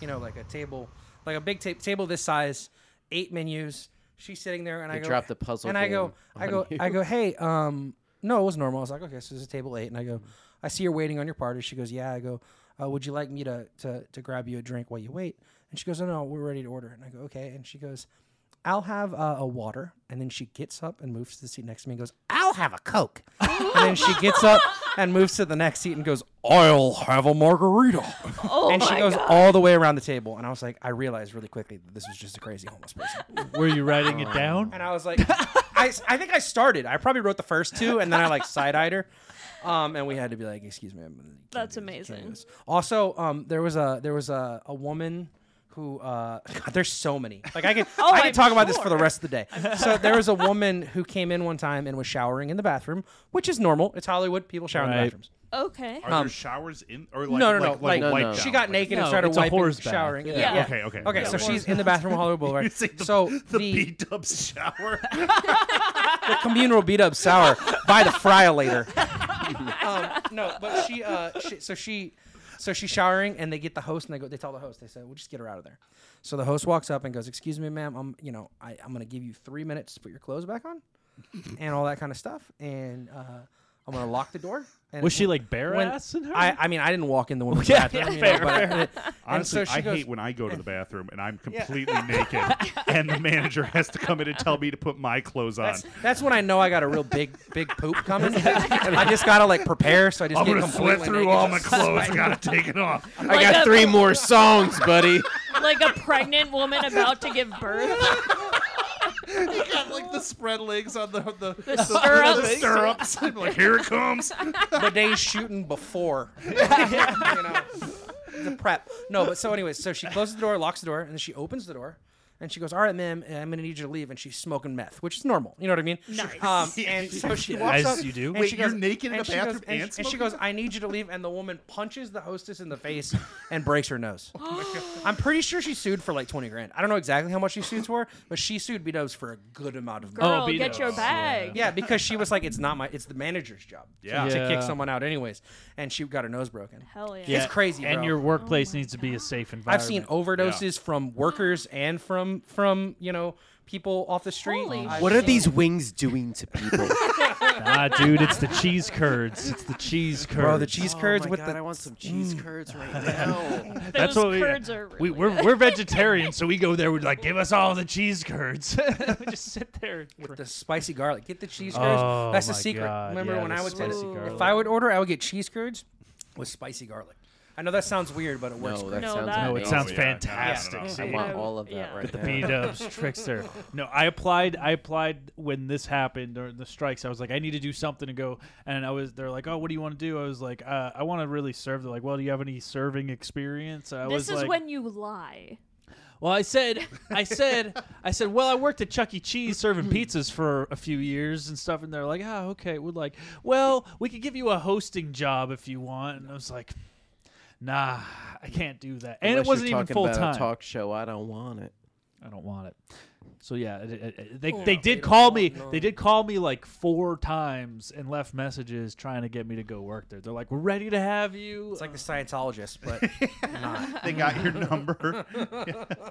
Speaker 1: You know, like a table, like a big ta- table this size, eight menus. She's sitting there, and
Speaker 2: They
Speaker 1: I go
Speaker 2: dropped the puzzle
Speaker 1: and I go,
Speaker 2: game
Speaker 1: I
Speaker 2: on
Speaker 1: go,
Speaker 2: you.
Speaker 1: I go, hey, um, no, it was normal. I was like, okay, so this is table eight, and I go, I see you're waiting on your party. She goes, yeah. I go, uh, would you like me to to to grab you a drink while you wait? And she goes, no, no, we're ready to order. And I go, okay. And she goes, I'll have uh, a water. And then she gets up and moves to the seat next to me and goes, I'll have a Coke. and then she gets up and moves to the next seat and goes, I'll have a margarita.
Speaker 6: Oh
Speaker 1: and she
Speaker 6: my
Speaker 1: goes
Speaker 6: God.
Speaker 1: all the way around the table. And I was like, I realized really quickly that this was just a crazy homeless person.
Speaker 5: Were you writing it down?
Speaker 1: And I was like, I, I think I started. I probably wrote the first two and then I like side eyed her. Um, and we had to be like, excuse me. I'm
Speaker 6: That's amazing.
Speaker 1: also, um, there was a there was a, a woman who uh, God, there's so many. Like I could
Speaker 5: Oh,
Speaker 1: I could
Speaker 5: I'm
Speaker 1: talk about this for the
Speaker 5: sure.
Speaker 1: rest of the day. So there was a woman who came in one time and was showering in the bathroom, which is normal. It's Hollywood. People shower in the
Speaker 5: Right.
Speaker 1: bathrooms.
Speaker 6: Okay.
Speaker 3: Are
Speaker 1: Um,
Speaker 3: there showers in or like
Speaker 1: no, no, no.
Speaker 3: like, like
Speaker 1: like,
Speaker 3: wipe
Speaker 1: she
Speaker 3: down?
Speaker 1: got
Speaker 3: Like-
Speaker 1: naked and
Speaker 5: No,
Speaker 1: started
Speaker 5: it's a
Speaker 1: wiping,
Speaker 5: whore's bath.
Speaker 1: showering. in the-
Speaker 5: Yeah.
Speaker 1: yeah.
Speaker 3: Okay, okay.
Speaker 1: okay.
Speaker 3: Yeah,
Speaker 1: so
Speaker 3: whore's
Speaker 1: she's in the bathroom of Hollywood Boulevard.
Speaker 3: You say the-
Speaker 1: so
Speaker 3: the B Dubs shower.
Speaker 1: the communal beat up sour by the friolator. um, no, but she, uh, she, so she, so she's showering, and they get the host, and they go, they tell the host, they say, "We'll just get her out of there." So the host walks up and goes, "Excuse me, ma'am, I'm, you know, I, I'm gonna give you three minutes to put your clothes back on, and all that kind of stuff, and uh, I'm gonna lock the door." And
Speaker 5: Was she, like, bare
Speaker 1: when-
Speaker 5: ass in her?
Speaker 1: I, I mean, I didn't walk in the woman's
Speaker 5: Yeah,
Speaker 1: bathroom.
Speaker 5: yeah,
Speaker 1: you
Speaker 5: fair,
Speaker 1: know, but,
Speaker 5: fair.
Speaker 1: and so
Speaker 3: Honestly,
Speaker 1: she
Speaker 3: I
Speaker 1: goes,
Speaker 3: hate when I go to the bathroom and I'm completely naked, and the manager has to come in and tell me to put my clothes on.
Speaker 1: That's, that's when I know I got a real big, big poop coming. I just gotta like prepare, so I just
Speaker 3: I'm
Speaker 1: get
Speaker 3: gonna
Speaker 1: completely
Speaker 3: sweat through
Speaker 1: naked,
Speaker 3: all my
Speaker 1: just-
Speaker 3: clothes. I gotta take it off.
Speaker 2: I got
Speaker 6: a-
Speaker 2: three more songs, buddy.
Speaker 6: like a pregnant woman about to give birth.
Speaker 3: You got like the spread legs on the the, the,
Speaker 6: stirrups.
Speaker 3: stirrups. I'm like here it comes.
Speaker 1: the day shooting before. you know, the prep. No, but so anyways, so she closes the door, locks the door, and then she opens the door. And she goes, "All right, ma'am, I'm gonna need you to leave." And she's smoking meth, which is normal. You know what I mean?
Speaker 6: Nice.
Speaker 1: Um, and so she
Speaker 5: As
Speaker 1: walks up.
Speaker 5: you do.
Speaker 1: and
Speaker 3: Wait,
Speaker 1: she
Speaker 3: you're
Speaker 1: goes-
Speaker 3: naked in
Speaker 1: and
Speaker 3: the
Speaker 1: she goes-
Speaker 3: bathroom
Speaker 1: and,
Speaker 3: and
Speaker 1: she- and she goes, "I need you to leave." And the woman punches the hostess in the face and breaks her nose. I'm pretty sure she sued for like 20 grand. I don't know exactly how much she sued for, but she sued Bedos for a good amount of money.
Speaker 6: Girl,
Speaker 5: be
Speaker 6: get your
Speaker 5: nice.
Speaker 6: bag.
Speaker 1: Yeah, because she was like, "It's not my, it's the manager's job to-
Speaker 3: Yeah.
Speaker 1: to
Speaker 5: Yeah.
Speaker 1: kick someone out, anyways." And she got her nose broken.
Speaker 6: Hell yeah.
Speaker 1: It's crazy,
Speaker 5: And
Speaker 1: bro. Oh
Speaker 5: your workplace needs to be a safe environment.
Speaker 1: I've seen overdoses from workers and from from from you know people off the street. I've
Speaker 2: what are
Speaker 1: seen-
Speaker 2: these wings doing to people?
Speaker 5: ah, dude, it's the cheese curds. It's the cheese curds.
Speaker 1: Bro, the cheese curds
Speaker 2: Oh my
Speaker 1: with
Speaker 2: God,
Speaker 1: the
Speaker 2: I want some cheese curds right now.
Speaker 5: That's
Speaker 6: Those
Speaker 5: what we,
Speaker 6: curds are
Speaker 5: we
Speaker 6: really
Speaker 5: we're, we're vegetarians, so we go there. We're like, give us all the cheese curds. we just sit there. and
Speaker 1: with
Speaker 5: drink.
Speaker 1: the spicy garlic. Get the cheese curds.
Speaker 5: Oh,
Speaker 1: That's the
Speaker 5: my
Speaker 1: secret.
Speaker 5: God.
Speaker 1: Remember
Speaker 5: Yeah,
Speaker 1: when
Speaker 5: the
Speaker 1: I was
Speaker 5: spicy
Speaker 1: ten- If
Speaker 5: garlic.
Speaker 1: I would order, I would get cheese curds with spicy garlic. I know that sounds weird, but it works.
Speaker 2: no,
Speaker 1: great.
Speaker 2: that
Speaker 6: No,
Speaker 2: sounds
Speaker 6: that-
Speaker 5: No, it
Speaker 2: amazing.
Speaker 5: sounds Oh,
Speaker 3: yeah, no, no, no,
Speaker 5: fantastic.
Speaker 3: no.
Speaker 5: See?
Speaker 2: I
Speaker 6: Yeah.
Speaker 2: want all of that
Speaker 6: Yeah.
Speaker 2: right
Speaker 5: the
Speaker 2: now.
Speaker 5: B Dubs trickster. No, I applied. I applied when this happened or the strikes. I was like, I need to do something to go. And I was, they're like, oh, what do you want to do? I was like, uh, I want to really serve. They're like, well, do you have any serving experience? I was
Speaker 6: This is
Speaker 5: like,
Speaker 6: when you lie.
Speaker 5: well, I said, I said, I said, well, I worked at Chuck E. Cheese serving pizzas for a few years and stuff. And they're like, ah, okay. We're like, well, we could give you a hosting job if you want. And I was like, nah, I can't do that. And
Speaker 2: Unless
Speaker 5: it wasn't
Speaker 2: you're
Speaker 5: even
Speaker 2: talking
Speaker 5: full
Speaker 2: about
Speaker 5: time.
Speaker 2: A talk show. I don't want it.
Speaker 5: I don't want it. So yeah, it, it- it-
Speaker 1: Oh,
Speaker 5: they they
Speaker 1: no, they
Speaker 5: did
Speaker 1: don't
Speaker 5: call
Speaker 1: want
Speaker 5: me.
Speaker 1: none.
Speaker 5: They did call me like four times and left messages trying to get me to go work there. They're like, "We're ready to have you."
Speaker 1: It's like the Scientologist, but not.
Speaker 3: They got your number.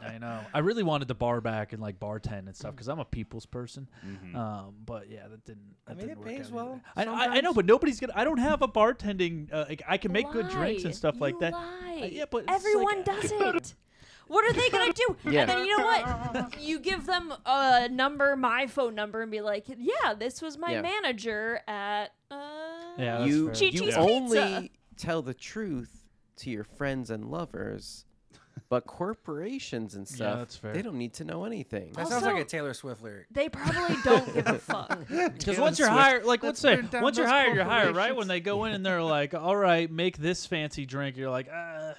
Speaker 5: I know. I really wanted the bar back and like bartend and stuff because I'm a people's person. Um, but yeah, that didn't. That
Speaker 1: mean,
Speaker 5: didn't
Speaker 1: it
Speaker 5: work
Speaker 1: pays
Speaker 5: out
Speaker 1: well
Speaker 5: either. I, I, I know, but nobody's gonna. I don't have a bartending. Uh, like, I can make good drinks
Speaker 6: Lie.
Speaker 5: and stuff like
Speaker 6: You
Speaker 5: that.
Speaker 6: lie.
Speaker 5: Uh, yeah, but it's like-
Speaker 6: everyone does it. What are they gonna do?
Speaker 2: Yeah.
Speaker 6: And then you know what? You give them a number, my phone number, and be like, "Yeah, this was my
Speaker 2: Yeah.
Speaker 6: manager at." Uh,
Speaker 5: Yeah, that's
Speaker 2: you
Speaker 5: fair.
Speaker 6: Chi-Chi's
Speaker 2: you
Speaker 6: Pizza.
Speaker 2: only tell the truth to your friends and lovers, but corporations and stuff,
Speaker 5: that's fair.
Speaker 2: they don't need to know anything.
Speaker 1: That sounds like
Speaker 6: Also-
Speaker 1: a Taylor Swift lyric.
Speaker 6: They probably don't give a fuck.
Speaker 5: Because once you're hired, like let's say, once you're hired, you're hired, right? When they go in and they're like, "All right, make this fancy drink," you're like, uh,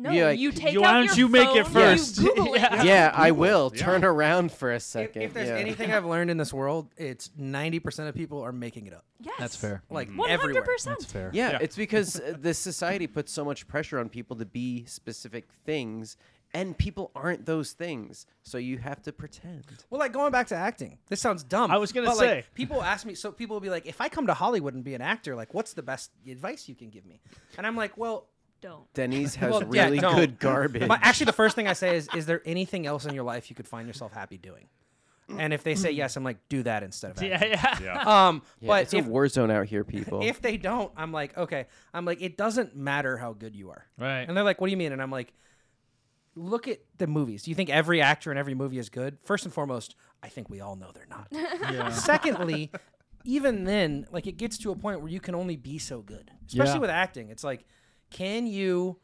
Speaker 6: No,
Speaker 2: Yeah,
Speaker 6: you take
Speaker 5: you-
Speaker 6: out
Speaker 5: why
Speaker 6: your
Speaker 5: don't you make it
Speaker 6: phone,
Speaker 5: first?
Speaker 6: You Google
Speaker 5: Yeah.
Speaker 6: it.
Speaker 2: yeah, I will.
Speaker 3: Yeah.
Speaker 2: Turn around for a
Speaker 1: If,
Speaker 2: second.
Speaker 1: if there's
Speaker 2: yeah.
Speaker 1: anything I've learned in this world, it's 90% of people are making it up.
Speaker 6: Yes.
Speaker 5: "That's fair.
Speaker 1: Like
Speaker 6: One hundred
Speaker 1: everywhere.
Speaker 5: That's
Speaker 6: percent.
Speaker 5: fair."
Speaker 2: Yeah, it's because uh, the society puts so much pressure on people to be specific things, and people aren't those things. So you have to pretend.
Speaker 1: Well, like going back to acting. This sounds dumb.
Speaker 5: I was gonna
Speaker 1: but, like,
Speaker 5: say.
Speaker 1: people ask me. So people will be like, if I come to Hollywood and be an actor, like, what's the best advice you can give me? And I'm like, well,
Speaker 6: Don't.
Speaker 2: Denny's has
Speaker 1: Well, yeah,
Speaker 2: really
Speaker 1: don't.
Speaker 2: good garbage.
Speaker 1: my, actually, the first thing I say is, is there anything else in your life you could find yourself happy doing? And if they say yes, I'm like, do that instead of
Speaker 5: Mm. Yeah,
Speaker 1: acting.
Speaker 5: yeah.
Speaker 3: yeah.
Speaker 1: Um,
Speaker 2: yeah,
Speaker 1: but
Speaker 2: it's
Speaker 1: if,
Speaker 2: a war zone out here, people.
Speaker 1: if they don't, I'm like, okay. I'm like, it doesn't matter how good you are.
Speaker 5: Right.
Speaker 1: And they're like, what do you mean? And I'm like, look at the movies. Do you think every actor in every movie is good? First and foremost, I think we all know they're not. Secondly, even then, like it gets to a point where you can only be so good, especially
Speaker 5: Yeah.
Speaker 1: with acting. It's like, can you,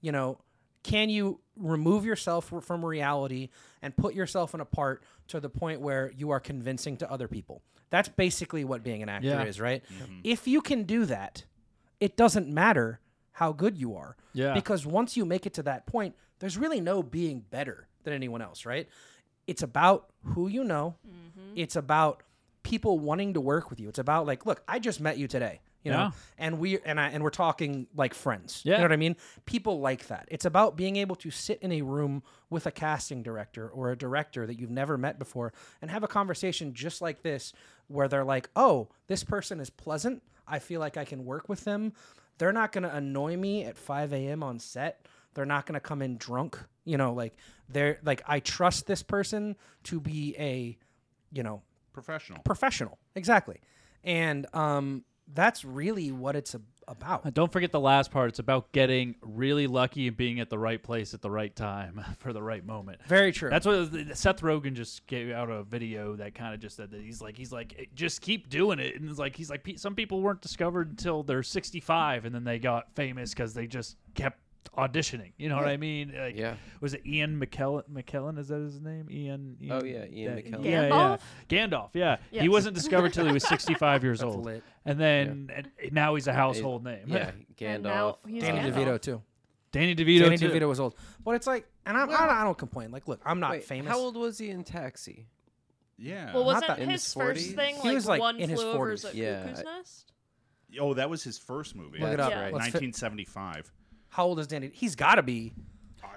Speaker 1: you know, can you remove yourself r- from reality and put yourself in a part to the point where you are convincing to other people? That's basically what being an actor
Speaker 5: Yeah.
Speaker 1: is, right? If you can do that, it doesn't matter how good you are.
Speaker 5: Yeah.
Speaker 1: Because once you make it to that point, there's really no being better than anyone else, right? It's about who you know. It's about people wanting to work with you. It's about like, look, I just met you today, you
Speaker 5: Yeah.
Speaker 1: know, and we and I and we're talking like friends. You
Speaker 5: Yeah.
Speaker 1: know what I mean? People like that. It's about being able to sit in a room with a casting director or a director that you've never met before and have a conversation just like this where they're like, "Oh, this person is pleasant. I feel like I can work with them. They're not going to annoy me at 5 a.m. on set. They're not going to come in drunk. You know, like they're like I trust this person to be a, you know,
Speaker 3: Professional.
Speaker 1: professional. Exactly. And um, that's really what it's a- about.
Speaker 5: And Don't forget the last part. It's about getting really lucky and being at the right place at the right time for the right moment.
Speaker 1: Very true.
Speaker 5: That's what Seth Rogen just gave out a video that kind of just said that he's like he's like "Eh, just keep doing it and it's like he's like "Pe- some people weren't discovered until they're 65 and then they got famous because they just kept auditioning. You know what I mean? Like,
Speaker 2: Yeah.
Speaker 5: Was it Ian McKellen? McKellen is that his name? Ian. Ian
Speaker 2: Oh, yeah, Ian
Speaker 5: that-
Speaker 2: McKellen.
Speaker 5: Yeah, yeah. Gandalf. Yeah. He
Speaker 6: Yes.
Speaker 5: wasn't discovered till he was 65 years old,
Speaker 1: lit.
Speaker 5: and then and now he's a household name.
Speaker 2: yeah,
Speaker 6: And now
Speaker 2: Gandalf.
Speaker 6: he's
Speaker 1: Danny
Speaker 6: Gandalf.
Speaker 1: DeVito too.
Speaker 5: Danny DeVito.
Speaker 1: Danny
Speaker 5: too.
Speaker 1: DeVito was old, but it's like, and I'm, I, don't, I don't complain. Like, look, I'm not
Speaker 2: Wait,
Speaker 1: famous.
Speaker 2: How old was he in Taxi?
Speaker 3: Yeah.
Speaker 6: Well, wasn't
Speaker 1: that-
Speaker 2: in
Speaker 6: his
Speaker 2: his
Speaker 6: first
Speaker 2: 40s?
Speaker 6: thing
Speaker 1: He
Speaker 6: like,
Speaker 1: was, like,
Speaker 6: one
Speaker 1: in his
Speaker 6: flew over
Speaker 1: 40s.
Speaker 6: a
Speaker 2: Yeah,
Speaker 6: cuckoo's
Speaker 2: I-
Speaker 6: nest?
Speaker 3: oh, that was his first movie.
Speaker 1: Look it
Speaker 2: That's
Speaker 1: up.
Speaker 6: right.
Speaker 1: Let's fi-
Speaker 3: 1975.
Speaker 1: how old is Danny? He's got to be.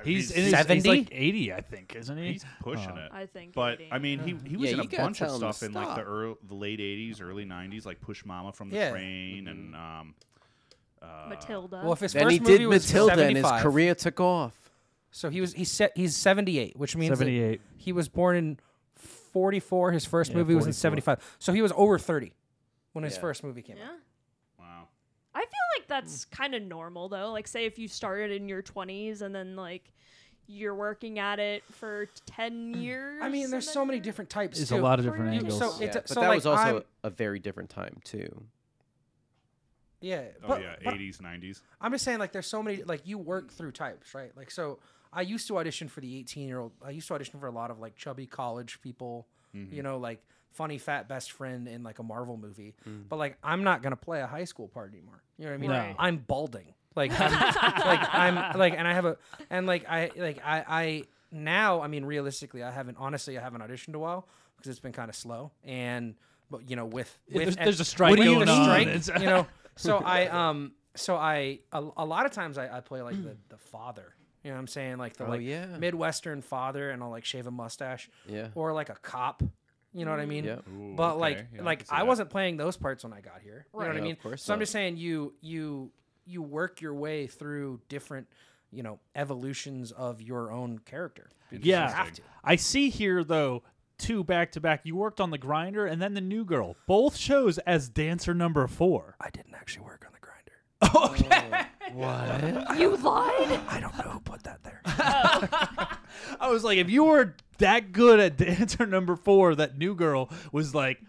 Speaker 5: He's, in
Speaker 3: he's,
Speaker 5: his, he's
Speaker 1: 70?
Speaker 5: like 80, I think, isn't he?
Speaker 3: he's pushing
Speaker 1: Uh,
Speaker 3: it.
Speaker 6: I think.
Speaker 3: But
Speaker 6: eighty.
Speaker 3: I mean, he he was
Speaker 2: Yeah,
Speaker 3: in a
Speaker 2: you gotta
Speaker 3: bunch of
Speaker 2: tell 'em to
Speaker 3: stuff in like the
Speaker 2: stop.
Speaker 3: early, the late '80s, early '90s, like Push Mama from the
Speaker 1: Yeah.
Speaker 3: Train and um,
Speaker 6: Matilda.
Speaker 5: uh,
Speaker 1: Well, if his
Speaker 2: Then
Speaker 1: first
Speaker 2: he
Speaker 1: movie
Speaker 2: did
Speaker 1: was
Speaker 2: Matilda, and his
Speaker 1: 75,
Speaker 2: career took off.
Speaker 1: So he was he's se- he's 78, which means that
Speaker 5: 78.
Speaker 1: he was born in 44. His first
Speaker 5: Yeah,
Speaker 1: movie was in
Speaker 5: 44.
Speaker 1: 75. So he was over 30 when his first movie came out.
Speaker 6: Yeah. I feel like that's
Speaker 1: Hmm.
Speaker 6: kind of normal though. Like say if you started in your 20s and then like you're working at it for 10 years.
Speaker 1: Hmm. I mean,
Speaker 6: and
Speaker 1: there's
Speaker 6: then
Speaker 1: so many
Speaker 6: you're-
Speaker 1: different types.
Speaker 5: There's
Speaker 1: too.
Speaker 5: a lot of different
Speaker 6: Yeah,
Speaker 5: angles.
Speaker 1: So
Speaker 2: Yeah,
Speaker 1: it,
Speaker 2: but
Speaker 1: so
Speaker 2: that
Speaker 1: like
Speaker 2: was also
Speaker 1: I'm-
Speaker 2: a very different time too.
Speaker 1: yeah.
Speaker 3: Oh
Speaker 1: but-
Speaker 3: yeah,
Speaker 1: but
Speaker 3: 80s, 90s.
Speaker 1: I'm just saying, like, there's so many, like, you work through types, right? Like, so I used to audition for the 18 year old. I used to audition for a lot of, like, chubby college people, you
Speaker 5: Mm-hmm.
Speaker 1: know, like, funny fat best friend in, like, a Marvel movie.
Speaker 5: Mm.
Speaker 1: But, like, I'm not going to play a high school part anymore. You know what I mean?
Speaker 5: No.
Speaker 1: I'm balding. Like, I'm, like, I'm, like, and I have a, and, like, I, like, I, I, now, I mean, realistically, I haven't, honestly, I haven't auditioned a while because it's been kind of slow. And, but, you know, with,
Speaker 5: Yeah,
Speaker 1: with
Speaker 5: there's- there's a strike
Speaker 1: with the
Speaker 5: going on.
Speaker 1: strike,
Speaker 5: It's-
Speaker 1: you know. So I um so I a, a lot of times I, I play like the, the father. You know what I'm saying? Like the
Speaker 2: Oh,
Speaker 1: like
Speaker 2: yeah.
Speaker 1: Midwestern father and I'll like shave a mustache.
Speaker 2: Yeah.
Speaker 1: Or like a cop. You know what I mean?
Speaker 2: Yeah.
Speaker 3: Ooh,
Speaker 1: But
Speaker 3: okay,
Speaker 1: like
Speaker 3: yeah,
Speaker 1: like
Speaker 3: can see
Speaker 1: I
Speaker 3: that.
Speaker 1: wasn't playing those parts when I got here. You know what I
Speaker 2: Yeah,
Speaker 1: mean?
Speaker 2: of course
Speaker 1: so I'm
Speaker 2: not.
Speaker 1: just saying you you you work your way through different, you know, evolutions of your own character. because
Speaker 5: Yeah.
Speaker 1: You have to.
Speaker 5: I see here though two back to back. You worked on the grinder and then the new girl. Both shows as dancer number four.
Speaker 1: I didn't actually work on the grinder.
Speaker 6: You lied?
Speaker 1: I don't know who put that there.
Speaker 5: I was like, if you were that good at dancer number four, that new girl was like,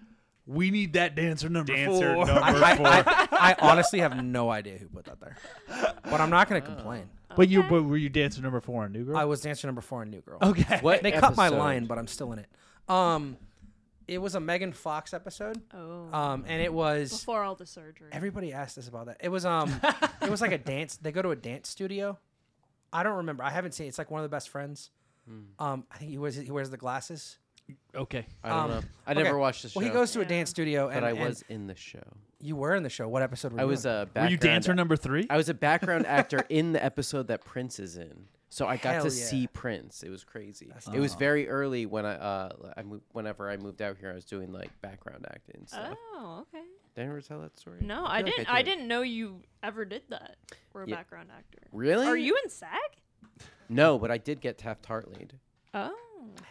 Speaker 5: we need that dancer number
Speaker 3: Dancer
Speaker 5: four.
Speaker 3: number
Speaker 1: I,
Speaker 3: four.
Speaker 1: I, I honestly have no idea who put that there, but I'm not going to complain.
Speaker 5: But you, but were you dancer number four on New Girl?
Speaker 1: I was dancer number four in New Girl.
Speaker 5: okay.
Speaker 2: What
Speaker 1: They cut my
Speaker 2: episode?
Speaker 1: line, but I'm still in it. Um, it was a Megan Fox episode.
Speaker 6: Oh.
Speaker 1: Um, and it was
Speaker 6: Before all the surgery.
Speaker 1: everybody asked us about that. It was um, it was like a dance. They go to a dance studio. I don't remember. I haven't seen. it. It's like one of the best friends.
Speaker 2: Hmm.
Speaker 1: Um, I think he wears he wears the glasses.
Speaker 5: Okay.
Speaker 2: I don't
Speaker 1: Um,
Speaker 2: know. I
Speaker 1: okay.
Speaker 2: never watched the show.
Speaker 1: Well, he goes to a dance studio,
Speaker 2: but
Speaker 1: and
Speaker 2: I
Speaker 1: and
Speaker 2: was in the show.
Speaker 1: you were in the show. What episode were
Speaker 2: I
Speaker 1: you
Speaker 2: was
Speaker 1: in?
Speaker 2: a background
Speaker 5: Were you dancer number three?
Speaker 2: I was a background actor in the episode that Prince is in. So I got
Speaker 1: Hell
Speaker 2: to
Speaker 1: yeah.
Speaker 2: see Prince. It was crazy. it was very early when I, uh, I mo- whenever I moved out here, I was doing like background acting and stuff.
Speaker 6: Oh, okay.
Speaker 2: Did I ever tell that story?
Speaker 6: No, I
Speaker 2: feel like
Speaker 6: didn't. I, didn't know you ever did that. We're a
Speaker 2: Yeah.
Speaker 6: background actor.
Speaker 2: Really?
Speaker 6: Are you in SAG?
Speaker 2: No, but I did get Taft Hartley.
Speaker 6: Oh.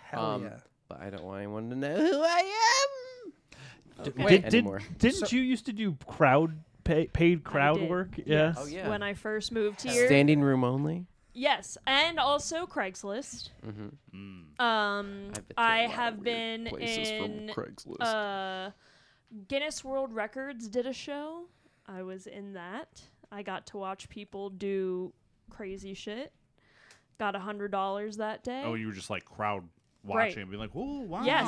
Speaker 1: Hell yeah.
Speaker 2: Um, But I don't want anyone to know who I am.
Speaker 5: Did, did,
Speaker 2: anymore.
Speaker 5: didn't you used to do crowd pay, paid crowd
Speaker 6: did.
Speaker 5: work? Yes.
Speaker 2: Oh yeah.
Speaker 6: When I first moved here.
Speaker 2: Standing room only.
Speaker 6: Yes, and also Craigslist.
Speaker 2: Mm-hmm.
Speaker 3: Mm.
Speaker 6: Um,
Speaker 2: I've been to a
Speaker 6: I
Speaker 2: lot of
Speaker 6: have
Speaker 2: weird
Speaker 6: been
Speaker 2: places from
Speaker 6: in
Speaker 2: Craigslist.
Speaker 6: uh, Guinness World Records did a show. I was in that. I got to watch people do crazy shit. Got a hundred dollars that day.
Speaker 3: Oh, you were just like crowd watching
Speaker 6: Right.
Speaker 3: and being like, "Whoa, wow!"
Speaker 6: Yes.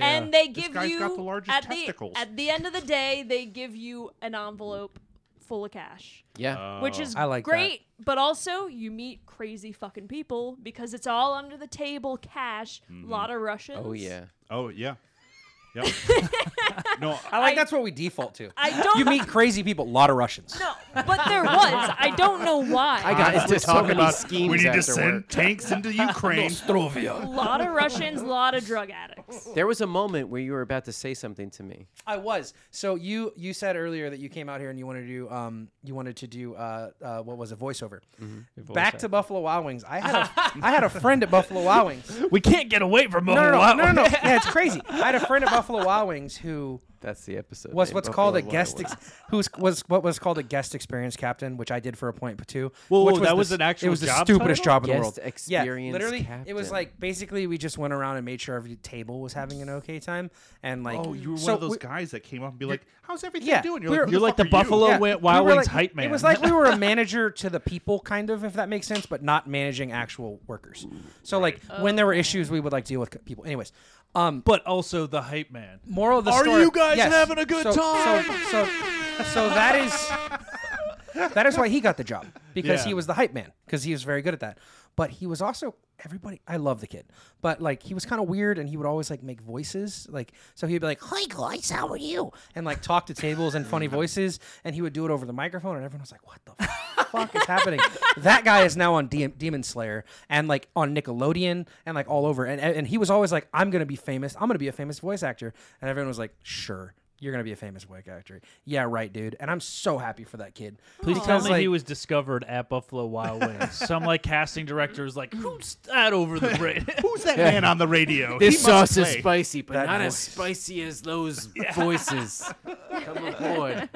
Speaker 6: And they give
Speaker 3: guy's
Speaker 6: you
Speaker 3: got the largest
Speaker 6: at
Speaker 3: testicles.
Speaker 6: the at the end of the day, they give you an envelope full of cash,
Speaker 2: Yeah. oh,
Speaker 5: Oh.
Speaker 6: which is
Speaker 1: I like that.
Speaker 6: great. But also, you meet crazy fucking people because it's all under the table cash. A
Speaker 5: Mm-hmm.
Speaker 6: lot of Russians.
Speaker 2: oh yeah.
Speaker 3: Oh yeah. Yep. no,
Speaker 1: I like that's what we default to.
Speaker 6: I don't
Speaker 1: you meet crazy people, a lot of Russians.
Speaker 6: know, but there was. I don't know why.
Speaker 2: I got into so many schemes
Speaker 3: we need to
Speaker 2: after work.
Speaker 3: send tanks into Ukraine.
Speaker 6: a lot of Russians, a lot of drug addicts.
Speaker 2: There was a moment where you were about to say something to me.
Speaker 1: I was. So you you said earlier that you came out here and you wanted to do um you wanted to do uh, uh what was it voiceover.
Speaker 5: Mm-hmm.
Speaker 1: Back to Buffalo Wild Wings. I had a I had a friend at Buffalo Wild Wings.
Speaker 5: We can't get away from
Speaker 1: No, no, no,
Speaker 5: Buffalo Wild
Speaker 1: no, no, no.
Speaker 5: Wings.
Speaker 1: Yeah, it's crazy. I had a friend at Buffalo Wild Wings who
Speaker 2: That's the episode.
Speaker 1: was
Speaker 2: name,
Speaker 1: what's
Speaker 2: Buffalo
Speaker 1: called a
Speaker 2: Wild
Speaker 1: guest
Speaker 2: Wings.
Speaker 1: ex- who's was what was called a guest experience captain, which I did for a point too.
Speaker 5: Whoa,
Speaker 1: which
Speaker 5: whoa, that was
Speaker 1: the,
Speaker 5: an
Speaker 1: s- It
Speaker 5: actual
Speaker 1: was the
Speaker 5: job
Speaker 1: stupidest
Speaker 5: title?
Speaker 1: job in the
Speaker 2: Guest
Speaker 1: world. yeah,
Speaker 2: experience
Speaker 1: literally, it was
Speaker 2: captain.
Speaker 1: like basically we just went around and made sure every table was having an okay time, and like
Speaker 3: Oh, you were
Speaker 1: so
Speaker 3: one of those
Speaker 1: we-
Speaker 3: guys that came up and be like, "How's everything
Speaker 1: Yeah,
Speaker 3: doing?"
Speaker 1: we're-
Speaker 3: "Who
Speaker 5: You're like
Speaker 3: fuck
Speaker 5: the
Speaker 3: are
Speaker 5: Buffalo
Speaker 3: You?
Speaker 5: Wi- Wild
Speaker 1: were
Speaker 5: Wings
Speaker 1: like-
Speaker 5: hype man.
Speaker 1: It was like we were a manager to the people, kind of, if that makes sense, but not managing actual workers. So like when there were
Speaker 2: Oh.
Speaker 1: issues, we would like deal with c- people. Anyways, um,
Speaker 5: but also the hype man.
Speaker 1: moral of the
Speaker 5: Are
Speaker 1: story.
Speaker 5: you guys
Speaker 1: yes.
Speaker 5: having a good
Speaker 1: So-
Speaker 5: time?
Speaker 1: So, so, so that is that is why he got the job because
Speaker 5: Yeah.
Speaker 1: he was the hype man because he was very good at that. But he was also everybody. I love the kid, but like he was kind of weird and he would always like make voices. Like so he'd be like, "Hi guys, how are you?" and like talk to tables and funny voices. And he would do it over the microphone, and everyone was like, "What the fuck is happening?" That guy is now on Dem- Demon Slayer and like on Nickelodeon and like all over. And and he was always like, "I'm gonna be famous. I'm gonna be a famous voice actor." And everyone was like, "Sure." You're gonna be a famous wig actor. Yeah, right, dude. And I'm so happy for that kid.
Speaker 5: Please tell
Speaker 1: Because,
Speaker 5: me
Speaker 1: like,
Speaker 5: he was discovered at Buffalo Wild Wings. Some like casting director was like, "Who's that over the radio?
Speaker 3: Who's that man on the radio?
Speaker 2: This
Speaker 3: He must
Speaker 2: sauce is
Speaker 3: play."
Speaker 2: spicy, but
Speaker 1: That
Speaker 2: not as
Speaker 1: voice.
Speaker 2: spicy as those voices. Come aboard.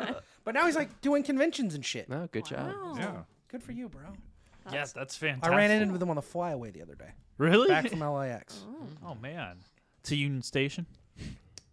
Speaker 1: But now he's like doing conventions and shit.
Speaker 2: No, good job.
Speaker 6: Wow.
Speaker 3: Yeah.
Speaker 1: Good for you, bro.
Speaker 5: Yes, that's
Speaker 1: I
Speaker 5: fantastic.
Speaker 1: ran into them on the flyaway the other day,
Speaker 5: really?
Speaker 1: back from LAX.
Speaker 5: oh man, to Union Station,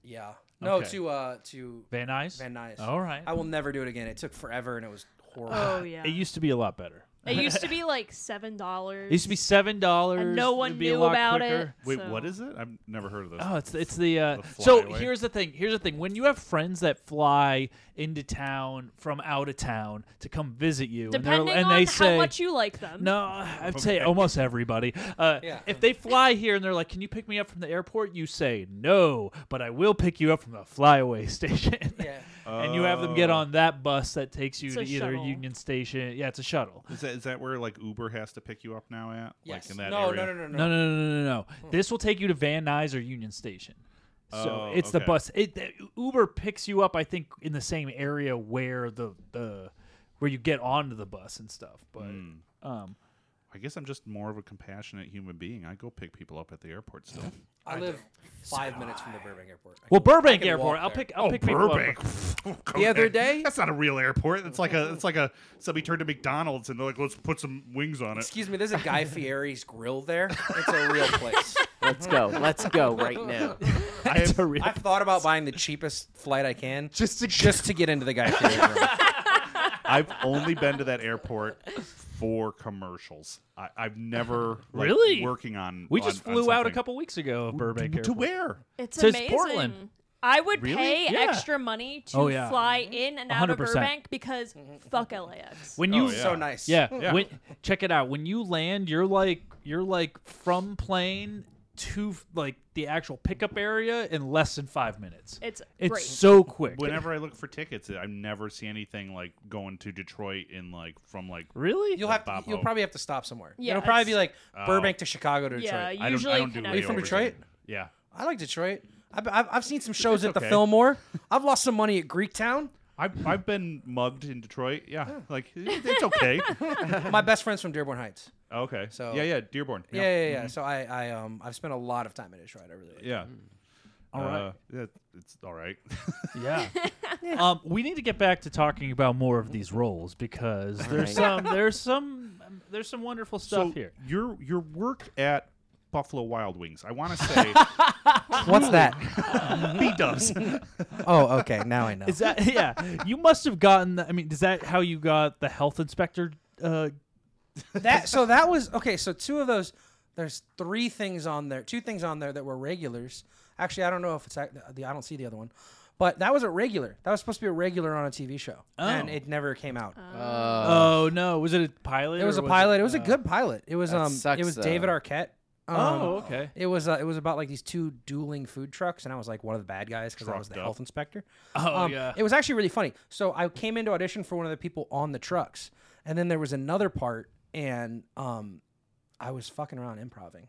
Speaker 1: Yeah. No,
Speaker 5: Okay.
Speaker 1: to uh to
Speaker 5: Van Nuys.
Speaker 1: Van Nuys.
Speaker 5: All right.
Speaker 1: I will never do it again. It took forever and it was horrible.
Speaker 6: Oh yeah.
Speaker 5: It used to be a lot better.
Speaker 6: It used to be like seven dollars.
Speaker 5: It used to be seven dollars.
Speaker 6: And no one
Speaker 5: It'd be a
Speaker 6: knew
Speaker 5: lot
Speaker 6: about
Speaker 5: quicker.
Speaker 6: it.
Speaker 3: Wait,
Speaker 6: so-
Speaker 3: what is it? I've never heard of this.
Speaker 5: Oh, it's it's the, uh,
Speaker 3: The
Speaker 5: so
Speaker 3: flyaway.
Speaker 5: here's the thing. Here's the thing. When you have friends that fly into town from out of town to come visit you, and,
Speaker 6: depending
Speaker 5: they're- and
Speaker 6: on
Speaker 5: they
Speaker 6: how
Speaker 5: say,
Speaker 6: much you like them.
Speaker 5: No, I'd say almost everybody. Uh,
Speaker 1: Yeah.
Speaker 5: If they fly here and they're like, "Can you pick me up from the airport?" You say no, but I will pick you up from the flyaway station.
Speaker 1: Yeah.
Speaker 5: and you have them get on that bus that takes you
Speaker 6: It's
Speaker 5: to
Speaker 6: a
Speaker 5: either
Speaker 6: shuttle.
Speaker 5: Union Station. Yeah, it's a shuttle.
Speaker 3: Is that, is that where like Uber has to pick you up now at?
Speaker 1: Yes.
Speaker 3: Like in that
Speaker 1: no,
Speaker 3: area?
Speaker 1: no, no, no, no,
Speaker 5: No, no, no, no, no, no.
Speaker 1: Hmm.
Speaker 5: This will take you to Van Nuys or Union Station. So
Speaker 3: Oh,
Speaker 5: it's the
Speaker 3: okay.
Speaker 5: bus. It the Uber picks you up, I think, in the same area where the the where you get onto the bus and stuff. But
Speaker 1: Hmm.
Speaker 5: um,
Speaker 3: I guess I'm just more of a compassionate human being. I go pick people up at the airport still.
Speaker 1: I live five minutes from the Burbank airport. I
Speaker 5: well,
Speaker 1: can- I
Speaker 5: Burbank
Speaker 1: can
Speaker 5: Airport.
Speaker 1: walk
Speaker 5: I'll
Speaker 1: there. Oh,
Speaker 5: pick. I'll pick people up.
Speaker 3: Go
Speaker 2: other
Speaker 3: ahead.
Speaker 2: day-
Speaker 3: Oh, That's not a real airport. It's like a. It's like a. Somebody turned to McDonald's and they're like, "Let's put some wings on it."
Speaker 1: Excuse me, there's a Guy Fieri's grill there. It's a real place.
Speaker 2: Let's go. Let's go right now.
Speaker 5: That's a real.
Speaker 1: I've thought about buying the cheapest flight I can
Speaker 2: Just to
Speaker 1: just to get into the Guy Fieri grill.
Speaker 5: Oh,
Speaker 3: I've only been to that airport for commercials. I, I've never like,
Speaker 5: Really?
Speaker 3: working on.
Speaker 5: we
Speaker 3: on-
Speaker 5: just
Speaker 3: on
Speaker 5: flew out a
Speaker 3: something.
Speaker 5: couple weeks ago of Burbank
Speaker 3: to
Speaker 5: Airport.
Speaker 3: where?
Speaker 6: It's
Speaker 5: Says
Speaker 6: amazing.
Speaker 5: Portland.
Speaker 6: I would
Speaker 5: Really?
Speaker 6: pay
Speaker 5: Yeah.
Speaker 6: extra money to
Speaker 5: Oh, yeah.
Speaker 6: fly in and out of
Speaker 5: 100%.
Speaker 6: Burbank because fuck LAX.
Speaker 5: When you
Speaker 3: Oh,
Speaker 1: So
Speaker 3: Yeah.
Speaker 1: nice.
Speaker 5: Yeah.
Speaker 3: Yeah.
Speaker 5: When, check it out. When you land, you're like you're like from plane to like the actual pickup area in less than five minutes.
Speaker 6: It's
Speaker 5: it's
Speaker 6: great.
Speaker 5: so quick.
Speaker 3: Whenever I look for tickets, I never see anything like going to Detroit in like from like.
Speaker 5: really,
Speaker 1: You'll have to,
Speaker 3: Bob
Speaker 1: you'll
Speaker 3: Hope.
Speaker 1: probably have to stop somewhere.
Speaker 6: Yeah,
Speaker 1: It'll probably
Speaker 6: it's-
Speaker 1: be like
Speaker 5: Oh.
Speaker 1: Burbank to Chicago to Detroit.
Speaker 6: yeah,
Speaker 3: I don't,
Speaker 6: usually
Speaker 3: I don't do
Speaker 6: connected.
Speaker 1: you from
Speaker 3: layovers.
Speaker 1: Detroit?
Speaker 3: Yeah.
Speaker 1: I like Detroit. I've, I've, I've seen some shows at the
Speaker 3: okay.
Speaker 1: Fillmore. I've lost some money at Greektown.
Speaker 3: I've, I've been mugged in Detroit. Yeah, like it- it's okay.
Speaker 1: My best friend's from Dearborn Heights.
Speaker 3: okay.
Speaker 1: So-
Speaker 3: yeah, yeah, Dearborn.
Speaker 1: Yeah, yeah, yeah. So I, I, um, I've spent a lot of time in Detroit. I really. Like
Speaker 3: yeah.
Speaker 1: Mm.
Speaker 5: All right.
Speaker 3: Uh, yeah, it's all right.
Speaker 5: yeah. um, we need to get back to talking about more of these roles because there's some there's some um, there's some wonderful stuff
Speaker 3: so
Speaker 5: here.
Speaker 3: your your work at Buffalo Wild Wings. I want to say
Speaker 1: What's that?
Speaker 3: B Dubs.
Speaker 1: Oh, okay. Now I know.
Speaker 5: Is that yeah? You must have gotten. The, I mean, is that how you got the health inspector? Uh,
Speaker 1: that so that was okay so two of those there's three things on there two things on there that were regulars actually i don't know if it's act- the i don't see the other one but that was a regular that was supposed to be a regular on a tv show and
Speaker 5: Oh.
Speaker 1: it never came out
Speaker 5: oh no, was it a pilot?
Speaker 1: it was
Speaker 5: or
Speaker 1: a pilot it, was a good pilot it was
Speaker 2: That
Speaker 1: um
Speaker 2: sucks,
Speaker 1: it was
Speaker 2: though.
Speaker 1: david arquette um,
Speaker 5: oh okay.
Speaker 1: it was uh, it was about like these two dueling food trucks, and I was like one of the bad guys because I was the
Speaker 3: Trucked up.
Speaker 1: health inspector.
Speaker 5: Oh,
Speaker 1: Um,
Speaker 5: yeah.
Speaker 1: it was actually really funny. So I came into audition for one of the people on the trucks, and then there was another part, and um, I was fucking around improvising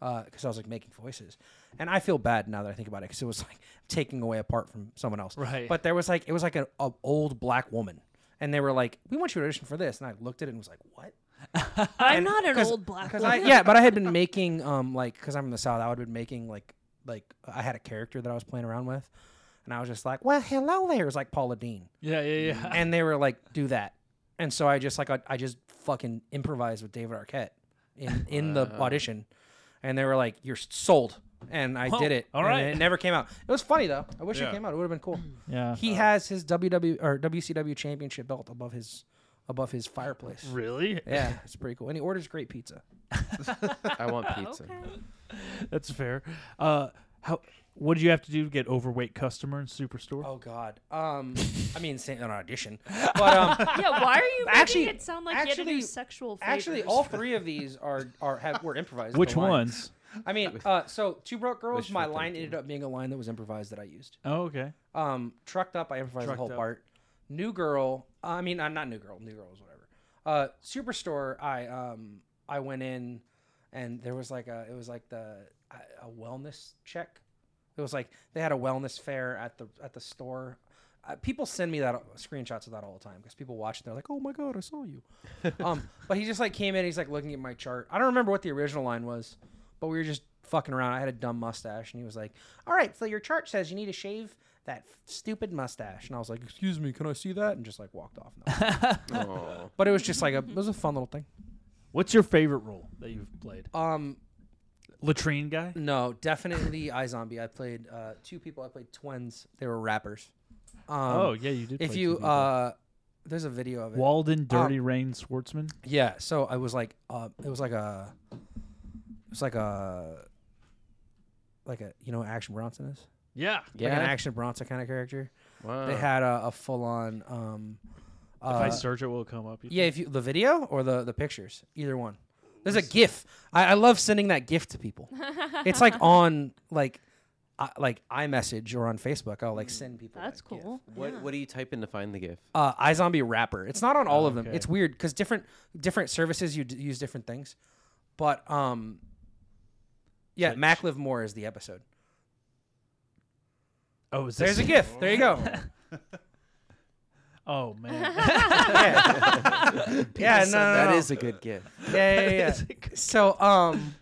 Speaker 1: because I was like making voices, and I feel bad now that I think about it because it was like taking away a part from someone else.
Speaker 5: Right.
Speaker 1: But there was like it was like an a old black woman, and they were like, "We want you to audition for this," and I looked at it and was like, "What?"
Speaker 6: I'm
Speaker 1: and-
Speaker 6: not an
Speaker 1: 'cause-
Speaker 6: old black
Speaker 1: Because
Speaker 6: woman.
Speaker 1: I yeah, but I had been making um like because I'm in the south, I would have been making like like I had a character that I was playing around with, and I was just like, well, hello there, it was like Paula Dean,
Speaker 5: Yeah yeah yeah.
Speaker 1: and they were like, do that, and so I just like I, I just fucking improvised with David Arquette in in the
Speaker 5: Uh.
Speaker 1: audition, and they were like, you're sold, and I did it.
Speaker 5: all
Speaker 1: and
Speaker 5: right.
Speaker 1: it never came out. It was funny though. I wish
Speaker 3: Yeah.
Speaker 1: it came out. It would have been cool.
Speaker 5: Yeah.
Speaker 1: He has his WW or WCW championship belt above his above his fireplace.
Speaker 5: Really?
Speaker 1: Yeah, it's pretty cool, and he orders great pizza.
Speaker 2: I want pizza.
Speaker 5: That's fair. Uh, how? What did you have to do to get overweight customer in superstore?
Speaker 1: Oh God. Um, I mean, same on audition, but um,
Speaker 6: yeah, why are you making
Speaker 1: Actually-
Speaker 6: it sound like you had to
Speaker 1: actually-
Speaker 6: do sexual favors?
Speaker 1: actually, all three of these are are have were improvised.
Speaker 5: Which
Speaker 1: the lines.
Speaker 5: ones?
Speaker 1: I mean, uh, so two broke girls.
Speaker 2: Wishful
Speaker 1: My line ended up being a line that was improvised that I used.
Speaker 5: Oh, okay.
Speaker 1: Um, trucked up. I improvised
Speaker 5: Trucked
Speaker 1: the whole
Speaker 5: Up.
Speaker 1: part. New girl. I mean, I'm not new girl. New girl is whatever. Uh, superstore. I um I went in, and there was like a it was like the a wellness check. It was like they had a wellness fair at the at the store. Uh, people send me that screenshots of that all the time because people watch it. They're like, "Oh my god, I saw you." um, but he just like came in. He's like looking at my chart. I don't remember what the original line was, but we were just fucking around. I had a dumb mustache, and he was like, "All right, so your chart says you need to shave." That f- stupid mustache, and I was like, "Excuse me, can I see that?" And just like walked off.
Speaker 2: Aw.
Speaker 1: but it was just like a, it was a fun little thing.
Speaker 5: What's your favorite role that you've played?
Speaker 1: Um,
Speaker 5: Latrine guy?
Speaker 1: No, definitely iZombie. I played uh, two people. I played twins. They were rappers. Um,
Speaker 5: Oh, yeah, you did
Speaker 1: If
Speaker 5: play two
Speaker 1: you
Speaker 5: people.
Speaker 1: uh, there's a video of it.
Speaker 5: Walden Dirty
Speaker 1: Um,
Speaker 5: Rain Schwartzman?
Speaker 1: yeah. So I was like, uh, it was like a, it was like a, like a you know what Action Bronson is.
Speaker 5: Yeah.
Speaker 1: Like an
Speaker 2: Yeah.
Speaker 1: Action Bronson kind of character.
Speaker 2: Wow.
Speaker 1: They had a, a full on. Um,
Speaker 5: If I
Speaker 1: uh,
Speaker 5: search it, will it come up? You
Speaker 1: yeah, if you the video or the the pictures, either one. There's a GIF. I, I love sending that GIF to people. it's like on like, I, like iMessage or on Facebook. I'll like send people.
Speaker 6: That's cool.
Speaker 2: What What do you type in to find the GIF?
Speaker 1: Uh, iZombie rapper. It's not on all of them.
Speaker 5: Okay.
Speaker 1: It's weird because different different services you d- use different things, but um, yeah, Mac Live More is the episode.
Speaker 5: Oh, is this
Speaker 1: There's a GIF. There you go.
Speaker 5: Oh, man.
Speaker 1: yeah, no, no,
Speaker 2: That
Speaker 1: no.
Speaker 2: is a good GIF.
Speaker 1: yeah, yeah, yeah. So, um,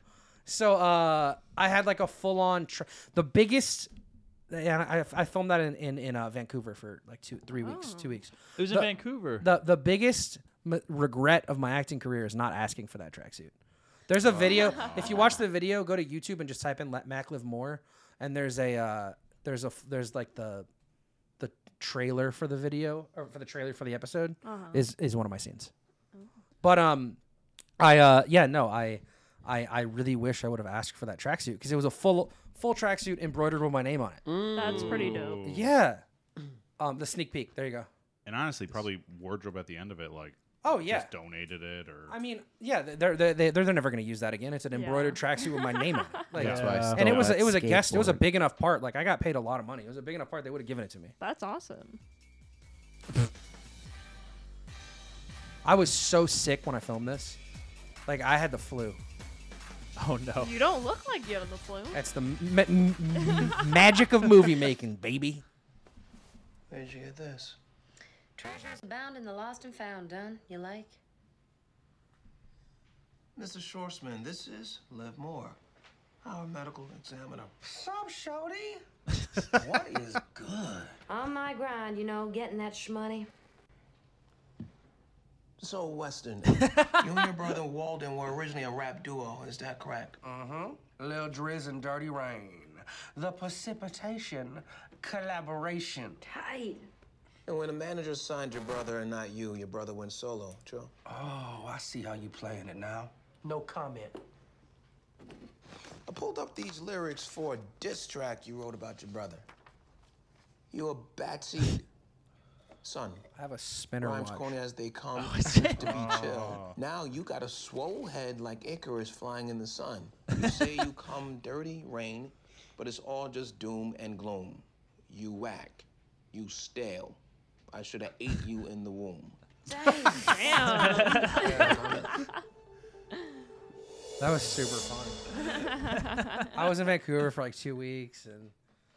Speaker 1: so uh, I had like a full on tr the biggest. And I, I filmed that in in, in uh, Vancouver for like two three weeks two weeks.
Speaker 5: it was in
Speaker 1: The-
Speaker 5: Vancouver.
Speaker 1: The the biggest m- regret of my acting career is not asking for that tracksuit. There's a video. If you watch the video, go to YouTube and just type in "Let Mac Live More," and there's a uh, there's a f- there's like the the trailer for the video or for the trailer for the episode is is one of my scenes. But um, I uh yeah no I I I really wish I would have asked for that tracksuit because it was a full full tracksuit embroidered with my name on it.
Speaker 6: That's pretty dope.
Speaker 1: Yeah. Um, the sneak peek. There you go.
Speaker 3: And honestly, probably wardrobe at the end of it, like
Speaker 1: Oh yeah.
Speaker 3: just donated it or
Speaker 1: I mean, yeah, th- they're they're they're, they're never going to use that again. It's an embroidered tracksuit with my name on it. Like,
Speaker 5: why I
Speaker 1: and it was a,
Speaker 2: that
Speaker 1: it was a guest. It was a
Speaker 2: skateboard.
Speaker 1: big enough part. Like I got paid a lot of money. It was a big enough part. They would have given it to me.
Speaker 6: That's awesome.
Speaker 1: I was so sick when I filmed this. Like I had the flu.
Speaker 5: oh, no.
Speaker 6: You don't look like you have the flu.
Speaker 1: That's the ma- m- m- magic of movie making, baby.
Speaker 9: Where'd you get this?
Speaker 4: Treasures abound in the lost and found, Done. You like?
Speaker 9: Mr. Schwarzman, this is Liv Moore, our medical examiner. Sup, Shody? what is good?
Speaker 4: On my grind, you know, getting that shmoney.
Speaker 9: So, Weston, you and your brother Walden were originally a rap duo, is that correct? Mm-hmm. Lil Drizz and Dirty Rain. The Precipitation Collaboration.
Speaker 4: Tight.
Speaker 9: And when the manager signed your brother and not you, your brother went solo, true? Oh, I see how you playing it now. No comment. I pulled up these lyrics for a diss track you wrote about your brother. You a backseat son.
Speaker 1: I have a spinner
Speaker 9: Rhymes
Speaker 1: watch.
Speaker 9: corny as they come.
Speaker 1: Oh,
Speaker 9: used to be chill. Now you got a swole head like Icarus flying in the sun. You say you come dirty rain, but it's all just doom and gloom. You whack. You stale. I should have ate you in the womb.
Speaker 6: Damn.
Speaker 1: That was super fun. I was in Vancouver for like two weeks, and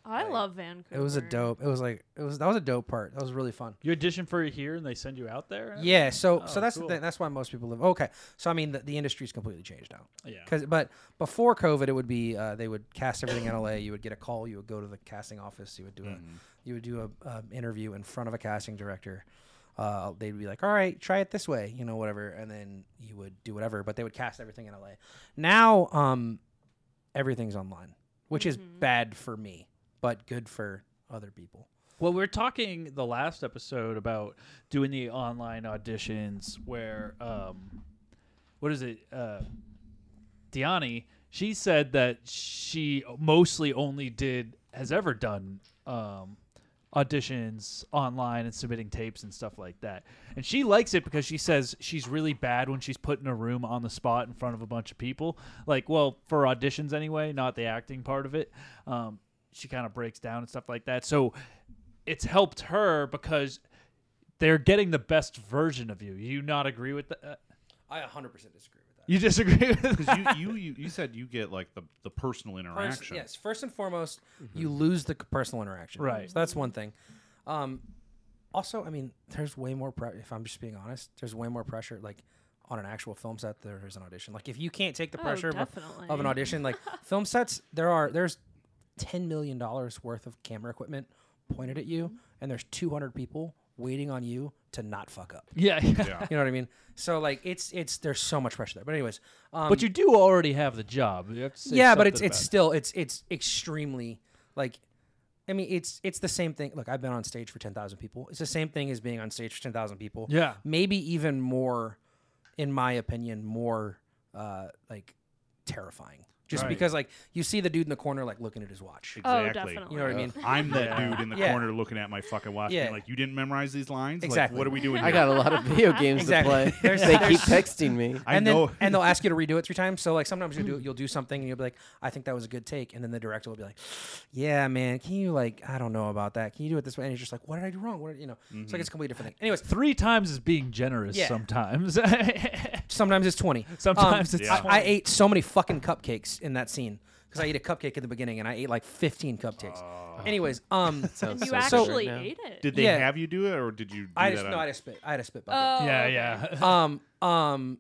Speaker 6: I love Vancouver.
Speaker 1: it was a dope. It was like it was that was a dope part. That was really fun.
Speaker 5: You audition for it here and they send you out there?
Speaker 1: Yeah, so
Speaker 5: Oh,
Speaker 1: so that's
Speaker 5: cool.
Speaker 1: the thing. That's why most people live. Okay, so I mean the, the industry's completely changed now.
Speaker 5: Yeah.
Speaker 1: Cause, but before COVID, it would be uh, they would cast everything in LA. You would get a call. You would go to the casting office. You would do a you would do a um, interview in front of a casting director. Uh, they'd be like, "All right, try it this way," you know, whatever, and then you would do whatever. But they would cast everything in LA. Now, um, everything's online, which is bad for me, but good for other people.
Speaker 5: Well, we were talking the last episode about doing the online auditions where, um, what is it? Uh, Diani, she said that she mostly only did, has ever done um, auditions online and submitting tapes and stuff like that. And she likes it because she says she's really bad when she's put in a room on the spot in front of a bunch of people. Like, well, for auditions anyway, not the acting part of it. Um, she kind of breaks down and stuff like that. So it's helped her because they're getting the uh, best version of you. You not agree with that?
Speaker 1: I 100% disagree with that.
Speaker 5: You disagree with
Speaker 3: because you, you you you said you get like the the personal
Speaker 1: First-
Speaker 3: interaction.
Speaker 1: yes, first and foremost, you lose the c- personal interaction.
Speaker 5: Right.
Speaker 1: So that's one thing. Um, also, I mean, there's way more. Pre- if I'm just being honest, there's way more pressure like on an actual film set than there is an audition. Like if you can't take the
Speaker 6: Oh,
Speaker 1: pressure of, a- of
Speaker 6: definitely.
Speaker 1: an audition, like film sets, there are there's ten million dollars worth of camera equipment pointed at you,
Speaker 6: Mm-hmm.
Speaker 1: and there's 200 people waiting on you to not fuck up.
Speaker 5: Yeah, yeah.
Speaker 1: You know what I mean? So like it's it's there's so much pressure there. But anyways, um,
Speaker 5: but you do already have the job. You have to say
Speaker 1: yeah, but it's
Speaker 5: something
Speaker 1: it's
Speaker 5: about it.
Speaker 1: still it's it's extremely like I mean it's it's the same thing. Look, I've been on stage for 10,000 people. It's the same thing as being on stage for 10,000 people.
Speaker 5: Yeah.
Speaker 1: Maybe even more in my opinion more uh like terrifying. Just
Speaker 3: Right.
Speaker 1: because like you see the dude in the corner like looking at his watch.
Speaker 6: Oh,
Speaker 3: Exactly.
Speaker 6: definitely.
Speaker 1: You know what I mean?
Speaker 3: I'm that dude in the
Speaker 1: Yeah.
Speaker 3: corner looking at my fucking watch,
Speaker 1: Yeah.
Speaker 3: being like, "You didn't memorize these lines.
Speaker 1: Exactly.
Speaker 3: Like, what are we doing?"
Speaker 2: I
Speaker 3: here?"
Speaker 2: got a lot of video games
Speaker 1: Exactly.
Speaker 2: to play.
Speaker 1: There's-
Speaker 2: they keep
Speaker 1: there's-
Speaker 2: texting me.
Speaker 3: I
Speaker 1: and
Speaker 3: know.
Speaker 1: Then, and they'll ask you to redo it three times. So like sometimes you do you'll do something and you'll be like, I think that was a good take, and then the director will be like, Yeah, man, can you like I don't know about that. Can you do it this way? And you're just like, What did I do wrong? What did, you know? It's like it's a completely different thing. Anyways,
Speaker 5: three times is being generous.
Speaker 1: Yeah.
Speaker 5: Sometimes.
Speaker 1: sometimes it's twenty. Um,
Speaker 5: Sometimes it's
Speaker 1: I,
Speaker 5: 20.
Speaker 1: I ate so many fucking cupcakes in that scene because I ate a cupcake at the beginning and I ate like fifteen cupcakes.
Speaker 3: Oh.
Speaker 1: Anyways, um,
Speaker 6: And
Speaker 2: Sounds
Speaker 6: you
Speaker 2: so
Speaker 1: So-
Speaker 6: actually
Speaker 2: good right now.
Speaker 6: ate it.
Speaker 3: Did they
Speaker 1: Yeah.
Speaker 3: have you do it, or did you? Do
Speaker 1: I just
Speaker 3: that
Speaker 1: no, I
Speaker 3: on-
Speaker 1: had a spit. I had a spit bucket.
Speaker 6: Oh,
Speaker 5: yeah,
Speaker 6: okay.
Speaker 5: yeah.
Speaker 1: Um, um,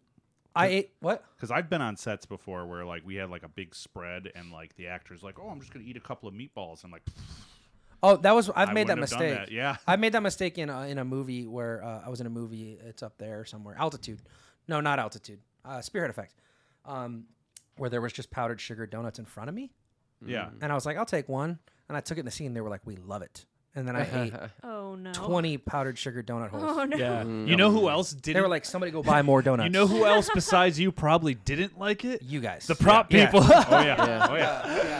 Speaker 1: I ate what?
Speaker 3: Because I've been on sets before where like we had like a big spread and like the actors like, oh, I'm just gonna eat a couple of meatballs. I'm like,
Speaker 1: Oh, that was I've
Speaker 3: I
Speaker 1: made that
Speaker 3: wouldn't have done
Speaker 1: mistake.
Speaker 3: that, yeah.
Speaker 1: I made that mistake in a, in a movie where uh, I was in a movie. It's up there somewhere. Altitude, no, not altitude. Uh, Spearhead Effect, um, where there was just powdered sugar donuts in front of me,
Speaker 3: yeah,
Speaker 1: and I was like, I'll take one, and I took it in the scene. They were like, we love it, and then I ate
Speaker 6: Oh no.
Speaker 1: twenty powdered sugar donut holes.
Speaker 6: Oh no.
Speaker 5: yeah. You know who else didn't?
Speaker 1: They were like, somebody go buy more donuts.
Speaker 5: you know who else besides you probably didn't like it?
Speaker 1: You guys.
Speaker 5: The prop
Speaker 1: Yeah.
Speaker 5: people.
Speaker 3: oh yeah,
Speaker 2: Yeah.
Speaker 3: oh yeah.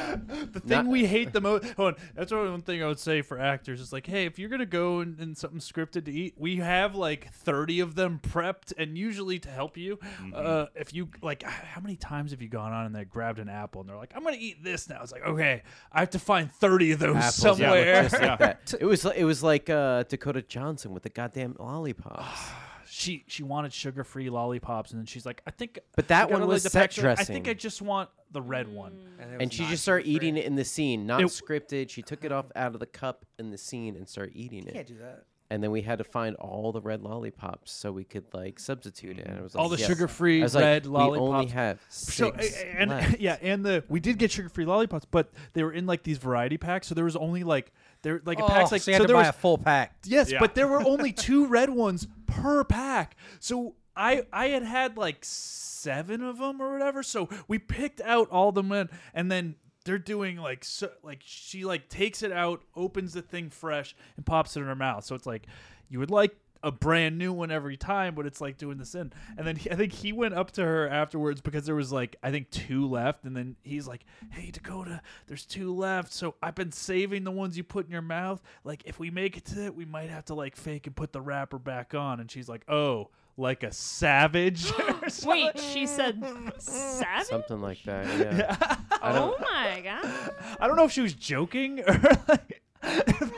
Speaker 5: the thing we hate the most. Hold on, that's one one thing I would say for actors. It's like, hey, if you're gonna go and, and something scripted to eat, we have like 30 of them prepped, and usually to help you.
Speaker 2: Mm-hmm.
Speaker 5: Uh, if you like, how many times have you gone on and they grabbed an apple and they're like, I'm gonna eat this now? It's like, okay, I have to find 30 of those
Speaker 2: Apples, yeah,
Speaker 5: somewhere.
Speaker 2: just like that. It was li- it was like uh, Dakota Johnson with the goddamn lollipops.
Speaker 5: Oh, she she wanted sugar free lollipops, and then she's like, I think,
Speaker 2: But that
Speaker 5: I gotta
Speaker 2: one
Speaker 5: look
Speaker 2: was
Speaker 5: at the
Speaker 2: set
Speaker 5: picture. I think
Speaker 2: dressing.
Speaker 5: I just want the red one.
Speaker 1: it
Speaker 2: and
Speaker 1: was
Speaker 2: she
Speaker 1: not
Speaker 2: just started
Speaker 1: sugar-free.
Speaker 2: eating it in the scene, not
Speaker 5: It-
Speaker 2: scripted. She took it off out of the cup in the scene and started eating it.
Speaker 1: Can't do that.
Speaker 2: And then we had to find all the red lollipops so we could like substitute it. And I was like,
Speaker 5: All the
Speaker 2: yes.
Speaker 5: sugar-free
Speaker 2: I was
Speaker 5: red
Speaker 2: like, We only
Speaker 5: lollipops.
Speaker 2: have
Speaker 5: So
Speaker 2: six
Speaker 5: a- and
Speaker 2: left.
Speaker 5: yeah, and the we did get sugar free lollipops, but they were in like these variety packs, so there was only like there like a
Speaker 6: Oh.
Speaker 5: packs like
Speaker 1: Oh, so you had to
Speaker 5: there
Speaker 1: buy
Speaker 5: was
Speaker 1: a full pack.
Speaker 5: yes,
Speaker 3: Yeah.
Speaker 5: but there were only two red ones per pack. So I I had had like seven of them or whatever. So we picked out all the men, and then they're doing like so like she like takes it out, opens the thing fresh, and pops it in her mouth. So it's like you would like a brand new one every time, but it's like doing this in. And then he, I think he went up to her afterwards because there was like I think two left, and then he's like, "Hey Dakota, there's two left, so I've been saving the ones you put in your mouth. Like if we make it to it, we might have to like fake and put the wrapper back on." And she's like, "Oh, like a savage." or something.
Speaker 6: Wait, she said savage.
Speaker 2: something like that. Yeah.
Speaker 6: Oh my god.
Speaker 5: I don't know if she was joking or like.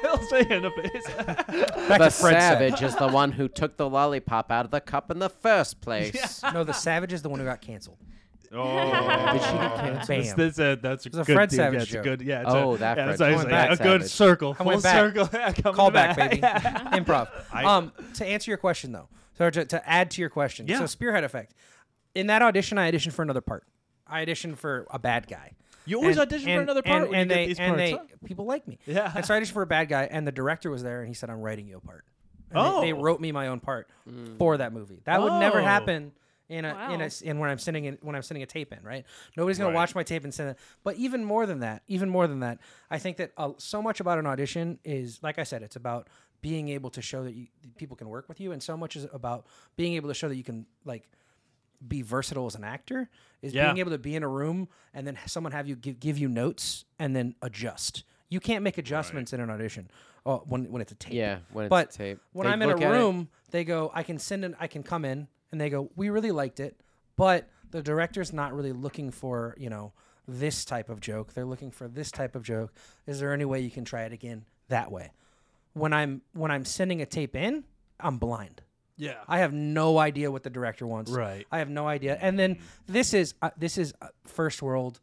Speaker 5: Phil's making a face.
Speaker 1: Back
Speaker 2: The
Speaker 1: to Fred set.
Speaker 2: savage is the one who took the lollipop out of the cup in the first place.
Speaker 1: No, the savage is the one who got canceled.
Speaker 3: Oh,
Speaker 1: Did she get canceled? Bam.
Speaker 5: That's a that's a
Speaker 1: was a
Speaker 5: good
Speaker 1: Fred
Speaker 5: dude.
Speaker 1: Savage
Speaker 5: yeah, it's a
Speaker 1: joke.
Speaker 5: good yeah. It's
Speaker 2: Oh,
Speaker 5: a,
Speaker 2: that
Speaker 5: yeah,
Speaker 2: Fred
Speaker 5: it's always
Speaker 1: Savage.
Speaker 5: like
Speaker 1: Going
Speaker 5: a
Speaker 2: back,
Speaker 5: good
Speaker 2: Savage.
Speaker 5: circle.
Speaker 1: I
Speaker 5: Full
Speaker 1: went back.
Speaker 5: circle. Yeah, coming
Speaker 1: Call back,
Speaker 5: back.
Speaker 1: baby. Improv. um, to answer your question though, so to, to add to your question,
Speaker 5: Yeah.
Speaker 1: so Spearhead Effect. In that audition, I auditioned for another part. I auditioned for a bad guy.
Speaker 5: You always audition for another part
Speaker 1: and,
Speaker 5: when
Speaker 1: and
Speaker 5: you
Speaker 1: they
Speaker 5: get these
Speaker 1: and
Speaker 5: parts,
Speaker 1: they
Speaker 5: huh?
Speaker 1: people like me.
Speaker 5: Yeah.
Speaker 1: and so I auditioned for a bad guy, and the director was there, and he said, "I'm writing you a part." And they- they,
Speaker 5: Oh.
Speaker 1: wrote me my own part for that movie. That would never
Speaker 5: Oh.
Speaker 1: happen. In a, in
Speaker 6: Wow.
Speaker 1: a s- in when I'm sending in, when I'm sending a tape in, right? Nobody's gonna
Speaker 3: Right.
Speaker 1: watch my tape and send it. But even more than that, even more than that, I think that uh, so much about an audition is, like I said, it's about being able to show that you, people can work with you, and so much is about being able to show that you can like be versatile as an actor is
Speaker 5: Yeah.
Speaker 1: being able to be in a room and then someone have you give, give you notes and then adjust. You can't make adjustments in an audition uh, when when it's a tape.
Speaker 2: Yeah, when it's a
Speaker 1: but
Speaker 2: tape.
Speaker 1: when
Speaker 2: They
Speaker 1: I'm in a
Speaker 2: look at it.
Speaker 1: room, they go, I can send an, I can come in, and they go, we really liked it, but the director's not really looking for you know this type of joke. They're looking for this type of joke. Is there any way you can try it again that way? When I'm when I'm sending a tape in, I'm blind.
Speaker 5: Yeah.
Speaker 1: I have no idea what the director wants.
Speaker 5: Right.
Speaker 1: I have no idea. And then this is uh, this is uh, first world,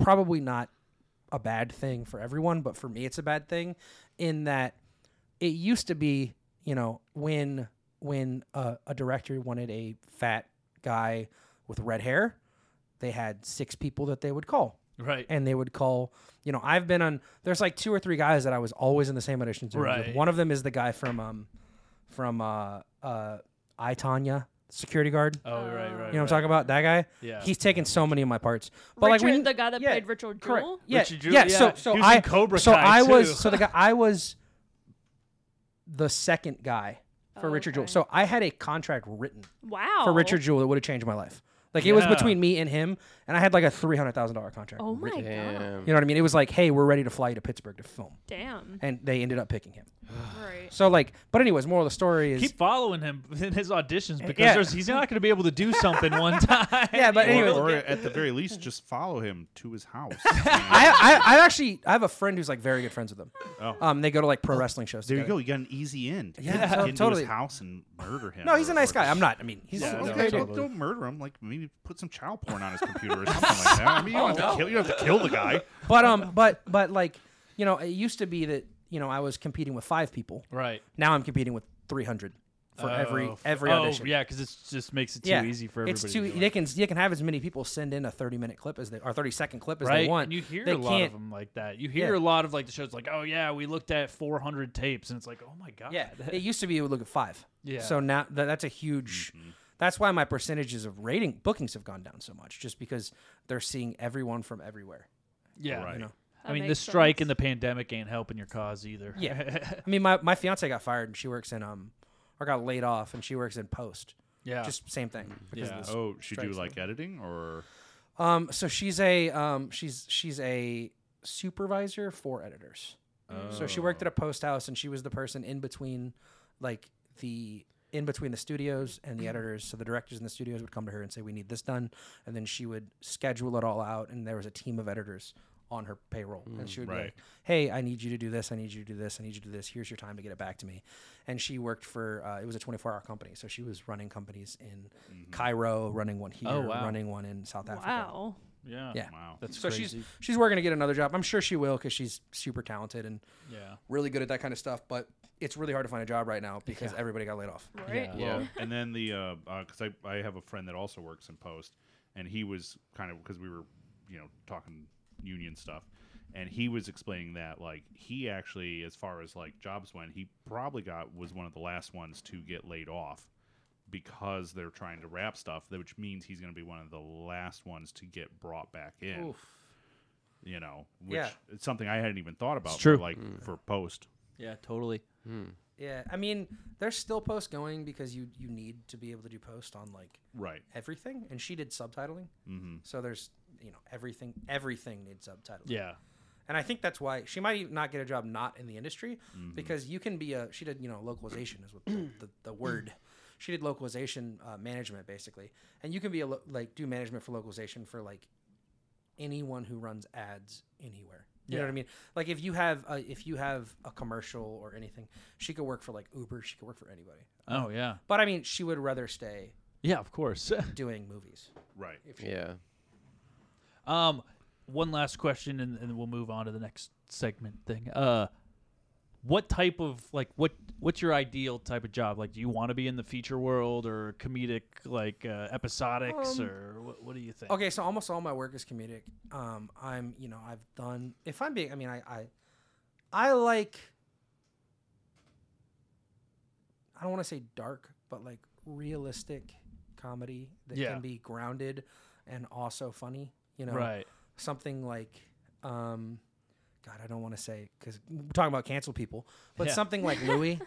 Speaker 1: probably not a bad thing for everyone, but for me it's a bad thing in that it used to be, you know, when when uh, a director wanted a fat guy with red hair, they had six people that they would call.
Speaker 5: Right.
Speaker 1: And they would call, you know, I've been on there's like two or three guys that I was always in the same auditions with.
Speaker 5: Right.
Speaker 1: One of them is the guy from um from uh uh I Tanya security guard.
Speaker 5: Oh, right,
Speaker 1: You
Speaker 5: right,
Speaker 1: know what
Speaker 5: right.
Speaker 1: I'm talking about? That guy?
Speaker 5: Yeah.
Speaker 1: He's taken so many of my parts. But
Speaker 6: Richard,
Speaker 1: like when
Speaker 6: the guy that played Richard Jewell.
Speaker 1: correct. Yeah,
Speaker 5: Richard Jewell,
Speaker 1: yeah.
Speaker 5: yeah.
Speaker 1: So so
Speaker 5: He was
Speaker 1: I
Speaker 5: in Cobra
Speaker 1: so
Speaker 5: Kai,
Speaker 1: I
Speaker 5: too.
Speaker 1: was so the guy I was the second guy for
Speaker 6: Oh,
Speaker 1: Richard Jewell.
Speaker 6: okay. Oh.
Speaker 1: So I had a contract written
Speaker 6: Wow.
Speaker 1: for Richard Jewell that would have changed my life. Like it was
Speaker 5: Yeah.
Speaker 1: between me and him, and I had like a three hundred thousand dollar contract.
Speaker 6: Oh my
Speaker 1: written.
Speaker 6: god.
Speaker 1: You know what I mean? It was like, hey, we're ready to fly you to Pittsburgh to film,
Speaker 6: Damn.
Speaker 1: and they ended up picking him.
Speaker 6: Right.
Speaker 1: So like, but anyways, moral of the story is
Speaker 5: Keep following him in his auditions because
Speaker 1: yeah.
Speaker 5: there's, he's not going to be able to do something one time.
Speaker 1: yeah. But
Speaker 3: Or-
Speaker 1: anyway,
Speaker 3: or, at the very least, just follow him to his house.
Speaker 1: I, I I actually I have a friend who's like very good friends with him.
Speaker 3: Oh.
Speaker 1: Um, they go to like pro wrestling shows.
Speaker 3: there you
Speaker 1: together.
Speaker 3: go. You got an easy end.
Speaker 1: Yeah,
Speaker 3: Get
Speaker 1: to-
Speaker 3: into
Speaker 1: totally.
Speaker 3: his house and murder him.
Speaker 1: No, he's
Speaker 3: or-
Speaker 1: a nice
Speaker 3: or
Speaker 1: guy.
Speaker 3: just-
Speaker 1: I'm not. I mean, he's
Speaker 5: Yeah,
Speaker 1: he's okay.
Speaker 5: no,
Speaker 3: Okay,
Speaker 1: dude.
Speaker 3: don't, don't murder him. Like maybe put some child porn on his computer or something like that. I mean, you
Speaker 1: Oh,
Speaker 3: don't have to kill. You don't have to kill the guy.
Speaker 1: But um, but but like, you know, it used to be that you know I was competing with five people.
Speaker 5: Right.
Speaker 1: Now I'm competing with 300 for every
Speaker 5: Oh, f-
Speaker 1: every
Speaker 5: oh,
Speaker 1: audition.
Speaker 5: yeah, because it just makes it too easy for everybody.
Speaker 1: It's
Speaker 5: to
Speaker 1: too e,
Speaker 5: do it.
Speaker 1: they can they can have as many people send in a 30 minute clip as they or 30 second clip as
Speaker 5: right?
Speaker 1: they want.
Speaker 5: And you hear
Speaker 1: They
Speaker 5: a lot
Speaker 1: can't-
Speaker 5: of them like that. You hear
Speaker 1: Yeah.
Speaker 5: a lot of like the shows like, oh yeah, we looked at 400 tapes, and it's like, oh my god,
Speaker 1: Yeah, it used to be you would look at five.
Speaker 5: Yeah.
Speaker 1: So now tha- that's a huge.
Speaker 5: Mm-hmm.
Speaker 1: That's why my percentages of rating bookings have gone down so much, just because they're seeing everyone from everywhere.
Speaker 5: yeah.
Speaker 3: Right.
Speaker 1: You know.
Speaker 5: I
Speaker 6: That
Speaker 5: mean, the
Speaker 6: makes
Speaker 5: strike and the
Speaker 6: sense.
Speaker 5: pandemic ain't helping your cause either.
Speaker 1: Yeah. I mean, my my fiance got fired and she works in um, or got laid off and she works in post.
Speaker 5: yeah. Mm-hmm.
Speaker 1: Just same thing. because of
Speaker 5: Yeah.
Speaker 1: this.
Speaker 3: Oh, should you
Speaker 1: Strikes
Speaker 3: like editing or?
Speaker 1: Um. So she's a um. She's she's a supervisor for editors. So she worked at a post house and she was the person in between, like the in between the studios and the editors. So the directors in the studios would come to her and say, "We need this done," and then she would schedule it all out. And there was a team of editors on her payroll, and she would be
Speaker 3: Right.
Speaker 1: like, "Hey, I need you to do this. I need you to do this. I need you to do this. Here's your time to get it back to me." And she worked for uh, it was a 24 hour company, so she was running companies in Cairo, running one here,
Speaker 5: Oh, wow.
Speaker 1: running one in South Africa.
Speaker 6: Wow.
Speaker 5: yeah,
Speaker 1: Yeah.
Speaker 3: Wow.
Speaker 5: That's
Speaker 1: So
Speaker 5: crazy.
Speaker 1: she's she's working to get another job. I'm sure she will because she's super talented and
Speaker 5: yeah,
Speaker 1: really good at that kind of stuff, but it's really hard to find a job right now because everybody got laid off.
Speaker 6: Right.
Speaker 5: Yeah.
Speaker 3: Well, and then the because I I have a friend that also works in post, and he was kind of because we were, you know, talking union stuff, and he was explaining that like he actually, as far as like jobs went, he probably got was one of the last ones to get laid off because they're trying to wrap stuff, that- which means he's going to be one of the last ones to get brought back in. You know, which
Speaker 1: Yeah.
Speaker 3: it's something I hadn't even thought about.
Speaker 5: true.
Speaker 3: For, like for post.
Speaker 5: yeah, totally.
Speaker 1: Yeah, I mean, there's still post going because you you need to be able to do post on like
Speaker 3: Right.
Speaker 1: everything, and she did subtitling, mm-hmm. so there's you know everything everything needs subtitling.
Speaker 5: Yeah,
Speaker 1: and I think that's why she might even not get a job not in the industry because you can be a she did you know localization is what the, the, the word she did localization uh, management basically and you can be a lo- like do management for localization for like anyone who runs ads anywhere you know what I
Speaker 5: Yeah.
Speaker 1: mean like if you have a, if you have a commercial or anything she could work for like Uber she could work for anybody
Speaker 5: oh yeah,
Speaker 1: but I mean she would rather stay
Speaker 5: yeah, of course.
Speaker 1: doing movies
Speaker 3: Right.
Speaker 2: Yeah.
Speaker 5: um, one last question, and, and we'll move on to the next segment thing. Uh. What type of like what what's your ideal type of job? Like, do you want to be in the feature world or comedic, like uh, episodics, or what, what do you think?
Speaker 1: Um, Okay, so almost all my work is comedic. Um, I'm, you know, I've done. If I'm being, I mean, I, I, I like. I don't want to say dark, but like realistic comedy that
Speaker 5: Yeah.
Speaker 1: can be grounded and also funny. You know,
Speaker 5: right.
Speaker 1: something like, um, God, I don't want to say because we're talking about cancel people, but
Speaker 5: Yeah.
Speaker 1: something like Louis.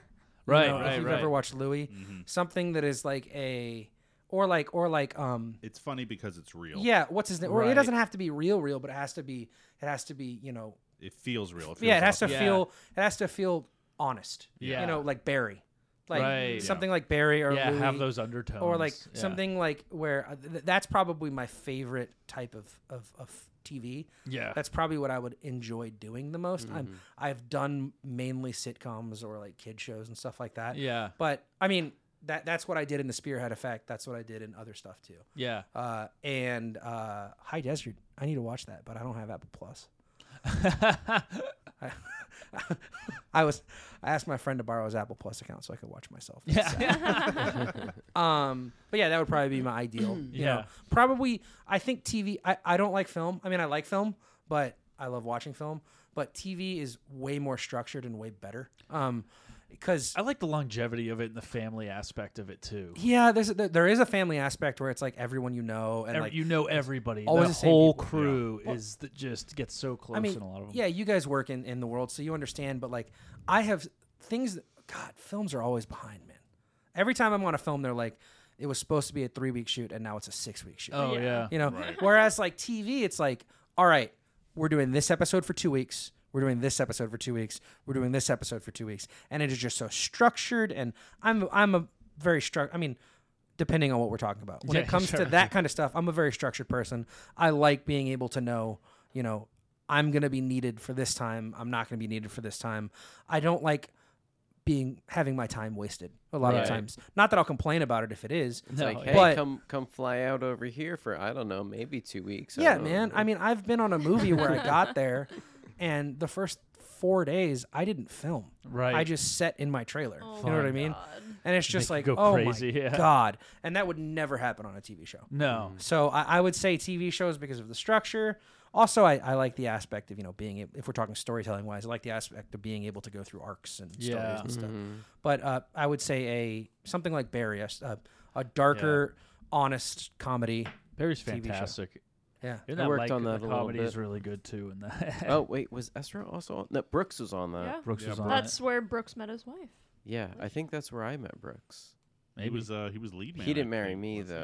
Speaker 5: Right,
Speaker 1: you know,
Speaker 5: right,
Speaker 1: if you've
Speaker 5: right. Mm-hmm.
Speaker 1: ever watched Louis, something that is like a, or like, or like, um,
Speaker 3: It's funny because it's real.
Speaker 1: yeah, what's his name? Or it
Speaker 5: Right.
Speaker 1: doesn't have to be real, real, but it has to be. It has to be, you know.
Speaker 3: It feels real.
Speaker 1: yeah, it has
Speaker 3: authentic.
Speaker 1: to
Speaker 5: Yeah.
Speaker 1: feel. It has to feel honest.
Speaker 5: Yeah.
Speaker 1: you know, like Barry, like
Speaker 5: Right.
Speaker 1: something like Barry or
Speaker 5: yeah, have
Speaker 1: Louis,
Speaker 5: those undertones
Speaker 1: or like
Speaker 5: Yeah.
Speaker 1: something like where uh, th- that's probably my favorite type of of, of TV.
Speaker 5: Yeah. Mm-hmm.
Speaker 1: that's probably what I would enjoy doing the most. I'm I've done mainly sitcoms or like kid shows and stuff like that.
Speaker 5: Yeah.
Speaker 1: but I mean, that that's what I did in the Spearhead Effect. That's what I did in other stuff too.
Speaker 5: Yeah.
Speaker 1: Uh, and uh, High Desert, I need to watch that, but I don't have Apple Plus. I, I was I asked my friend to borrow his Apple Plus account so I could watch myself. That's
Speaker 5: Yeah.
Speaker 1: sad. um, but yeah, that would probably be my ideal. You know,
Speaker 5: Yeah.
Speaker 1: probably I think TV. I, I don't like film. I mean, I like film, but I love watching film. But TV is way more structured and way better. Um, because
Speaker 5: I like the longevity of it and the family aspect of it too.
Speaker 1: yeah, there's a, there- there is a family aspect where it's like everyone you know and
Speaker 5: Ev-
Speaker 1: like
Speaker 5: you know everybody.
Speaker 1: always
Speaker 5: the
Speaker 1: the same
Speaker 5: whole
Speaker 1: people. Yeah.
Speaker 5: crew
Speaker 1: Well-
Speaker 5: is that just gets so close
Speaker 1: I mean,
Speaker 5: in a lot of them.
Speaker 1: yeah, you guys work in in the world, so you understand. But like, I have things. That, God, films are always behind, man. Every time I'm on a film, they're like, it was supposed to be a three week shoot, and now it's a six week shoot.
Speaker 5: Oh, Yeah. yeah.
Speaker 1: you know.
Speaker 5: Right.
Speaker 1: Whereas like TV, it's like, all right, we're doing this episode for two weeks. We're doing this episode for two weeks. We're doing this episode for two weeks, and it is just so structured. And I'm I'm a very struct. I mean, depending on what we're talking about. When
Speaker 5: Yeah,
Speaker 1: it comes to
Speaker 5: sure.
Speaker 1: that kind of stuff, I'm a very structured person. I like being able to know, you know, I'm going to be needed for this time. I'm not going to be needed for this time. I don't like being having my time wasted a lot
Speaker 2: Right.
Speaker 1: of times. Not that I'll complain about it if it is.
Speaker 2: It's like, hey,
Speaker 1: but
Speaker 2: come come fly out over here for I don't know, maybe two weeks. I
Speaker 1: yeah,
Speaker 2: don't
Speaker 1: man.
Speaker 2: know.
Speaker 1: I mean, I've been on a movie where I got there and the first 4 days I didn't film.
Speaker 5: Right.
Speaker 1: I just set in my trailer. you know what I
Speaker 5: my
Speaker 1: mean? And it's just
Speaker 5: They
Speaker 1: like,
Speaker 5: could go
Speaker 1: "Oh
Speaker 5: crazy,
Speaker 1: my
Speaker 5: yeah.
Speaker 1: god." And that would never happen on a TV show.
Speaker 5: No.
Speaker 1: So I, I would say TV shows because of the structure. Also, I, I like the aspect of you know being ab- if we're talking storytelling wise, I like the aspect of being able to go through arcs and
Speaker 5: Yeah.
Speaker 1: stories and stuff. But uh, I would say a something like Barry, a, s- a- a darker, honest comedy.
Speaker 5: Barry's
Speaker 1: TV Mm-hmm. show.
Speaker 5: fantastic.
Speaker 1: Yeah,
Speaker 5: Isn't
Speaker 2: I
Speaker 5: that
Speaker 2: worked
Speaker 5: like,
Speaker 2: on that a
Speaker 5: the
Speaker 2: little
Speaker 5: comedy is
Speaker 2: bit.
Speaker 5: really good too. And that
Speaker 2: oh wait, was Ezra also on? No, Brooks was on that.
Speaker 6: Yeah.
Speaker 5: Brooks
Speaker 3: Yeah,
Speaker 5: was on
Speaker 6: That's
Speaker 5: it.
Speaker 6: where Brooks met his wife.
Speaker 2: Yeah, I think that's where I met Brooks.
Speaker 3: He
Speaker 5: Maybe.
Speaker 3: was uh, he was lead man.
Speaker 2: he
Speaker 3: I
Speaker 2: didn't marry
Speaker 3: think,
Speaker 2: me
Speaker 3: wasn't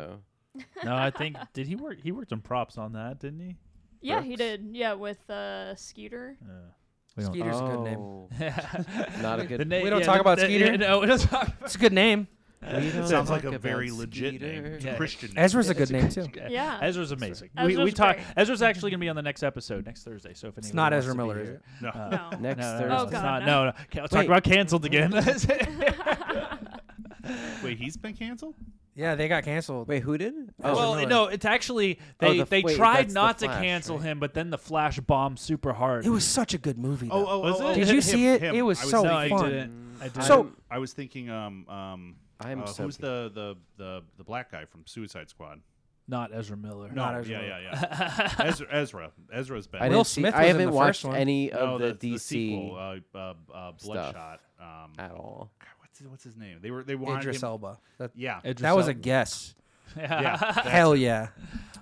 Speaker 3: he?
Speaker 2: though.
Speaker 5: no, I think did he work? He worked on props on that, didn't he?
Speaker 6: Yeah, he
Speaker 2: Brooks?
Speaker 6: did. Yeah, with uh, Skeeter.
Speaker 5: Uh, we don't.
Speaker 1: Skeeter's a good name.
Speaker 2: Oh, Not a
Speaker 5: The
Speaker 2: good.
Speaker 5: na-
Speaker 1: We don't
Speaker 5: yeah,
Speaker 1: talk
Speaker 5: the-
Speaker 1: about
Speaker 5: the-
Speaker 1: Skeeter?
Speaker 5: No, we don't talk about
Speaker 1: It's a good name.
Speaker 2: We don't
Speaker 3: Sounds like
Speaker 2: talk
Speaker 3: a
Speaker 2: about
Speaker 3: very legit name.
Speaker 2: Skeeter.
Speaker 3: It's
Speaker 5: Yeah.
Speaker 3: a Christian name.
Speaker 1: Ezra's a good name too.
Speaker 6: Yeah.
Speaker 5: Ezra's amazing. we we
Speaker 6: Ezra's
Speaker 5: talk.
Speaker 6: great.
Speaker 5: Ezra's actually going to be on the next episode next Thursday. So if
Speaker 1: It's
Speaker 5: anyone
Speaker 1: not
Speaker 5: wants
Speaker 1: Ezra
Speaker 5: to be
Speaker 1: Miller, is
Speaker 5: here-
Speaker 1: it?
Speaker 3: No.
Speaker 6: No.
Speaker 2: Next
Speaker 5: no, no,
Speaker 2: Thursday.
Speaker 5: no,
Speaker 6: Oh,
Speaker 5: it's
Speaker 6: God,
Speaker 5: not,
Speaker 6: no.
Speaker 5: no, no. Okay, I'll talk
Speaker 1: Wait.
Speaker 5: about canceled again.
Speaker 3: Wait, he's been canceled?
Speaker 1: Yeah, they got canceled.
Speaker 2: Wait, who did? Oh.
Speaker 1: Oh.
Speaker 5: well,
Speaker 1: Miller.
Speaker 5: no, it's actually they,
Speaker 2: the-
Speaker 5: they
Speaker 2: wait,
Speaker 5: tried
Speaker 2: that's the
Speaker 5: not to
Speaker 2: Flash,
Speaker 5: cancel
Speaker 2: right?
Speaker 5: him, but then the Flash bombed super hard.
Speaker 1: it was such a good movie.
Speaker 3: Oh,
Speaker 1: Though.
Speaker 3: oh,
Speaker 5: Was
Speaker 3: oh, oh,
Speaker 5: it?
Speaker 1: Did
Speaker 3: him,
Speaker 1: you see it?
Speaker 3: him.
Speaker 1: It was
Speaker 3: I was
Speaker 1: so
Speaker 5: no,
Speaker 3: thinking-
Speaker 5: I
Speaker 1: fun.
Speaker 5: didn't. I didn't.
Speaker 3: oh,
Speaker 1: So-
Speaker 3: I was thinking, um, um,
Speaker 2: I'm
Speaker 3: uh,
Speaker 2: so
Speaker 3: who's the, the the the black guy from Suicide Squad?
Speaker 5: not Ezra Miller.
Speaker 1: No. Not Ezra
Speaker 3: yeah,
Speaker 1: Miller.
Speaker 3: yeah, yeah. Ezra, Ezra, Ezra's been.
Speaker 2: I
Speaker 1: Will
Speaker 2: didn't see,
Speaker 1: Smith
Speaker 2: I
Speaker 1: was in
Speaker 2: haven't
Speaker 1: the first
Speaker 2: watched
Speaker 1: one.
Speaker 2: any
Speaker 3: no,
Speaker 2: of the,
Speaker 3: the,
Speaker 2: DC
Speaker 3: sequel, uh, uh, uh, Bloodshot. Um,
Speaker 2: at all.
Speaker 3: God, what's his, what's his name? They were they wanted
Speaker 1: Uh, Idris
Speaker 3: him.
Speaker 1: Elba. That,
Speaker 3: Yeah,
Speaker 5: Idris
Speaker 1: that was a
Speaker 5: Elba.
Speaker 1: guess.
Speaker 3: yeah. that's
Speaker 1: Hell
Speaker 3: it.
Speaker 1: yeah.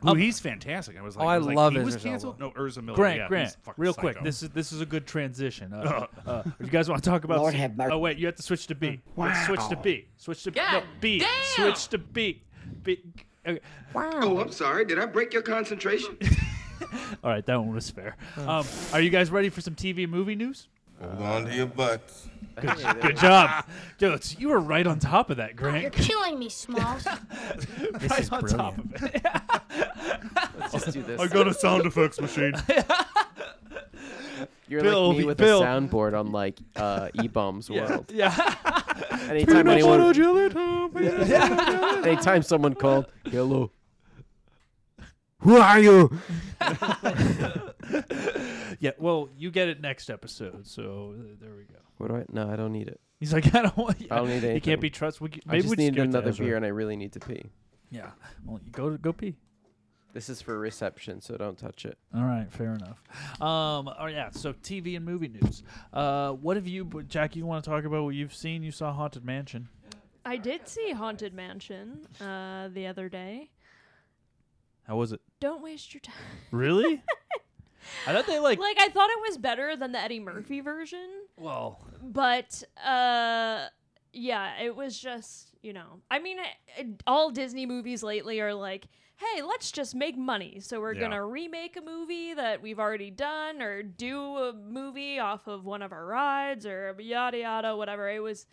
Speaker 3: Ooh, he's fantastic. I was like,
Speaker 1: Oh, I
Speaker 3: I, was like,
Speaker 1: love
Speaker 3: he was
Speaker 1: Idris Elba.
Speaker 3: canceled. No, Urza Miller.
Speaker 5: Grant,
Speaker 3: yeah,
Speaker 5: Grant,
Speaker 3: he's fucking
Speaker 5: real quick.
Speaker 3: psycho.
Speaker 5: This is this is a good transition. Uh, uh, you guys want to talk about?
Speaker 10: Lord have mercy.
Speaker 5: Oh wait, you have to switch to B. Let's switch to B. Switch to no,
Speaker 4: God
Speaker 5: B.
Speaker 4: damn!
Speaker 5: Switch to B. B. Okay.
Speaker 10: Oh, I'm sorry. Did I break your concentration?
Speaker 5: All right, that one was fair. Um, are you guys ready for some TV movie news?
Speaker 10: Hold on to your butts.
Speaker 5: Good job, dude. You were right on top of that,
Speaker 11: Oh, You're
Speaker 5: Grant.
Speaker 11: killing me, Smalls.
Speaker 1: This is
Speaker 5: on top
Speaker 1: brilliant.
Speaker 5: of it.
Speaker 2: Let's just do this.
Speaker 3: I got a sound effects machine.
Speaker 2: You're
Speaker 5: Bill,
Speaker 2: like me
Speaker 5: the-
Speaker 2: with
Speaker 5: Bill.
Speaker 2: a soundboard on like uh, E-Bomb's World.
Speaker 5: Yeah.
Speaker 2: Anytime anyone, anytime someone called, hello. Who are you?
Speaker 5: Yeah. Well, you get it next episode. So uh, there we go.
Speaker 2: What do I? No, I don't need it.
Speaker 5: He's like, I don't want.
Speaker 2: I don't need
Speaker 5: You
Speaker 2: anything.
Speaker 5: can't be trusted. Maybe
Speaker 2: I just
Speaker 5: we
Speaker 2: need
Speaker 5: give it to
Speaker 2: another
Speaker 5: Ezra.
Speaker 2: beer, and I really need to pee.
Speaker 5: Yeah. Well, you go to go pee.
Speaker 2: This is for reception, so don't touch it.
Speaker 5: All right, fair enough. Um, oh yeah, so TV and movie news. Uh, what have you, Jack? You want to talk about what you've seen? You saw Haunted Mansion.
Speaker 6: I did see Haunted Mansion uh, the other day.
Speaker 5: How was it?
Speaker 6: Don't waste your time.
Speaker 5: Really? I thought they like.
Speaker 6: Like I thought it was better than the Eddie Murphy version,
Speaker 5: well,
Speaker 6: but uh, yeah, it was just you know. I mean, I, I- all Disney movies lately are like, hey, let's just make money, so we're
Speaker 3: Yeah.
Speaker 6: gonna remake a movie that we've already done, or do a movie off of one of our rides, or yada yada, whatever. It was.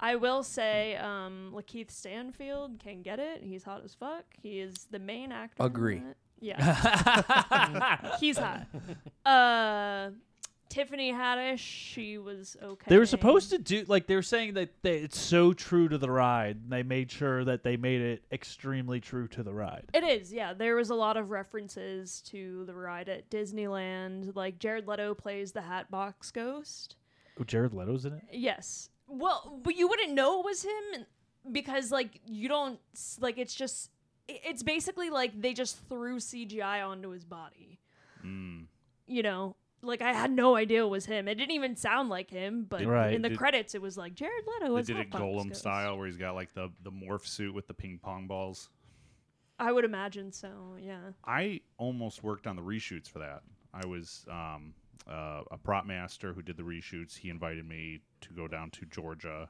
Speaker 6: I will say, um, Lakeith Stanfield can get it. He's hot as fuck. He is the main actor. in
Speaker 1: Agree.
Speaker 6: it. Yeah. He's hot. Uh, Tiffany Haddish, she was okay.
Speaker 5: They were supposed to do like they were saying that they, it's so true to the ride. and They made sure that they made it extremely true to the ride.
Speaker 6: It is, yeah. There was a lot of references to the ride at Disneyland. Like Jared Leto plays the Hatbox Ghost.
Speaker 5: Oh, Jared Leto's in it.
Speaker 6: Yes. Well, but you wouldn't know it was him because like you don't s- like it's just i- it's basically like they just threw CGI onto his body.
Speaker 3: Hmm.
Speaker 6: You know, like I had no idea it was him. It didn't even sound like him, but
Speaker 3: Did- Right.
Speaker 6: in the
Speaker 3: did-
Speaker 6: credits it was like Jared Leto
Speaker 3: They
Speaker 6: as
Speaker 3: did it
Speaker 6: Hotbox
Speaker 3: golem
Speaker 6: Ghost.
Speaker 3: style, where he's got like the the morph suit with the ping pong balls.
Speaker 6: I would imagine so, yeah.
Speaker 3: I almost worked on the reshoots for that. I was um, uh, a prop master who did the reshoots. He invited me to go down to Georgia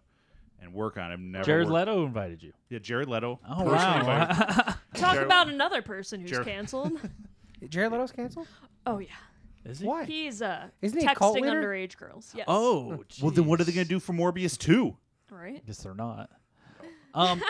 Speaker 3: and work on it. I've Never
Speaker 5: Jared
Speaker 3: worked-
Speaker 5: Leto invited you.
Speaker 3: Yeah, Jared Leto.
Speaker 5: Oh,
Speaker 3: personally
Speaker 5: wow.
Speaker 3: invited-
Speaker 6: Talk
Speaker 3: Jared-
Speaker 6: about another person who's
Speaker 3: Jared-
Speaker 6: canceled.
Speaker 1: Jared Leto's canceled?
Speaker 6: Oh yeah.
Speaker 5: Is
Speaker 1: he? Why?
Speaker 6: He's uh
Speaker 1: Isn't he a cult
Speaker 6: texting
Speaker 1: leader?
Speaker 6: underage girls. Yes.
Speaker 5: Oh,
Speaker 3: well, then what are they going to do for Morbius two?
Speaker 6: Right.
Speaker 5: Guess they're not. Um,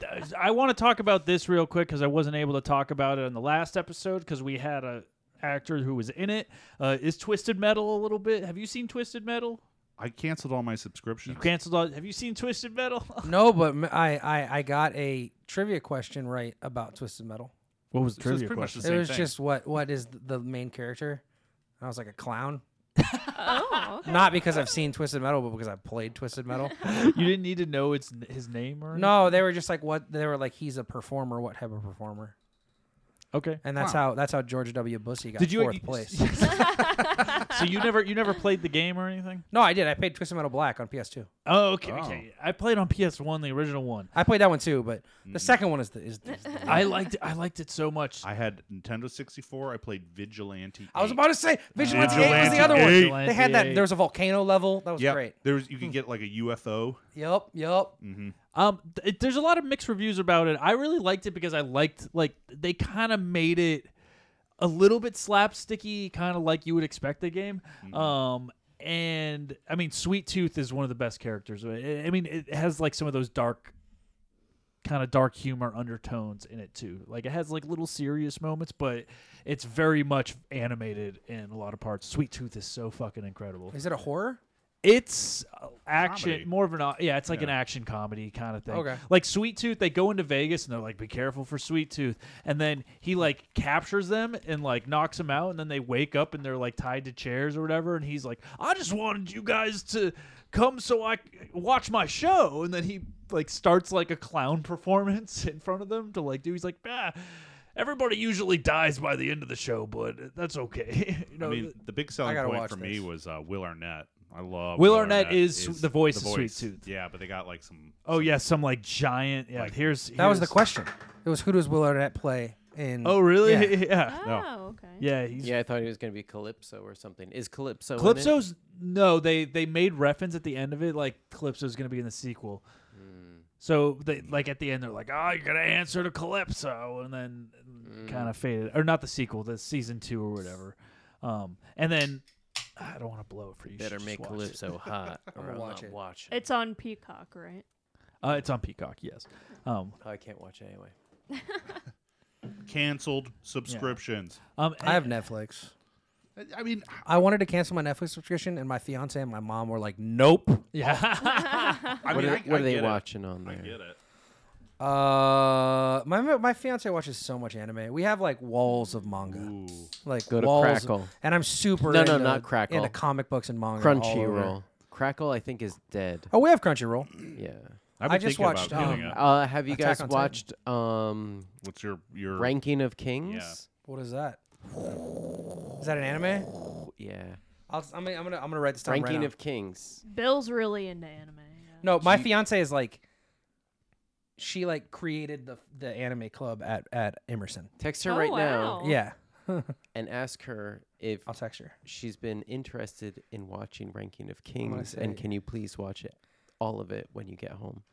Speaker 5: th- I want to talk about this real quick because I wasn't able to talk about it in the last episode because we had a actor who was in it. Uh, is Twisted Metal a little bit? Have you seen Twisted Metal?
Speaker 3: I canceled all my subscriptions.
Speaker 5: You canceled. All, have you seen Twisted Metal?
Speaker 1: no, but m- I, I I got a trivia question right about Twisted Metal.
Speaker 5: What was
Speaker 3: the So it's trivia pretty much the question?
Speaker 1: it
Speaker 3: same
Speaker 1: was
Speaker 3: thing.
Speaker 1: just what what is th- the main character? I was like a clown.
Speaker 6: oh, okay.
Speaker 1: Not because I've seen Twisted Metal, but because I played Twisted Metal.
Speaker 5: you didn't need to know it's n- his name or
Speaker 1: no, they were just like what they were like. He's a performer. What type of performer?
Speaker 5: Okay.
Speaker 1: And that's how that's how George W. Bussy got
Speaker 5: Did you-
Speaker 3: e-
Speaker 1: fourth
Speaker 5: you-
Speaker 1: place.
Speaker 5: so you never you never played the game or anything?
Speaker 1: no, I did. I played Twisted Metal Black on PS2.
Speaker 5: Oh, okay, okay. I played on PS1, the original one.
Speaker 1: I played that one too, but the second one is the is. The,
Speaker 5: I liked it. I liked it so much.
Speaker 3: I had Nintendo 64. I played Vigilante.
Speaker 1: I was
Speaker 3: 8.
Speaker 1: about to say Vigilante, 8 was
Speaker 3: Vigilante
Speaker 1: the other one.
Speaker 3: 8.
Speaker 1: They had that.
Speaker 5: Vigilante
Speaker 1: There was a volcano level. That was
Speaker 3: Yep,
Speaker 1: great.
Speaker 3: There was you could get like a UFO.
Speaker 1: Yep. Yep.
Speaker 5: Um, th- it- there's a lot of mixed reviews about it. I really liked it because I liked like they kind of made it a little bit slapsticky, kind of like you would expect the game. Um, and I mean, Sweet Tooth is one of the best characters. I I mean, it has like some of those dark kind of dark humor undertones in it too. Like it has like little serious moments, but it's very much animated in a lot of parts. Sweet Tooth is so fucking incredible.
Speaker 1: Is it a horror?
Speaker 5: It's uh, action,
Speaker 3: Comedy.
Speaker 5: more of an au- yeah. It's like an
Speaker 3: Yeah.
Speaker 5: action comedy kind of thing.
Speaker 1: Okay.
Speaker 5: Like Sweet Tooth, they go into Vegas and they're like, "Be careful for Sweet Tooth," and then he like captures them and like knocks them out, and then they wake up and they're like tied to chairs or whatever, and he's like, "I just wanted you guys to come so I c- watch my show," and then he like starts like a clown performance in front of them to like do. He's like, "Ah." Everybody usually dies by the end of the show, but that's okay. you know,
Speaker 3: I mean, the big selling
Speaker 1: gotta
Speaker 3: point
Speaker 1: watch
Speaker 3: for me
Speaker 1: this.
Speaker 3: was uh, Will Arnett. I love
Speaker 5: Will Arnett is the voice of Sweet Tooth.
Speaker 3: Yeah, but they got like some.
Speaker 5: Oh yeah, some like giant. Yeah, here's,
Speaker 1: That was the
Speaker 5: here's-
Speaker 1: question. It was who does Will Arnett play in?
Speaker 5: Oh really?
Speaker 1: Yeah.
Speaker 5: Yeah. yeah.
Speaker 6: Oh,
Speaker 3: No.
Speaker 6: okay.
Speaker 5: he's
Speaker 2: Yeah, I thought he was gonna be Calypso or something. Is Calypso? in it?
Speaker 5: Calypso's. No, they they made reference at the end of it like Calypso's gonna be in the sequel. So they like at the end they're like, oh, you're gonna answer to Calypso, and then kind of faded, or not the sequel, the season two or whatever. Um, and then I don't want to blow it for you. you
Speaker 2: Better
Speaker 5: should
Speaker 2: make
Speaker 5: just watch it.
Speaker 2: Calypso hot, or I'll
Speaker 1: watch
Speaker 2: not
Speaker 1: it.
Speaker 2: watch. it.
Speaker 6: It's on Peacock, right?
Speaker 5: Uh, it's on Peacock, yes. Um,
Speaker 2: Oh, I can't watch it anyway.
Speaker 3: canceled subscriptions.
Speaker 5: um,
Speaker 1: I have Netflix.
Speaker 3: I mean,
Speaker 1: I wanted to cancel my Netflix subscription, and my fiance and my mom were like, "Nope."
Speaker 5: yeah.
Speaker 3: I
Speaker 2: What
Speaker 3: mean,
Speaker 2: are,
Speaker 3: I-
Speaker 2: what
Speaker 3: I
Speaker 2: are they
Speaker 3: get it.
Speaker 2: watching on
Speaker 3: I
Speaker 2: there?
Speaker 3: get it.
Speaker 1: Uh, my my fiance watches so much anime. We have like walls of manga, like
Speaker 2: Go to
Speaker 1: walls.
Speaker 2: Crackle.
Speaker 1: And I'm super
Speaker 2: No, no,
Speaker 1: into,
Speaker 2: not Crackle.
Speaker 1: into comic books and manga. all over.
Speaker 2: Crunchyroll. Crackle, I think, is dead.
Speaker 1: Oh, we have Crunchyroll.
Speaker 2: Yeah.
Speaker 3: I've
Speaker 1: I
Speaker 3: been
Speaker 1: just
Speaker 3: thinking
Speaker 1: watched,
Speaker 3: About getting
Speaker 1: um,
Speaker 3: it.
Speaker 2: Uh, have you
Speaker 1: Attack
Speaker 2: guys
Speaker 1: on Titan.
Speaker 2: watched um,
Speaker 3: What's your your
Speaker 2: Ranking of Kings?
Speaker 1: What is that? Is that an anime?
Speaker 2: Yeah.
Speaker 1: I'll, s- I'm, gonna, I'm gonna I'm gonna write this down.
Speaker 2: Ranking
Speaker 1: right now.
Speaker 2: of Kings.
Speaker 6: Bill's really into anime. Yeah.
Speaker 1: No, my fiance is like, she like created the the anime club at at Emerson.
Speaker 2: Text her
Speaker 6: Oh,
Speaker 2: right
Speaker 6: wow.
Speaker 2: now
Speaker 6: Oh.
Speaker 1: Yeah,
Speaker 2: and ask her if
Speaker 1: I'll text her.
Speaker 2: she's been interested in watching Ranking of
Speaker 1: gonna
Speaker 2: Kings and
Speaker 1: say-
Speaker 2: can you please watch it, all of it, when you get home?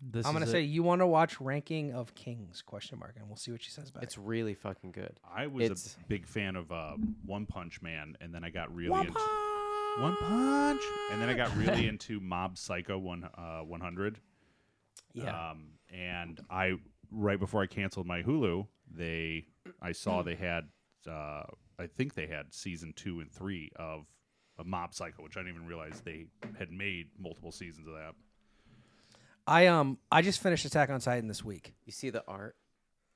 Speaker 5: This
Speaker 1: I'm gonna
Speaker 5: is
Speaker 1: say
Speaker 5: it.
Speaker 1: you want to watch Ranking of Kings question mark, and we'll see what she says back.
Speaker 2: It's really fucking good.
Speaker 3: I was
Speaker 2: It's-
Speaker 3: a big fan of uh, One Punch Man, and then I got really into One Punch, and then I got really into Mob Psycho one uh, 100.
Speaker 1: Yeah.
Speaker 3: Um, and I right before I canceled my Hulu,
Speaker 1: Hmm.
Speaker 3: they I saw they had uh, I think they had season two and three of of Mob Psycho, which I didn't even realize they had made multiple seasons of that.
Speaker 1: I um I just finished Attack on Titan this week.
Speaker 2: You see the art?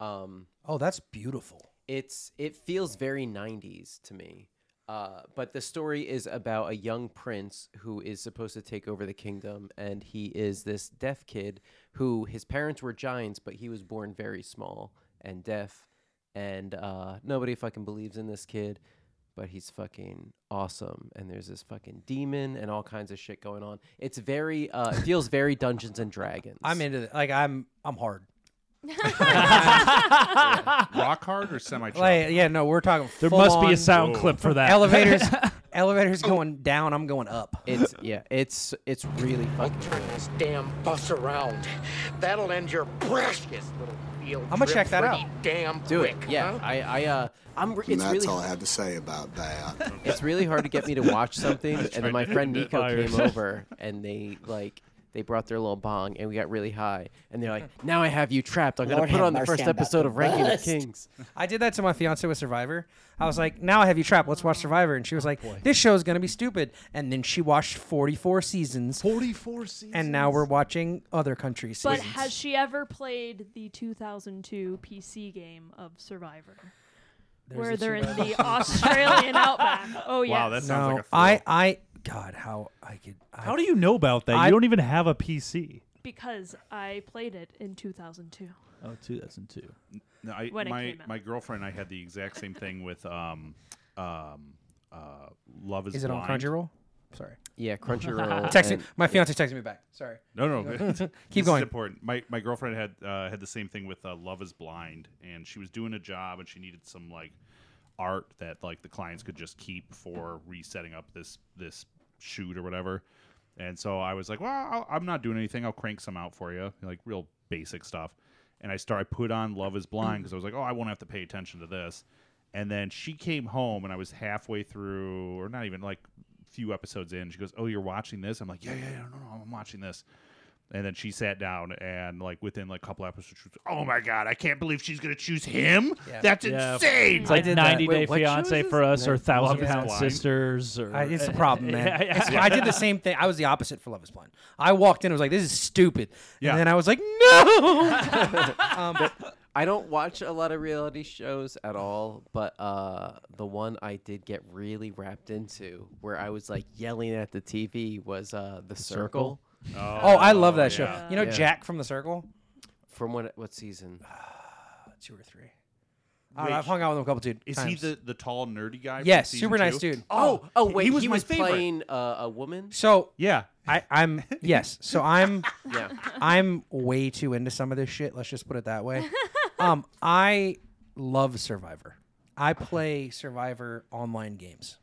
Speaker 2: Um,
Speaker 1: oh, that's beautiful.
Speaker 2: It's it feels very 90s to me. Uh, but the story is about a young prince who is supposed to take over the kingdom, and he is this deaf kid who his parents were giants, but he was born very small and deaf, and uh, nobody fucking believes in this kid. But he's fucking awesome, and there's this fucking demon and all kinds of shit going on. It's very, uh, it feels very Dungeons and Dragons.
Speaker 1: I'm into it. Like I'm I'm hard.
Speaker 3: Rock hard or semi chop?
Speaker 1: Like, yeah, no, we're talking.
Speaker 5: There must be
Speaker 1: full-on
Speaker 5: a sound clip for that.
Speaker 1: Elevators, elevators going down. I'm going up.
Speaker 2: It's yeah. It's it's really fucking.
Speaker 11: Turn this damn bus around. That'll end your precious little field
Speaker 1: I'ma
Speaker 11: trip
Speaker 1: check that
Speaker 11: pretty
Speaker 1: out.
Speaker 11: Damn
Speaker 2: Do
Speaker 11: quick.
Speaker 2: it. Yeah, I, I, uh, I'm. Re-
Speaker 12: And
Speaker 2: it's
Speaker 12: that's
Speaker 2: really,
Speaker 12: all I had to say about that.
Speaker 2: it's really hard to get me to watch something. and
Speaker 12: tried
Speaker 2: then my
Speaker 12: to end
Speaker 2: friend
Speaker 12: it
Speaker 2: Nico
Speaker 12: higher.
Speaker 2: came over, and they like they brought their little bong, and we got really high. And they're like, "Now I have you trapped. I'm
Speaker 1: Lord
Speaker 2: gonna put
Speaker 1: have
Speaker 2: on the
Speaker 1: mercy
Speaker 2: first
Speaker 1: on that
Speaker 2: episode of Ranking of
Speaker 1: bust."
Speaker 2: Kings."
Speaker 1: I did that to my fiance with Survivor. I was like, "Now I have you trapped. Let's watch Survivor." And she
Speaker 3: Oh,
Speaker 1: was like, "This show's gonna be stupid." And then she watched 44 seasons.
Speaker 3: 44 seasons.
Speaker 1: And now we're watching other countries.
Speaker 6: But has she ever played the 2002 PC game of Survivor?
Speaker 1: There's
Speaker 6: where
Speaker 1: a
Speaker 6: they're in
Speaker 1: Survivor.
Speaker 6: the Australian outback. Oh, yeah.
Speaker 3: Wow, that sounds
Speaker 1: no,
Speaker 3: like a
Speaker 1: I, I, God, how I could. I,
Speaker 5: How do you know about that?
Speaker 1: I-
Speaker 5: you don't even have a PC.
Speaker 6: Because I played it in 2002.
Speaker 5: Oh, 2002.
Speaker 3: No, I,
Speaker 6: when it
Speaker 3: my
Speaker 6: came out.
Speaker 3: my girlfriend and I had the exact same thing with um um uh Love is
Speaker 1: Is it on
Speaker 3: Blind. Uh,
Speaker 1: Crunchyroll? Sorry.
Speaker 2: Yeah,
Speaker 1: Crunchyroll Texting- and- my fiance texted me back. Sorry.
Speaker 3: No, no.
Speaker 1: Keep
Speaker 3: this is
Speaker 1: going.
Speaker 3: important. My my girlfriend had uh, had the same thing with uh, Love is Blind, and she was doing a job, and she needed some like art that like the clients could just keep for resetting up this this shoot or whatever. And so I was like, well, I'll, I'm not doing anything. I'll crank some out for you, like real basic stuff. And I start. I put on Love is Blind because I was like, oh, I won't have to pay attention to this. And then she came home, and I was halfway through, or not even like few episodes in. She goes, "Oh, you're watching this?" I'm like, "Yeah, yeah, yeah, no, no, I'm watching this." And then she sat down, and like within like a couple episodes, she was, "Oh my god, I can't believe she's gonna choose him. That's
Speaker 5: Yeah.
Speaker 3: insane!"
Speaker 5: It's like 90 Day Fiance for us or
Speaker 3: Love
Speaker 5: Thousand
Speaker 3: is
Speaker 5: Pound
Speaker 3: Blind.
Speaker 5: Sisters. Or,
Speaker 1: I, it's the problem, man. It's-
Speaker 5: Yeah.
Speaker 1: I did the same thing. I was the opposite for Love Is Blind. I walked in, I was like, "This is stupid," and
Speaker 2: Yeah.
Speaker 1: then I was like, "No."
Speaker 2: But I don't watch a lot of reality shows at all, but uh, the one I did get really wrapped into, where I was like yelling at the TV, was uh, the, Circle.
Speaker 1: Circle? Oh, I love that show. You know Jack from The Circle?
Speaker 2: From what what season?
Speaker 1: Two or three. I don't know, I've hung out with him a couple dude
Speaker 3: Is he
Speaker 1: times.
Speaker 3: the the tall nerdy guy? from
Speaker 1: Yes,
Speaker 3: season
Speaker 1: super nice
Speaker 3: two?
Speaker 1: dude.
Speaker 2: Oh, oh wait, he was,
Speaker 3: my favorite.
Speaker 2: playing uh, a woman.
Speaker 1: So
Speaker 3: yeah,
Speaker 1: I, I'm yes. So I'm
Speaker 2: Yeah.
Speaker 1: I'm way too into some of this shit. Let's just put it that way. Um, I love Survivor. I play Survivor online games.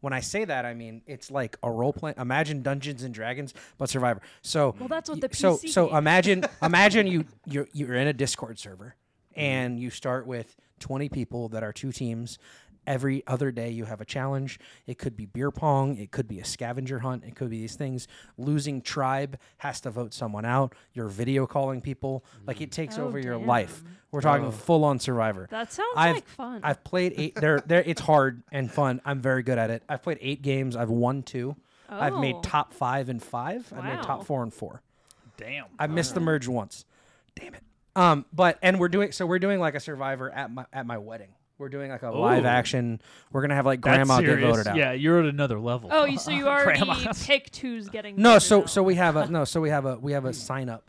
Speaker 1: When I say that, I mean it's like a role play. Imagine Dungeons and Dragons, but Survivor. So
Speaker 6: Well, that's what the
Speaker 1: so
Speaker 6: PC
Speaker 1: so
Speaker 6: game
Speaker 1: imagine imagine you you're, you're in a Discord server and you start with 20 people that are two teams. Every other day you have a challenge. It could be beer pong, it could be a scavenger hunt, it could be these things. Losing tribe has to vote someone out. You're video calling people. Like it takes
Speaker 6: Oh,
Speaker 1: over your
Speaker 6: damn.
Speaker 1: life. We're talking
Speaker 6: Oh.
Speaker 1: full on survivor.
Speaker 6: That sounds
Speaker 1: I've,
Speaker 6: like fun.
Speaker 1: I've played eight there there it's hard and fun. I'm very good at it. I've played eight games, I've won two. I've
Speaker 6: Oh.
Speaker 1: made top five and five. I've made
Speaker 6: Wow.
Speaker 1: top four and four.
Speaker 5: Damn.
Speaker 1: I missed the merge once. Damn it. Um, but and we're doing so we're doing like a survivor at my at my wedding. We're doing like a live
Speaker 5: Ooh.
Speaker 1: action. We're gonna have like
Speaker 5: That's
Speaker 1: grandma get
Speaker 5: serious.
Speaker 1: voted out.
Speaker 5: Yeah, you're at another level.
Speaker 6: Oh, you so you already
Speaker 5: Grandmas.
Speaker 6: picked who's getting
Speaker 1: No,
Speaker 6: voted
Speaker 1: so
Speaker 6: out.
Speaker 1: so we have a no, so we have a we have a sign up.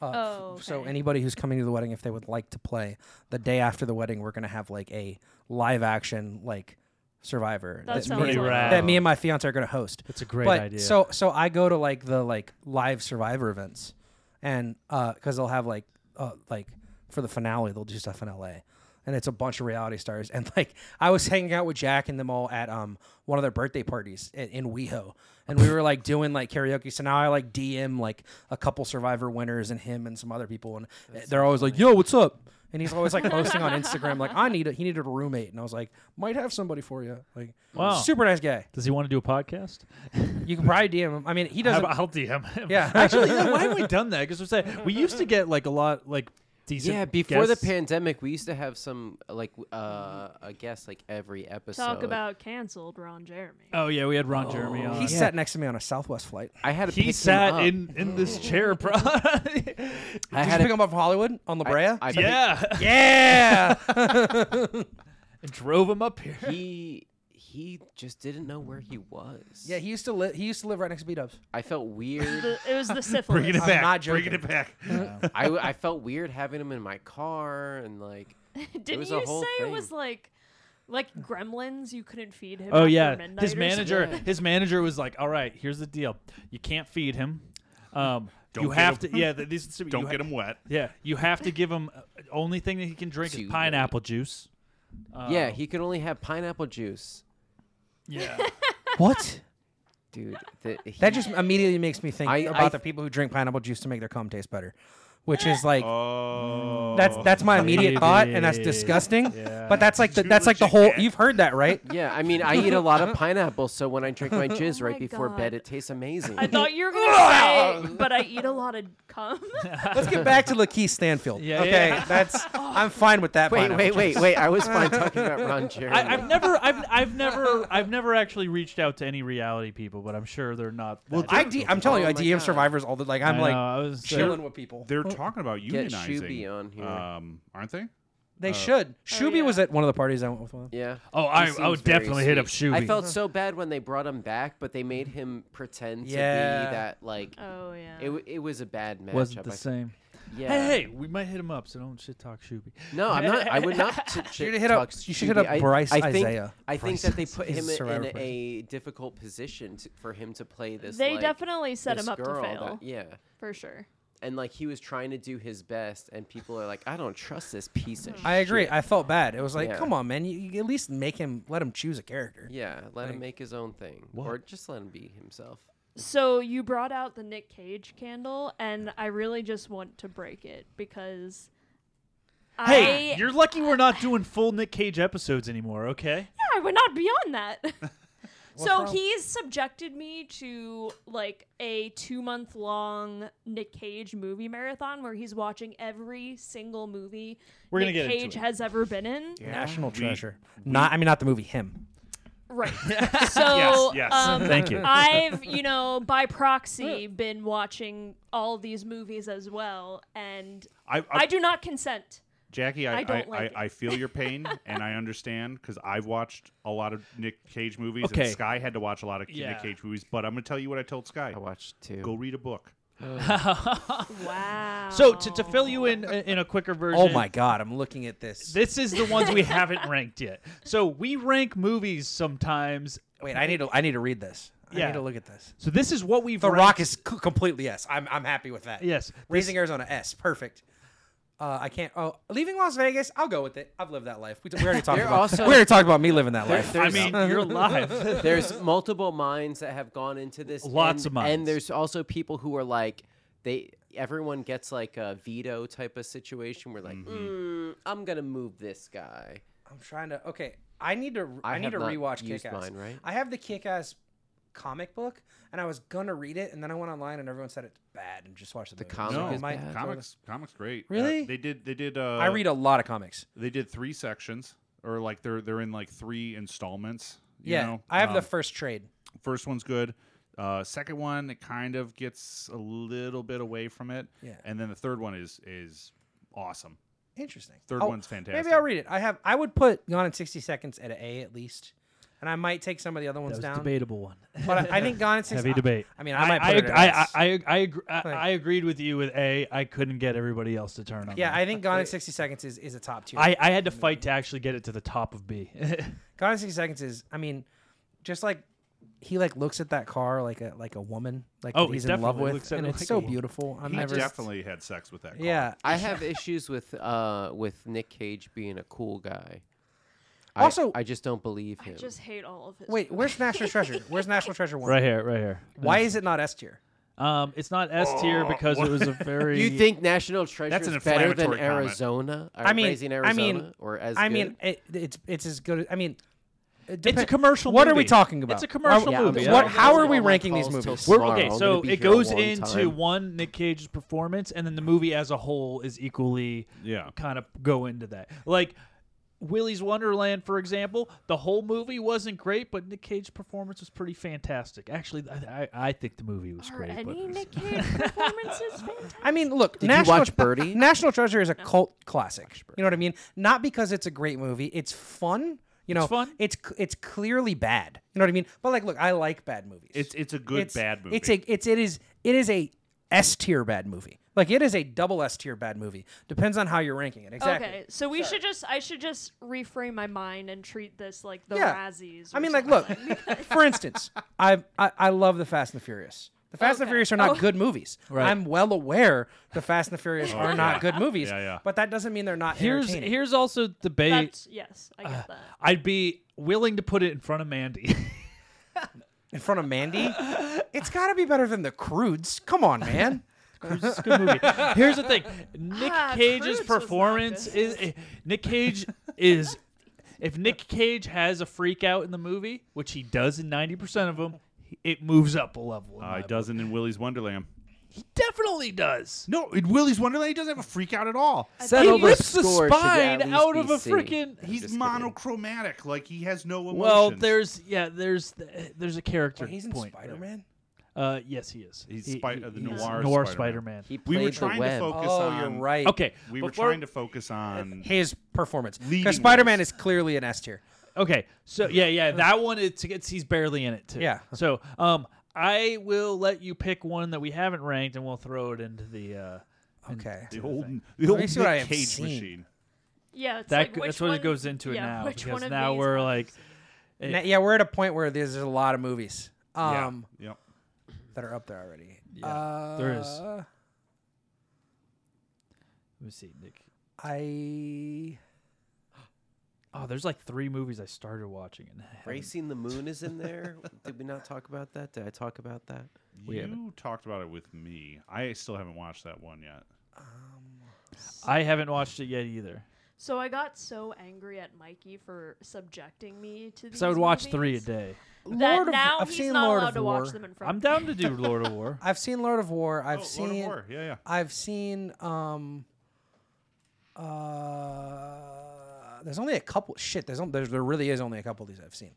Speaker 1: Uh,
Speaker 6: Oh,
Speaker 1: So anybody who's coming to the wedding, if they would like to play the day after the wedding, we're gonna have like a live action like Survivor
Speaker 5: That
Speaker 1: me
Speaker 5: sounds
Speaker 1: and-
Speaker 5: Pretty rad.
Speaker 1: that me and my fiance are gonna host. That's
Speaker 5: a great
Speaker 1: but,
Speaker 5: idea.
Speaker 1: So so I go to like the like live Survivor events, and because they'll have like uh, like for the finale they'll do stuff in L.A. And it's a bunch of reality stars. And like I was hanging out with Jack and them all at um one of their birthday parties in, in WeHo, and we were like doing like karaoke. So now I like DM like a couple Survivor winners and him and some other people, and they're always like, "Yo, what's up?" And he's always like posting on Instagram like, "I need a he needed a roommate," and I was like, "Might have somebody for you." Like,
Speaker 5: Wow.
Speaker 1: super nice guy.
Speaker 5: Does he want to do a podcast?
Speaker 1: You can probably DM him. I mean, he
Speaker 5: How
Speaker 1: doesn't.
Speaker 5: about- I'll DM him.
Speaker 1: Yeah,
Speaker 5: Actually, you know, why have we done that? Because we're saying we used to get like a lot like decent.
Speaker 2: yeah, before
Speaker 5: guests.
Speaker 2: the pandemic, we used to have some like w- uh, a guest like every episode.
Speaker 6: Talk about canceled Ron Jeremy.
Speaker 5: Oh yeah, we had Ron Jeremy on.
Speaker 1: He sat next to me on a Southwest flight.
Speaker 2: I had to Oh.
Speaker 5: He pick him sat up. in- in this chair, bro.
Speaker 1: I had to pick him up from Hollywood on La
Speaker 2: I-
Speaker 1: Brea.
Speaker 2: I
Speaker 5: yeah,
Speaker 2: picked-
Speaker 1: yeah.
Speaker 5: drove him up here.
Speaker 2: He he just didn't know where he was.
Speaker 1: yeah, he used to live. He used to live right next to B Dubs.
Speaker 2: I felt weird.
Speaker 6: The- it was the syphilis. Bringing it
Speaker 2: I'm
Speaker 6: back,
Speaker 2: not
Speaker 6: bringing
Speaker 2: joking.
Speaker 6: it back.
Speaker 2: Yeah. I, w- I felt weird having him in my car and like. it
Speaker 6: Didn't
Speaker 2: was
Speaker 6: you
Speaker 2: a whole
Speaker 6: say
Speaker 2: thing.
Speaker 6: it was like, like gremlins? You couldn't feed him.
Speaker 5: Oh
Speaker 6: after
Speaker 5: yeah,
Speaker 6: midnight
Speaker 5: his
Speaker 6: or
Speaker 5: manager.
Speaker 6: something?
Speaker 5: His manager was like, "All right, here's the deal. You can't feed him. Um,
Speaker 3: Don't
Speaker 5: you
Speaker 3: get
Speaker 5: have
Speaker 3: him-
Speaker 5: to. Yeah, th- these. you
Speaker 3: Don't get him wet.
Speaker 5: Yeah, you have to give him. Uh, only thing that he can drink
Speaker 2: Juice.
Speaker 5: is pineapple juice.
Speaker 2: yeah,
Speaker 5: Um,
Speaker 2: he could only have pineapple juice.
Speaker 5: Yeah.
Speaker 1: What?
Speaker 2: Dude, the, he,
Speaker 1: That just immediately makes me think
Speaker 2: I-
Speaker 1: about
Speaker 2: I-
Speaker 1: the people who drink pineapple juice to make their cum taste better, which is like that's that's my immediate thought, and that's disgusting. But that's like the, that's like the whole. You've heard that, right?
Speaker 2: Yeah, I mean, I eat a lot of pineapple, so when I drink my jizz
Speaker 6: Oh
Speaker 2: right
Speaker 6: my
Speaker 2: before bed,
Speaker 6: God.
Speaker 2: it tastes amazing.
Speaker 6: I thought you were gonna say, but I eat a lot of cum.
Speaker 1: Let's get back to Lakeith Stanfield.
Speaker 5: Yeah,
Speaker 1: okay,
Speaker 5: yeah.
Speaker 1: that's I'm fine with that.
Speaker 2: Wait,
Speaker 1: pineapple
Speaker 2: wait, wait,
Speaker 1: juice.
Speaker 2: wait, I was fine talking about Ron Jeremy.
Speaker 5: I, I've never, I've, I've never, I've never actually reached out to any reality people, but I'm sure they're not. Well,
Speaker 1: I D- I'm telling you, I DM survivors all the like. I'm
Speaker 5: I
Speaker 1: like
Speaker 5: know, I was-
Speaker 1: chilling
Speaker 5: They're-
Speaker 1: with people.
Speaker 3: They're talking about
Speaker 2: Get
Speaker 3: unionizing.
Speaker 2: Shuby on here.
Speaker 3: Um, aren't they?
Speaker 1: They
Speaker 3: Uh,
Speaker 1: should. Shuby was at one of the parties I went with. One.
Speaker 2: Yeah.
Speaker 5: Oh,
Speaker 2: He
Speaker 5: I- I
Speaker 2: seems
Speaker 5: would
Speaker 2: very
Speaker 5: definitely hit up
Speaker 2: sweet. I
Speaker 5: Shuby.
Speaker 2: felt so bad when they brought him back, but they made him pretend to
Speaker 5: Yeah.
Speaker 2: be that like.
Speaker 6: Oh, yeah.
Speaker 2: It, w- it was a bad matchup.
Speaker 5: wasn't the
Speaker 2: I-
Speaker 5: same.
Speaker 2: Yeah.
Speaker 5: Hey, hey, we might hit him up, so don't shit talk Shuby.
Speaker 2: No, I'm not. I would not. T- shit
Speaker 1: should hit up-
Speaker 2: talk
Speaker 1: you should hit
Speaker 2: Shuby.
Speaker 1: up Bryce
Speaker 2: I, I think,
Speaker 1: Isaiah.
Speaker 2: I think
Speaker 1: Bryce
Speaker 2: that they put
Speaker 1: Isaiah.
Speaker 2: him
Speaker 1: He's a
Speaker 2: in
Speaker 1: survivor
Speaker 2: a,
Speaker 1: person.
Speaker 2: difficult position to, for him to play this.
Speaker 6: They
Speaker 2: like,
Speaker 6: definitely set
Speaker 2: this
Speaker 6: him up to
Speaker 2: girl
Speaker 6: fail.
Speaker 2: that- yeah.
Speaker 6: for sure.
Speaker 2: And like he was trying to do his best, and people are like, "I don't trust this piece of."
Speaker 1: I agree.
Speaker 2: shit."
Speaker 1: I felt bad. It was like,
Speaker 2: Yeah.
Speaker 1: come on, man. You, you at least make him let him choose a character.
Speaker 2: Yeah, let
Speaker 1: Like-
Speaker 2: him make his own thing, or just let him be himself.
Speaker 6: So you brought out the Nick Cage candle, and I really just want to break it because.
Speaker 5: Hey,
Speaker 6: I,
Speaker 5: you're lucky we're not doing full Nick Cage episodes anymore, okay?
Speaker 6: Yeah, we're not beyond that. so
Speaker 5: wrong?
Speaker 6: he's subjected me to like a two month long Nick Cage movie marathon where he's watching every single movie
Speaker 5: We're gonna
Speaker 6: Nick
Speaker 5: get into
Speaker 6: Cage
Speaker 5: it.
Speaker 6: has ever been in.
Speaker 1: National treasure. Not. I mean, not the movie. Him.
Speaker 6: Right. So
Speaker 1: yes.
Speaker 6: Um,
Speaker 1: Thank you.
Speaker 6: I've, you know, by proxy been watching all these movies as well, and
Speaker 3: I-
Speaker 6: I,
Speaker 3: I-
Speaker 6: do not consent.
Speaker 3: Jackie, I
Speaker 6: I
Speaker 3: I, I,
Speaker 6: don't like
Speaker 3: I, feel your pain and I understand because I've watched a lot of Nick Cage movies.
Speaker 5: Okay.
Speaker 3: And Sky had to watch a lot of
Speaker 5: Yeah.
Speaker 3: Nick Cage movies, but I'm gonna tell you what I told Sky. I
Speaker 2: watched two.
Speaker 3: Go read a book.
Speaker 6: wow.
Speaker 5: So to, to fill you in in a quicker version.
Speaker 1: Oh my God! I'm looking at this.
Speaker 5: This is the ones we haven't ranked yet. So we rank movies sometimes.
Speaker 1: Wait, I need to. I need to read this. I
Speaker 5: Yeah.
Speaker 1: need to look at this.
Speaker 5: So this is what we've
Speaker 1: The
Speaker 5: ranked-
Speaker 1: Rock is c- completely yes. I'm. I'm happy with that.
Speaker 5: Yes.
Speaker 1: Raising Arizona S. Perfect. Uh, I can't. Oh, leaving Las Vegas. I'll go with it. I've lived that life. We, t- we already talked
Speaker 2: They're
Speaker 1: about.
Speaker 2: also-
Speaker 1: we already talked about me living that
Speaker 2: There-
Speaker 1: life.
Speaker 2: there's- there's
Speaker 1: There's.
Speaker 2: multiple minds that have gone into this.
Speaker 5: Lots
Speaker 2: and,
Speaker 5: of minds.
Speaker 2: And there's also people who are like they. Everyone gets like a veto type of situation where like,
Speaker 5: Mm-hmm.
Speaker 2: mm, I'm gonna move this guy.
Speaker 1: I'm trying to. Okay. I need to.
Speaker 2: I
Speaker 1: I, need
Speaker 2: have
Speaker 1: to
Speaker 2: not
Speaker 1: rewatch
Speaker 2: used
Speaker 1: Kick Ass.
Speaker 2: mine, right?
Speaker 1: I have the Kick Ass comic book, and I was gonna read it, and then I went online, and everyone said it's bad, and just watched the, movie.
Speaker 2: comic
Speaker 1: So
Speaker 2: is
Speaker 1: I might
Speaker 2: bad.
Speaker 1: enjoy
Speaker 3: Comics, comics, great. Uh,
Speaker 1: Really?
Speaker 3: they did. They did.
Speaker 1: the-
Speaker 3: Uh,
Speaker 1: I read a lot of comics.
Speaker 3: They did three sections, or like they're they're in like three installments. You
Speaker 1: yeah,
Speaker 3: know?
Speaker 1: I have the
Speaker 3: Um,
Speaker 1: first trade.
Speaker 3: First one's good. Uh, second one, it kind of gets a little bit away from it.
Speaker 1: Yeah.
Speaker 3: And then the third one is is awesome.
Speaker 1: Interesting.
Speaker 3: Third
Speaker 1: Oh,
Speaker 3: one's fantastic.
Speaker 1: Maybe I'll read it. I have. I would put Gone in sixty seconds at a A at least, and I might take some of the other ones
Speaker 5: was
Speaker 1: down.
Speaker 5: debatable one.
Speaker 1: But I, I think Gone in sixty.
Speaker 5: Heavy debate.
Speaker 1: I mean, I might put
Speaker 5: I,
Speaker 1: it. at
Speaker 5: I,
Speaker 1: S.
Speaker 5: I, I, I, agr- I,
Speaker 1: Like-
Speaker 5: I agreed with you with A. I couldn't get everybody else to turn on.
Speaker 1: yeah,
Speaker 5: that.
Speaker 1: I think Gone in sixty seconds is, is a top tier.
Speaker 5: I, I had to fight to actually get it to the top of B.
Speaker 1: Gone in sixty seconds is. I mean, just like he like looks at that car like a like a woman like
Speaker 5: Oh,
Speaker 1: that
Speaker 5: he
Speaker 1: he's in love
Speaker 5: definitely
Speaker 1: with,
Speaker 5: looks at
Speaker 1: and
Speaker 5: it
Speaker 1: it's
Speaker 5: like a
Speaker 1: so
Speaker 5: woman.
Speaker 1: beautiful. I'm
Speaker 3: He
Speaker 1: never
Speaker 3: definitely had sex with that. Car.
Speaker 1: Yeah.
Speaker 2: I have issues with uh with Nick Cage being a cool guy. I-
Speaker 1: Also-
Speaker 2: I, just don't believe him.
Speaker 6: I just hate all of his.
Speaker 1: Wait, where's National Treasure? Where's National Treasure one?
Speaker 5: right here, right here.
Speaker 1: Why is it not S tier?
Speaker 5: Um, it's not S
Speaker 1: Oh,
Speaker 5: tier because it was a very.
Speaker 2: you think National Treasure
Speaker 3: That's
Speaker 2: is
Speaker 3: an
Speaker 2: better than
Speaker 3: inflammatory comment.
Speaker 2: Arizona? Or
Speaker 1: I mean,
Speaker 2: Raising Arizona
Speaker 1: I mean,
Speaker 2: or as
Speaker 1: I
Speaker 2: good?
Speaker 1: mean, it, it's it's as good. As, I mean, it
Speaker 5: It's a
Speaker 1: depen-
Speaker 5: commercial.
Speaker 1: What are
Speaker 5: movie.
Speaker 1: we talking about?
Speaker 5: It's a commercial
Speaker 1: Why-
Speaker 5: movie.
Speaker 1: What, how are we ranking these movies?
Speaker 5: We're- okay, so it goes into one Nick Cage's performance, and then the movie as a whole is equally
Speaker 3: Yeah.
Speaker 5: kind of go into that. Like Willy's Wonderland, for example, the whole movie wasn't great, but Nick Cage's performance was pretty fantastic. Actually, I, I, I think the movie was great. but-
Speaker 6: Any Nick Cage performances?
Speaker 1: I mean, look,
Speaker 5: Did you
Speaker 1: National,
Speaker 5: watch Birdie?
Speaker 1: National Treasure is a cult classic. You know what I mean? Not because it's a great movie. It's fun. You know,
Speaker 5: It's fun.
Speaker 1: It's c- it's clearly bad. You know what I mean? But like, look, I like bad movies.
Speaker 3: It's it's a good
Speaker 1: It's-
Speaker 3: bad movie.
Speaker 1: It's a it's it is it is a S tier bad movie. Like it is a double S tier bad movie. Depends on how you're ranking it. Exactly.
Speaker 6: Okay, so we should just I should just reframe my mind and treat this like the
Speaker 1: Yeah.
Speaker 6: Razzies.
Speaker 1: I
Speaker 6: or
Speaker 1: mean, like,
Speaker 6: something.
Speaker 1: look, for instance, I've, I I love the Fast and the Furious. The Fast and the
Speaker 6: Okay.
Speaker 1: Furious are not
Speaker 6: Oh.
Speaker 1: good movies.
Speaker 5: Right.
Speaker 1: I'm well aware the Fast and the Furious
Speaker 5: Oh,
Speaker 1: are
Speaker 5: yeah.
Speaker 1: not good movies.
Speaker 5: Yeah, yeah.
Speaker 1: But that doesn't mean they're not
Speaker 5: Here's
Speaker 1: entertaining.
Speaker 5: here's also debate.
Speaker 6: That's, yes, I get
Speaker 5: uh,
Speaker 6: that.
Speaker 5: I'd be willing to put it in front of Mandy.
Speaker 1: in front of Mandy. It's got to be better than the Crudes. Come on, man.
Speaker 5: Crudes is a good movie. Here's the thing: Nick
Speaker 1: Ah, Crudes was
Speaker 5: Cage's
Speaker 1: not
Speaker 5: performance is eh, Nick Cage is. If Nick Cage has a freak out in the movie, which he does in ninety percent of them, it moves up a level. in
Speaker 3: Uh,
Speaker 5: my
Speaker 3: it doesn't in Willy's Wonderland.
Speaker 5: He definitely does.
Speaker 3: No, in Willy's Wonderland, he doesn't have a freak out at all.
Speaker 5: Settle He the rips the score should at spine least out be of a C. frickin'- I'm
Speaker 3: He's
Speaker 5: just kidding.
Speaker 3: monochromatic. Like he has no emotions.
Speaker 5: Well, there's yeah, there's th- there's a character.
Speaker 1: Wait, he's in
Speaker 5: point there.
Speaker 1: Spider-Man?
Speaker 5: Uh, yes, he is.
Speaker 3: He's
Speaker 5: He-
Speaker 3: Spi-
Speaker 5: he-
Speaker 3: uh, the
Speaker 5: he's
Speaker 3: noir
Speaker 5: noir
Speaker 3: Spider-Man.
Speaker 5: Spider-Man.
Speaker 3: He We were played the trying to web. focus
Speaker 1: oh,
Speaker 3: on-
Speaker 1: you're right.
Speaker 5: Okay,
Speaker 3: we were
Speaker 5: before-
Speaker 3: trying to focus on
Speaker 1: his performance
Speaker 3: leading
Speaker 1: because Spider-Man is clearly an S tier.
Speaker 5: Okay, so yeah, yeah, that one it's, it's he's barely in it too.
Speaker 1: Yeah.
Speaker 5: So um, I will let you pick one that we haven't ranked, and we'll throw it into the. Uh,
Speaker 1: okay.
Speaker 5: The
Speaker 3: old,
Speaker 1: the Let me old see what Nick I have Cage seen.
Speaker 3: machine.
Speaker 6: Yeah, it's
Speaker 5: that
Speaker 6: like,
Speaker 5: go-
Speaker 6: which
Speaker 5: that's what
Speaker 6: one-
Speaker 5: it goes into
Speaker 6: yeah,
Speaker 5: now
Speaker 6: Which
Speaker 5: because
Speaker 6: one of
Speaker 5: now
Speaker 6: these
Speaker 5: we're
Speaker 6: ones?
Speaker 5: like, it-
Speaker 1: Na- yeah, we're at a point where there's a lot of movies.
Speaker 5: Yeah,
Speaker 1: Um,
Speaker 3: yep.
Speaker 1: That are up there already.
Speaker 5: Yeah, there is.
Speaker 1: Uh,
Speaker 5: let me see, Nick.
Speaker 1: I
Speaker 5: Oh, there's like three movies I started watching and I haven't-
Speaker 2: Racing the Moon is in there. Did we not talk about that? Did I talk about that?
Speaker 5: We haven't.
Speaker 3: You talked about it with me. I still haven't watched that one yet.
Speaker 5: I haven't watched it yet either.
Speaker 6: So I got so angry at Mikey for subjecting me to these.
Speaker 5: Because I would watch
Speaker 6: movies
Speaker 5: three a day.
Speaker 6: That
Speaker 1: Lord of-
Speaker 6: now
Speaker 1: I've
Speaker 6: he's
Speaker 1: seen
Speaker 6: not
Speaker 1: Lord
Speaker 6: allowed
Speaker 1: of
Speaker 6: to
Speaker 1: War.
Speaker 6: watch them in front.
Speaker 5: I'm down to do Lord of War.
Speaker 1: I've seen Lord of War. I've
Speaker 3: Oh,
Speaker 1: seen
Speaker 3: Lord of War. Yeah, yeah.
Speaker 1: I've seen um uh there's only a couple shit, there's only, there's, there really is only a couple of these I've seen.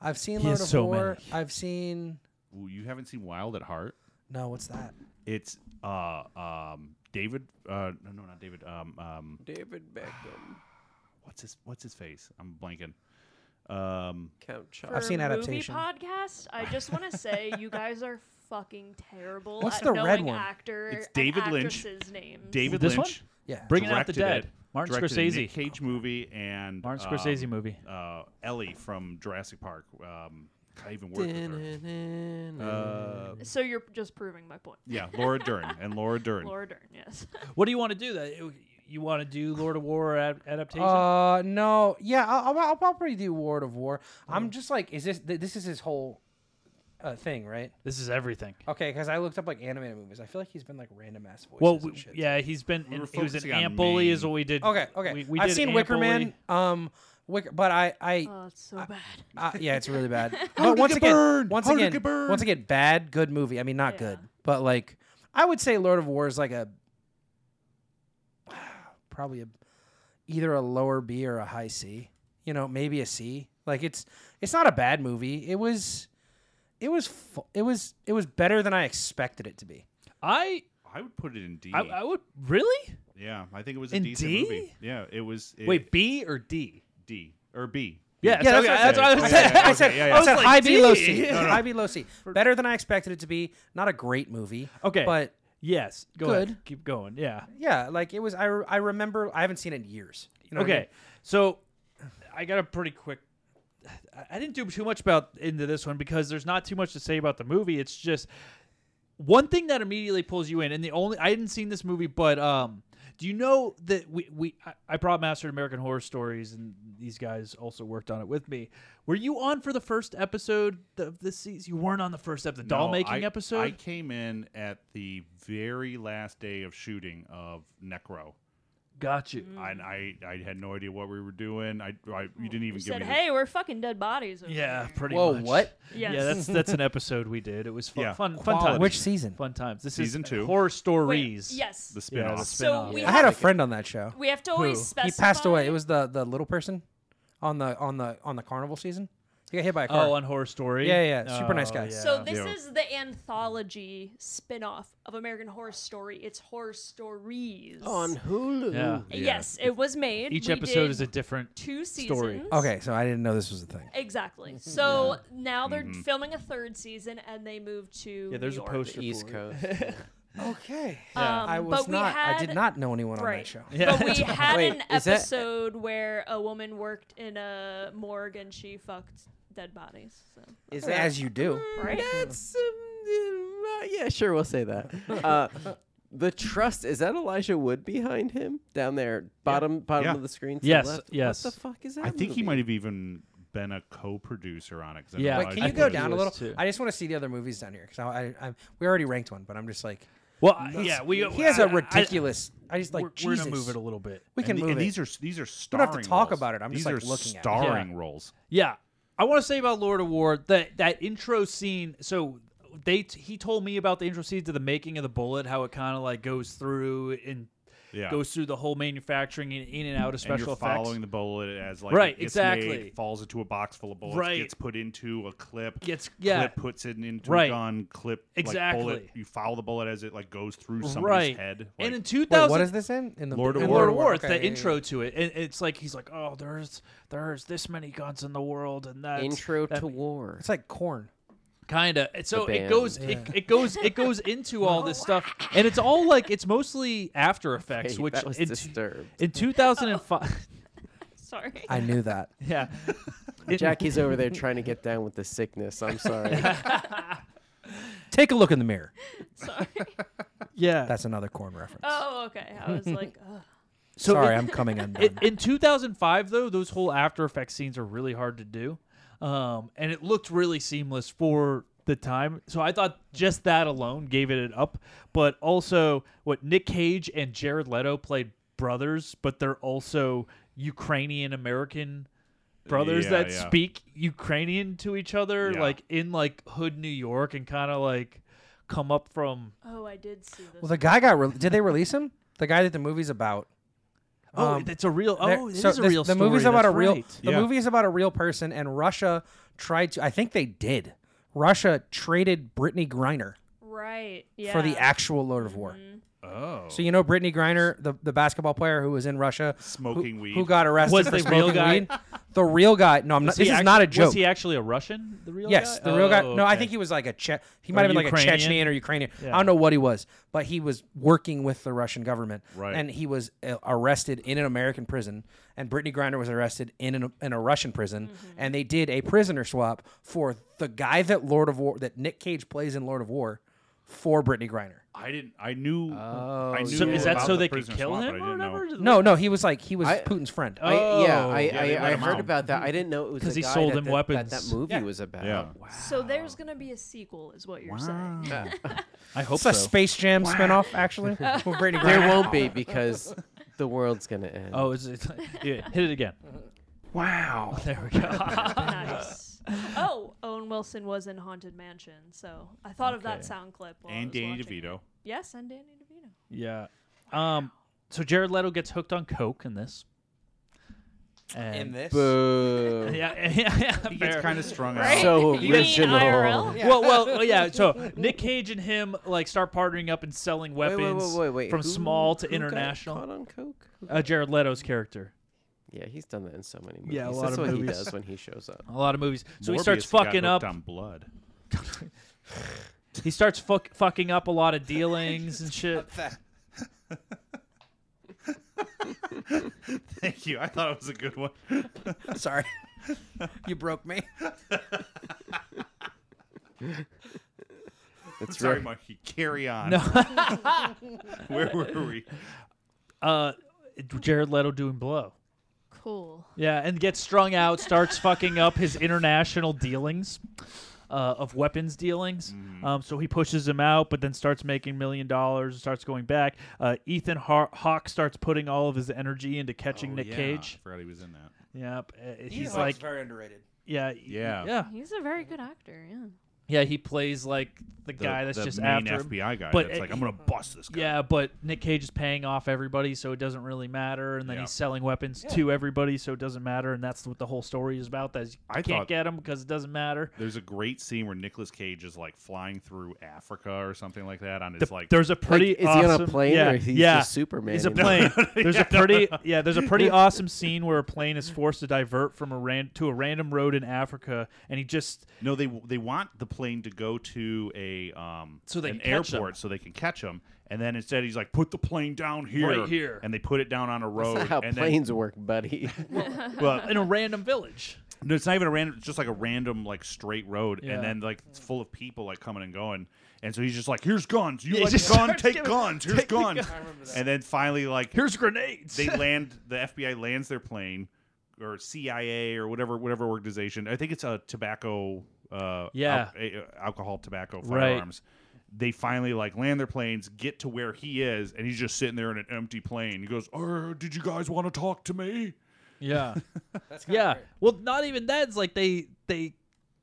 Speaker 1: I've seen
Speaker 5: He
Speaker 1: Lord
Speaker 5: has
Speaker 1: of
Speaker 5: so
Speaker 1: War. I've seen
Speaker 3: Ooh, you haven't seen Wild at Heart?
Speaker 1: No, what's that?
Speaker 3: It's uh um David uh no no not David um um
Speaker 2: David Beckham.
Speaker 3: what's his what's his face? I'm blanking. Um
Speaker 2: Count Chocula.
Speaker 6: For
Speaker 1: I've seen
Speaker 6: a
Speaker 1: adaptation.
Speaker 6: Movie podcast. I just want to say you guys are fucking terrible
Speaker 1: What's
Speaker 6: at
Speaker 1: the
Speaker 6: knowing
Speaker 1: red one?
Speaker 6: actor
Speaker 3: It's David
Speaker 6: and
Speaker 3: Lynch.
Speaker 6: actresses' names.
Speaker 3: David
Speaker 5: This one?
Speaker 3: Lynch.
Speaker 1: Yeah.
Speaker 5: Bringing Out the
Speaker 3: directed
Speaker 5: Dead. Martin
Speaker 3: directed a
Speaker 5: Scorsese.
Speaker 3: Nick Cage movie and
Speaker 5: Martin
Speaker 3: um,
Speaker 5: Scorsese movie.
Speaker 3: Uh Ellie from Jurassic Park. Um I even worked with her. Uh,
Speaker 6: So you're just proving my point.
Speaker 3: yeah, Laura Dern and Laura Dern.
Speaker 6: Laura Dern, yes.
Speaker 5: What do you want to do? That you want to do Lord of War ad- adaptation?
Speaker 1: Uh no, yeah, I'll, I'll, I'll probably do Lord of War. I'm just like, is this th- this is his whole uh, thing, right?
Speaker 5: this is everything.
Speaker 1: Okay, because I looked up like animated movies. I feel like he's been like random ass voices.
Speaker 5: Well,
Speaker 1: and
Speaker 5: we,
Speaker 1: shit.
Speaker 5: yeah, he's been.
Speaker 3: We
Speaker 5: in-
Speaker 3: were
Speaker 5: he was in
Speaker 3: focusing on
Speaker 5: Ampoli, is
Speaker 3: Maine.
Speaker 5: what we did.
Speaker 1: Okay, okay.
Speaker 5: We, we
Speaker 1: I've
Speaker 5: did
Speaker 1: seen Wicker
Speaker 5: Ampoli.
Speaker 1: Man. Um, Wicker, but I, I,
Speaker 6: Oh, it's so bad.
Speaker 1: uh, yeah, it's really bad. but
Speaker 3: How to
Speaker 1: once
Speaker 3: get
Speaker 1: again,
Speaker 3: burned,
Speaker 1: once
Speaker 3: how to
Speaker 1: again,
Speaker 3: get burned.
Speaker 1: once again, bad, good movie. I mean, not
Speaker 6: Yeah.
Speaker 1: good, but like, I would say Lord of War is like a probably a either a lower B or a high C. You know, maybe a C. Like it's it's not a bad movie. It was it was fu- it was it was better than I expected it to be.
Speaker 5: I,
Speaker 3: I would put it in D.
Speaker 5: I I would really
Speaker 3: yeah, I think it was a
Speaker 5: In
Speaker 3: decent
Speaker 5: D?
Speaker 3: movie. Yeah, it was it,
Speaker 5: wait B or D.
Speaker 3: D or B.
Speaker 5: Yeah,
Speaker 1: Yeah,
Speaker 5: okay,
Speaker 1: that's,
Speaker 5: that's
Speaker 1: what I
Speaker 5: what
Speaker 1: said.
Speaker 5: I
Speaker 1: I
Speaker 5: was
Speaker 1: said,
Speaker 3: yeah,
Speaker 5: yeah.
Speaker 1: I
Speaker 5: I
Speaker 1: said
Speaker 5: was like,
Speaker 1: high B, low C.
Speaker 5: "Dang." No, no.
Speaker 1: High B, low C. Better than I expected it to be. Not a great movie.
Speaker 5: Okay.
Speaker 1: But
Speaker 5: yes, go ahead.
Speaker 1: Good.
Speaker 5: Keep going. Yeah.
Speaker 1: yeah, like it was. I, re- I remember. I haven't seen it in years. You know what I
Speaker 5: okay.
Speaker 1: mean?
Speaker 5: So I got a pretty quick. I- I didn't do too much about into this one because there's not too much to say about the movie. It's just one thing that immediately pulls you in, and the only I hadn't seen this movie, but um, do you know that we we I, I brought mastered American Horror Stories, and these guys also worked on it with me. Were you on for the first episode of this season? You weren't on the first episode, the doll
Speaker 3: No,
Speaker 5: making
Speaker 3: I-
Speaker 5: episode.
Speaker 3: I came in at the very last day of shooting of Necro.
Speaker 5: Got you.
Speaker 3: And I, I had no idea what we were doing. I, I you didn't even give
Speaker 6: Said,
Speaker 3: me.
Speaker 6: hey, we're fucking dead bodies. over
Speaker 5: Yeah,
Speaker 6: here."
Speaker 5: pretty
Speaker 1: Whoa,
Speaker 5: much.
Speaker 1: what?
Speaker 5: Yeah,
Speaker 6: Yes.
Speaker 5: that's that's an episode we did. It was fun.
Speaker 3: Yeah.
Speaker 5: Fun, fun
Speaker 1: Quality.
Speaker 5: times.
Speaker 1: Which season?
Speaker 5: Fun times. This
Speaker 3: Season
Speaker 5: is
Speaker 3: two.
Speaker 5: Horror
Speaker 6: Wait,
Speaker 5: stories.
Speaker 6: yes.
Speaker 3: The
Speaker 5: Yeah,
Speaker 3: spin-off.
Speaker 5: the
Speaker 6: So
Speaker 5: spin-off.
Speaker 6: we
Speaker 1: I had a
Speaker 6: have-
Speaker 1: friend on that show.
Speaker 6: We have to always
Speaker 1: He
Speaker 6: specify.
Speaker 1: passed away. It was the the little person on the on the on the carnival season. He got hit by a car.
Speaker 5: Oh, on Horror Story. Oh,
Speaker 1: Yeah, yeah, yeah. Super nice guy.
Speaker 6: So this
Speaker 3: Yeah.
Speaker 6: is the anthology spin-off of American Horror Story. It's horror stories.
Speaker 1: Oh,
Speaker 2: on Hulu.
Speaker 5: Yeah.
Speaker 6: Yes, it was made.
Speaker 5: Each
Speaker 6: We
Speaker 5: episode
Speaker 6: did
Speaker 5: is a different
Speaker 6: two
Speaker 5: story.
Speaker 6: seasons.
Speaker 1: Okay, so I didn't know this was a thing.
Speaker 6: Exactly. So now they're filming a third season, and they moved to
Speaker 5: Mm-hmm. Yeah, there's
Speaker 6: New
Speaker 5: a
Speaker 6: York.
Speaker 5: poster.
Speaker 2: East
Speaker 5: for it.
Speaker 2: Coast.
Speaker 1: Okay.
Speaker 6: Yeah. Um,
Speaker 1: I was
Speaker 6: but we
Speaker 1: not. I did
Speaker 6: had-
Speaker 1: not know anyone on that show.
Speaker 6: But we had
Speaker 2: Wait,
Speaker 6: an
Speaker 2: is that-
Speaker 6: episode where a woman worked in a morgue and she fucked dead bodies. So.
Speaker 2: Is
Speaker 1: I mean, As you do.
Speaker 6: Right?
Speaker 2: That's um, uh, yeah, sure, we'll say that. Uh, the trust is that Elijah Wood behind him down there, bottom bottom
Speaker 3: Yeah.
Speaker 2: of the screen. to the
Speaker 5: Yes,
Speaker 2: left?
Speaker 5: yes.
Speaker 2: What the fuck is that?
Speaker 3: I think
Speaker 2: movie?
Speaker 3: he might have even been a co-producer on it. 'cause I
Speaker 5: Yeah.
Speaker 3: know
Speaker 5: Wait,
Speaker 1: Can
Speaker 5: I
Speaker 1: you
Speaker 3: Elijah
Speaker 5: think
Speaker 1: go
Speaker 5: he
Speaker 3: Wood-
Speaker 1: down a
Speaker 5: was
Speaker 1: little?
Speaker 5: too.
Speaker 1: I just want to see the other movies down here because I, I, I we already ranked one, but I'm just like
Speaker 5: Well, I- yeah, we.
Speaker 1: he has a
Speaker 5: I- I-
Speaker 1: ridiculous. I, just like
Speaker 5: we're, we're
Speaker 1: Jesus.
Speaker 5: gonna move it a little bit.
Speaker 1: We can
Speaker 3: and, the-
Speaker 1: move
Speaker 3: and
Speaker 1: it.
Speaker 3: these are these are
Speaker 1: We
Speaker 3: starring.
Speaker 1: don't have to talk
Speaker 3: roles.
Speaker 1: about it. I'm just,
Speaker 3: these
Speaker 1: like,
Speaker 3: are
Speaker 1: looking at it.
Speaker 3: starring
Speaker 5: Yeah.
Speaker 3: roles.
Speaker 5: Yeah, I want to say about Lord of War that that intro scene. So they he told me about the intro scene to the making of the bullet, how it kind of like goes through and
Speaker 3: Yeah.
Speaker 5: goes through the whole manufacturing and in and out of special
Speaker 3: and you're
Speaker 5: effects.
Speaker 3: following the bullet as like
Speaker 5: Right,
Speaker 3: it gets
Speaker 5: exactly.
Speaker 3: made, falls into a box full of bullets,
Speaker 5: Right.
Speaker 3: gets put into a clip,
Speaker 5: Gets- yeah.
Speaker 3: clip puts it into
Speaker 5: Right.
Speaker 3: a gun, clip
Speaker 5: Exactly.
Speaker 3: Like bullet, you follow the bullet as it like goes through somebody's
Speaker 5: right,
Speaker 3: head.
Speaker 5: and in
Speaker 3: like-
Speaker 5: two
Speaker 1: Wait,
Speaker 5: thousand,
Speaker 1: what is this in? In the
Speaker 3: Lord of
Speaker 1: in
Speaker 5: And
Speaker 3: War.
Speaker 5: Lord of War, it's
Speaker 1: okay,
Speaker 5: that
Speaker 1: yeah,
Speaker 5: intro to it, and it's like he's like, "Oh, there's there's this many guns in the world, and that's
Speaker 2: intro
Speaker 5: that
Speaker 2: to war.
Speaker 1: yeah. It's like corn.
Speaker 5: kind of so
Speaker 2: The
Speaker 5: it
Speaker 2: band.
Speaker 5: goes it, it goes it goes into all this stuff and it's all like it's mostly after effects
Speaker 2: Hey,
Speaker 5: which
Speaker 2: that was
Speaker 5: in,
Speaker 2: disturbed.
Speaker 5: in 2005
Speaker 6: Sorry.
Speaker 1: I knew that.
Speaker 5: yeah It-
Speaker 2: Jackie's over there trying to get down with the sickness. I'm sorry.
Speaker 1: Take a look in the mirror.
Speaker 6: Sorry.
Speaker 5: yeah
Speaker 1: That's another corn reference.
Speaker 6: Oh, okay. I was like, ugh.
Speaker 5: so
Speaker 1: Sorry,
Speaker 5: it-
Speaker 1: I'm coming undone.
Speaker 5: it- in 2005 though those whole after effects scenes are really hard to do um and it looked really seamless for the time so i thought just that alone gave it an up but also what nick cage and jared leto played brothers but they're also ukrainian american brothers
Speaker 3: Yeah,
Speaker 5: that
Speaker 3: yeah.
Speaker 5: speak ukrainian to each other
Speaker 3: Yeah.
Speaker 5: like in like hood new york and kind of like come up from
Speaker 6: oh, I did see this.
Speaker 1: well, the guy got. Re- did they release him? The guy that the movie's about.
Speaker 5: oh
Speaker 1: Um,
Speaker 5: that's a real
Speaker 1: There-
Speaker 5: oh it is
Speaker 1: so
Speaker 5: a
Speaker 1: this-
Speaker 5: real
Speaker 1: the
Speaker 5: story.
Speaker 1: movie's about
Speaker 5: That's
Speaker 1: a real
Speaker 5: right.
Speaker 1: the
Speaker 3: Yeah.
Speaker 1: movie is about a real person and russia tried to i think they did russia traded brittany griner
Speaker 6: right. Yeah.
Speaker 1: for the actual lord of war
Speaker 3: oh,
Speaker 1: so you know brittany griner the, the basketball player who was in russia who-
Speaker 3: Smoking
Speaker 1: who,
Speaker 3: weed.
Speaker 1: got arrested
Speaker 5: Was
Speaker 1: for
Speaker 5: the real
Speaker 1: smoking
Speaker 5: guy-
Speaker 1: weed the real guy no i'm not
Speaker 5: he
Speaker 1: this is
Speaker 5: act-
Speaker 1: not a joke
Speaker 5: Was he actually a Russian? The real
Speaker 1: yes
Speaker 5: guy?
Speaker 1: the real guy
Speaker 5: Oh,
Speaker 1: no i
Speaker 5: okay.
Speaker 1: think he was like a Che- he
Speaker 5: Or
Speaker 1: might have been like a
Speaker 5: Ukrainian?
Speaker 1: chechnyan or ukrainian
Speaker 5: Yeah.
Speaker 1: i don't know what he was but he was working with the russian government
Speaker 3: Right.
Speaker 1: and he was uh, arrested in an american prison and brittany grinder was arrested in, an, in a russian prison and they did a prisoner swap for the guy that lord of war that nick cage plays in lord of war for brittany grinder
Speaker 3: I didn't. I knew. I knew
Speaker 5: So is that
Speaker 3: about
Speaker 5: so
Speaker 3: the
Speaker 5: they could
Speaker 3: prisoner
Speaker 5: kill
Speaker 3: swap, but
Speaker 5: him
Speaker 3: I
Speaker 5: or
Speaker 3: didn't know.
Speaker 5: whatever?
Speaker 1: no no he was like he was
Speaker 2: I-
Speaker 1: putin's friend
Speaker 2: I, yeah,
Speaker 5: Oh.
Speaker 2: I,
Speaker 5: Yeah,
Speaker 2: I,
Speaker 3: they let
Speaker 2: I
Speaker 3: him
Speaker 2: heard
Speaker 3: out.
Speaker 2: about that. I didn't know it was
Speaker 5: 'Cause
Speaker 2: the
Speaker 5: he
Speaker 2: guy
Speaker 5: sold
Speaker 2: that
Speaker 5: him
Speaker 2: the-
Speaker 5: weapons.
Speaker 2: That, that movie
Speaker 1: Yeah.
Speaker 2: was about.
Speaker 3: Yeah.
Speaker 2: Wow.
Speaker 6: So there's gonna be a sequel, is what you're saying.
Speaker 5: I hope
Speaker 1: it's a space jam spinoff actually with brittany
Speaker 2: There
Speaker 1: Griner.
Speaker 2: won't be because the world's gonna end.
Speaker 5: Oh, is it, yeah, hit it again. Wow. There we go.
Speaker 6: nice. Oh, Owen Wilson was in Haunted Mansion, so I thought of that sound clip. While I
Speaker 3: And
Speaker 6: was
Speaker 3: Danny
Speaker 6: watching it.
Speaker 3: DeVito.
Speaker 6: Yes, and Danny DeVito.
Speaker 5: yeah. Um. So Jared Leto gets hooked on coke in this. And
Speaker 1: in this
Speaker 2: Boo.
Speaker 5: Yeah, yeah, yeah.
Speaker 3: He gets
Speaker 5: fair.
Speaker 3: kind of strung out.
Speaker 6: Right?
Speaker 2: So
Speaker 6: You mean
Speaker 2: original.
Speaker 6: IRL?
Speaker 5: Well, well, well, yeah. So Nick Cage and him like start partnering up and selling
Speaker 2: Wait,
Speaker 5: weapons
Speaker 2: wait, wait, wait, wait.
Speaker 5: from
Speaker 2: Who-
Speaker 5: small to
Speaker 2: who got Caught
Speaker 5: international.
Speaker 2: on coke. Who-
Speaker 5: Uh, Jared Leto's character.
Speaker 2: Yeah, he's done that in so many movies.
Speaker 5: Yeah, a lot
Speaker 2: That's
Speaker 5: of
Speaker 2: what he
Speaker 5: movies.
Speaker 2: does when he shows up.
Speaker 5: A lot of movies. So he
Speaker 3: Morbius
Speaker 5: starts
Speaker 3: got
Speaker 5: fucking up.
Speaker 3: hooked on blood.
Speaker 5: He starts fuck, fucking up a lot of dealings and shit.
Speaker 3: Thank you. I thought it was a good one.
Speaker 1: sorry you broke me
Speaker 2: It's very
Speaker 3: Sorry, Mikey. Carry on.
Speaker 5: No.
Speaker 3: Where were we?
Speaker 5: Uh, Jared Leto doing blow.
Speaker 6: Cool.
Speaker 5: Yeah, and gets strung out, starts fucking up his international dealings. uh, of weapons dealings. Um, so he pushes him out, but then starts making million dollars, starts going back. Uh, Ethan Haw- Hawke starts putting all of his energy into catching Nick Cage.
Speaker 3: Forgot he was in that.
Speaker 5: Yep, uh, he's
Speaker 1: Hawke's
Speaker 5: like
Speaker 1: very underrated.
Speaker 5: Yeah, y-
Speaker 3: Yeah.
Speaker 5: yeah.
Speaker 6: He's a very good actor. Yeah.
Speaker 5: Yeah, he plays like the,
Speaker 3: The-
Speaker 5: guy that's
Speaker 3: the
Speaker 5: just
Speaker 3: main
Speaker 5: after him.
Speaker 3: FBI guy
Speaker 5: But
Speaker 3: that's
Speaker 5: it-
Speaker 3: like, "I'm gonna bust this guy."
Speaker 5: Yeah, but Nick Cage is paying off everybody, so it doesn't really matter. And then
Speaker 3: Yeah.
Speaker 5: he's selling weapons to everybody, so it doesn't matter. And that's what the whole story is about. That is you
Speaker 3: I
Speaker 5: can't
Speaker 3: thought-
Speaker 5: get him because it doesn't matter.
Speaker 3: There's a great scene where Nicolas Cage is like flying through Africa or something like that on his
Speaker 5: The-
Speaker 3: like.
Speaker 5: there's a pretty
Speaker 2: is he on
Speaker 5: awesome,
Speaker 2: a plane
Speaker 5: yeah,
Speaker 2: or he's just
Speaker 5: yeah,
Speaker 2: Superman
Speaker 5: He's a
Speaker 2: and he-
Speaker 5: plane. There's a
Speaker 3: Yeah.
Speaker 5: pretty yeah. There's a pretty awesome scene where a plane is forced to divert from a ran- to a random road in Africa, and he just
Speaker 3: No, they they want the plane to go to a um
Speaker 5: So they
Speaker 3: an
Speaker 5: can catch 'em.
Speaker 3: airport so they can catch him, and then instead he's like, "Put the plane down here,
Speaker 5: Right here.
Speaker 3: and they put it down on a road.
Speaker 2: That's not how
Speaker 3: and then-
Speaker 2: planes work, buddy.
Speaker 3: well,
Speaker 5: in a random village.
Speaker 3: no, it's not even a random, it's just like a random like straight road,
Speaker 5: Yeah.
Speaker 3: and then like it's full of people like coming and going, and so he's just like, "Here's guns, you
Speaker 5: Yeah, he
Speaker 3: like
Speaker 5: just
Speaker 3: gun,
Speaker 5: starts
Speaker 3: take
Speaker 5: giving-
Speaker 3: guns, here's
Speaker 5: take the
Speaker 3: guns,"
Speaker 5: gun. I remember that.
Speaker 3: and then finally like,
Speaker 5: Here's grenades.
Speaker 3: They land the FBI lands their plane or CIA or whatever whatever organization. I think it's a tobacco. Uh,
Speaker 5: Yeah.
Speaker 3: al- a- alcohol, tobacco,
Speaker 5: Right.
Speaker 3: firearms. They finally like land their planes, get to where he is, and he's just sitting there in an empty plane. He goes, "Oh, did you guys want to talk to me?"
Speaker 5: Yeah. yeah. Well, not even that. It's like they they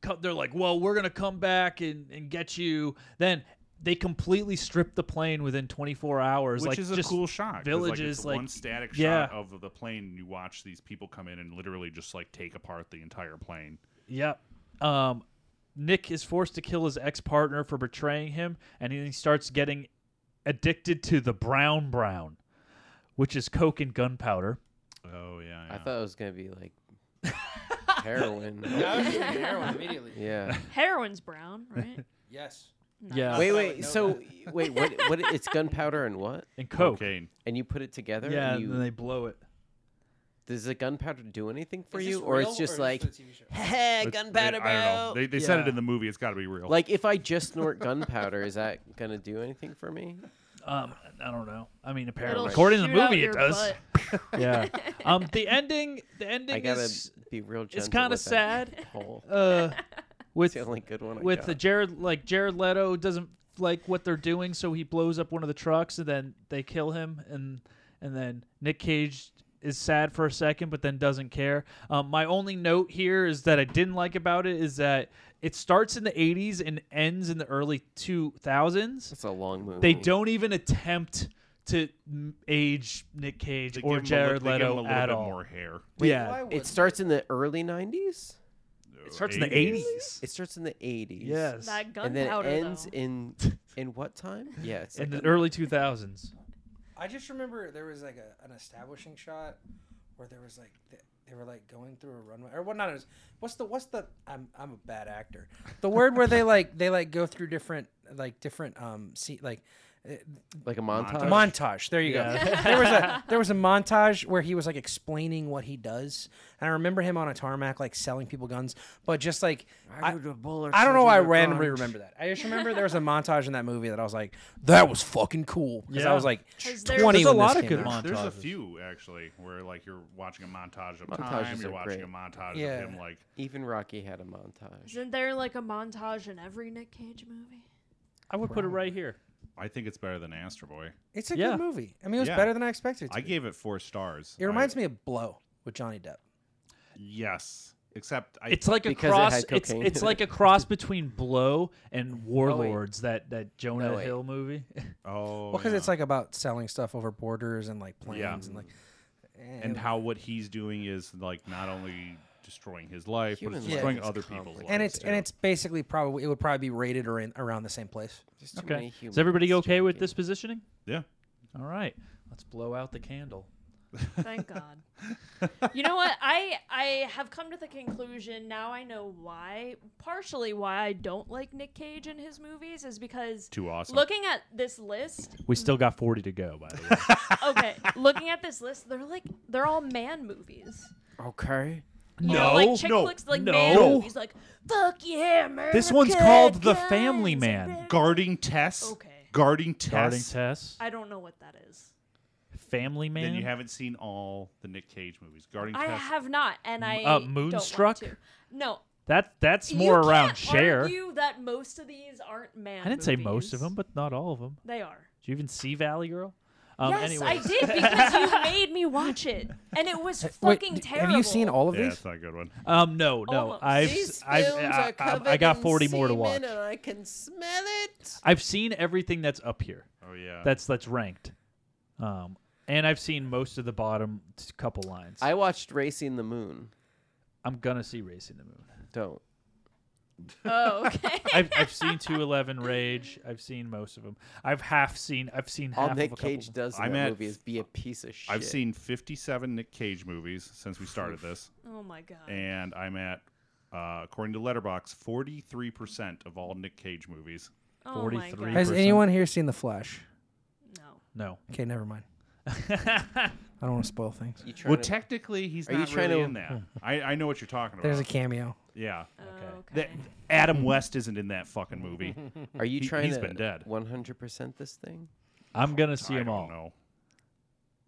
Speaker 5: co- they're like, well, we're gonna come back and and get you. Then they completely strip the plane within 24 hours,
Speaker 3: Which
Speaker 5: like
Speaker 3: is a
Speaker 5: just
Speaker 3: cool shot. 'cause, like,
Speaker 5: Villages
Speaker 3: it's
Speaker 5: like,
Speaker 3: one static
Speaker 5: yeah,
Speaker 3: shot of the plane. and You watch these people come in and literally just like take apart the entire plane.
Speaker 5: Yep. Um, Nick is forced to kill his ex partner for betraying him, and he starts getting addicted to the brown brown, which is coke and gunpowder.
Speaker 3: Oh yeah,
Speaker 2: I thought it was gonna be like heroin.
Speaker 1: I was thinking heroin immediately.
Speaker 2: Yeah.
Speaker 6: Heroin's brown, right?
Speaker 1: Yes.
Speaker 5: Yeah.
Speaker 2: Wait,
Speaker 1: that I
Speaker 2: wait.
Speaker 1: would know
Speaker 2: So wait, what? What? It's gunpowder and what?
Speaker 5: And coke.
Speaker 3: Cocaine.
Speaker 2: And you put it together.
Speaker 5: Yeah,
Speaker 2: And
Speaker 5: and
Speaker 2: you,
Speaker 5: then they blow it.
Speaker 2: does the gunpowder do anything for
Speaker 1: Is
Speaker 2: you,
Speaker 1: this
Speaker 2: or it's
Speaker 1: real
Speaker 2: just
Speaker 1: or
Speaker 2: like,
Speaker 1: is this a TV show?
Speaker 2: hey,
Speaker 3: It's-
Speaker 2: gunpowder,
Speaker 3: they- I
Speaker 2: bro.
Speaker 3: don't know. They, they said it
Speaker 5: Yeah.
Speaker 3: in the movie. It's got to be real.
Speaker 2: Like if I just snort gunpowder, is that gonna do anything for me?
Speaker 5: Um, I don't know. I mean, apparently,
Speaker 6: It'll
Speaker 5: according to the
Speaker 6: shoot out
Speaker 5: movie, it
Speaker 6: your
Speaker 5: does. yeah. Um, the ending. The ending
Speaker 2: I gotta
Speaker 5: is
Speaker 2: be real gentle.
Speaker 5: it's kind of
Speaker 2: with that
Speaker 5: sad.
Speaker 2: Hole.
Speaker 5: Uh, with
Speaker 2: It's the only good one. I
Speaker 5: with
Speaker 2: got.
Speaker 5: the Jared like Jared Leto doesn't like what they're doing, so he blows up one of the trucks, and then they kill him, and and then Nick Cage is sad for a second, but then doesn't care. Um, my only note here is that I didn't like about it is that it starts in the '80s and ends in the early 2000s.
Speaker 2: It's a long movie.
Speaker 5: They don't even attempt to m- age Nick Cage
Speaker 3: They give
Speaker 5: or
Speaker 3: him a li-
Speaker 5: Jared
Speaker 3: they give him a
Speaker 5: Leto
Speaker 3: little
Speaker 5: at
Speaker 3: bit
Speaker 5: all.
Speaker 3: more hair.
Speaker 5: yeah,
Speaker 2: It starts in the early '90s.
Speaker 5: it starts in the
Speaker 3: 80s.
Speaker 5: '80s.
Speaker 2: It starts in the '80s.
Speaker 5: Yes,
Speaker 6: That
Speaker 2: And then it
Speaker 6: gunpowder
Speaker 2: ends
Speaker 6: though.
Speaker 2: in in what time? Yeah, it's
Speaker 5: in
Speaker 2: like
Speaker 5: the early 2000s.
Speaker 1: I just remember there was like a, an establishing shot where there was like th- they were like going through a runway or what not it was what's the what's the I'm I'm a bad actor. The word where they like they like go through different like different um see like
Speaker 2: like a montage.
Speaker 1: a montage. There you
Speaker 5: Yeah.
Speaker 1: go. there was a there was a montage where he was like explaining what he does, and I remember him on a tarmac like selling people guns, but just like I, I don't know why I randomly remember that. I just remember there was a montage in that movie that I was like, that was fucking cool because
Speaker 5: Yeah.
Speaker 1: I was like
Speaker 6: 'Cause there's-
Speaker 1: twenty.
Speaker 5: There's a
Speaker 1: when this
Speaker 5: lot of
Speaker 1: came
Speaker 5: good
Speaker 1: out.
Speaker 5: mon-
Speaker 3: There's a
Speaker 5: Montages.
Speaker 3: few actually where like you're watching a montage of time,
Speaker 2: Montages
Speaker 3: you're
Speaker 2: are
Speaker 3: watching
Speaker 2: great.
Speaker 3: a montage
Speaker 1: Yeah.
Speaker 3: of him like
Speaker 2: Even Rocky had a montage.
Speaker 6: Isn't there like a montage in every Nick Cage movie?
Speaker 5: I would put it right here.
Speaker 3: I think it's better than Astro Boy.
Speaker 1: It's a
Speaker 5: Yeah.
Speaker 1: good movie. I mean, it was
Speaker 3: Yeah.
Speaker 1: better than I expected. It to
Speaker 3: I
Speaker 1: be.
Speaker 3: gave it four stars.
Speaker 1: It reminds me of Blow with Johnny Depp.
Speaker 3: Yes, except I,
Speaker 5: It's like a
Speaker 2: Because it
Speaker 5: cross.
Speaker 2: had
Speaker 5: it's
Speaker 2: cocaine
Speaker 5: it's
Speaker 2: in Oh,
Speaker 5: like a cross between Blow and Warlords, that that Jonah
Speaker 2: No, wait.
Speaker 5: Hill movie.
Speaker 3: oh
Speaker 1: Well, because
Speaker 3: yeah.
Speaker 1: it's like about selling stuff over borders and like planes
Speaker 3: Yeah.
Speaker 5: Mm,
Speaker 1: and like.
Speaker 3: and how what he's doing is like not only destroying his life, but
Speaker 2: Human
Speaker 3: it's
Speaker 1: life
Speaker 3: destroying
Speaker 2: is
Speaker 3: other
Speaker 2: complex.
Speaker 3: people's lives.
Speaker 1: And it's and
Speaker 3: too.
Speaker 1: it's basically probably it would probably be rated or in, around the same place.
Speaker 2: Just too many
Speaker 5: okay,
Speaker 2: humans
Speaker 5: is everybody okay with
Speaker 2: drinking.
Speaker 5: this positioning?
Speaker 3: yeah.
Speaker 5: All right, let's blow out the candle.
Speaker 6: Thank God. you know what? I I have come to the conclusion now I know why partially why I don't like Nick Cage in his movies is because
Speaker 3: Too awesome.
Speaker 6: looking at this list,
Speaker 5: We still got forty to go, by the way.
Speaker 6: okay, looking at this list, they're like they're all man movies.
Speaker 2: Okay.
Speaker 6: You
Speaker 5: No,
Speaker 6: know, like chick
Speaker 5: no,
Speaker 6: flicks, like man
Speaker 5: no.
Speaker 6: movies, like fuck yeah, America.
Speaker 5: This one's called The
Speaker 6: guns,
Speaker 5: Family Man.
Speaker 6: America."
Speaker 3: guarding Tess.
Speaker 6: Okay.
Speaker 3: Guarding Tess.
Speaker 5: Starting Tess,
Speaker 6: I don't know what that is.
Speaker 5: Family Man.
Speaker 3: Then you haven't seen all the Nick Cage movies. Guarding
Speaker 6: I
Speaker 3: Tess.
Speaker 6: have not, and I
Speaker 5: uh,
Speaker 6: don't want
Speaker 5: Moonstruck?
Speaker 6: to. No,
Speaker 5: That that's more
Speaker 6: you
Speaker 5: around
Speaker 6: can't
Speaker 5: share.
Speaker 6: argue that most of these aren't man.
Speaker 5: I didn't say most of them, but not all of them.
Speaker 6: They are.
Speaker 5: Did you even see Valley Girl? Um,
Speaker 6: yes, I
Speaker 5: anyways.
Speaker 6: did because you made me watch it, and it was fucking terrible.
Speaker 3: yeah, That's not a good one.
Speaker 5: Um, no, no.
Speaker 3: Almost.
Speaker 5: I've,
Speaker 3: These
Speaker 5: I've,
Speaker 3: films
Speaker 5: I,
Speaker 3: are
Speaker 5: I- I
Speaker 3: covered
Speaker 5: got
Speaker 3: in
Speaker 5: 40 more to watch.
Speaker 2: And I can smell it.
Speaker 5: I've seen everything that's up here.
Speaker 3: Oh yeah.
Speaker 5: That's that's ranked. Um, and I've seen most of the bottom t- couple lines.
Speaker 2: I watched Racing the Moon.
Speaker 5: I'm gonna see Racing the Moon.
Speaker 2: Don't.
Speaker 6: Oh, okay.
Speaker 5: I've, I've seen 211 Rage. I've seen most of them. I've half seen. I've seen half
Speaker 2: All
Speaker 5: of
Speaker 2: Nick
Speaker 5: a couple
Speaker 2: Cage
Speaker 5: of 'em.
Speaker 2: does in
Speaker 3: I'm
Speaker 2: that
Speaker 3: at-
Speaker 2: movie is be a piece of shit.
Speaker 3: I've seen 57 Nick Cage movies since we started this.
Speaker 6: Oh my God.
Speaker 3: And I'm at, uh, according to Letterbox, 43% of all Nick Cage movies.
Speaker 6: Oh my God. 43%.
Speaker 1: Has anyone here seen The Flash?
Speaker 5: No.
Speaker 1: Okay, never mind. I don't want to spoil things.
Speaker 3: Well, technically, he's
Speaker 1: Are you
Speaker 3: not
Speaker 1: trying
Speaker 3: really
Speaker 1: to-
Speaker 3: in that. I, I know what you're talking about.
Speaker 1: There's a cameo.
Speaker 3: Yeah.
Speaker 6: Oh,
Speaker 3: Okay. Adam West isn't in that fucking movie.
Speaker 2: Are you
Speaker 3: He-
Speaker 2: trying
Speaker 3: He's
Speaker 2: to
Speaker 3: been dead.
Speaker 2: 100% this thing?
Speaker 5: I'm gonna see them all.
Speaker 3: No.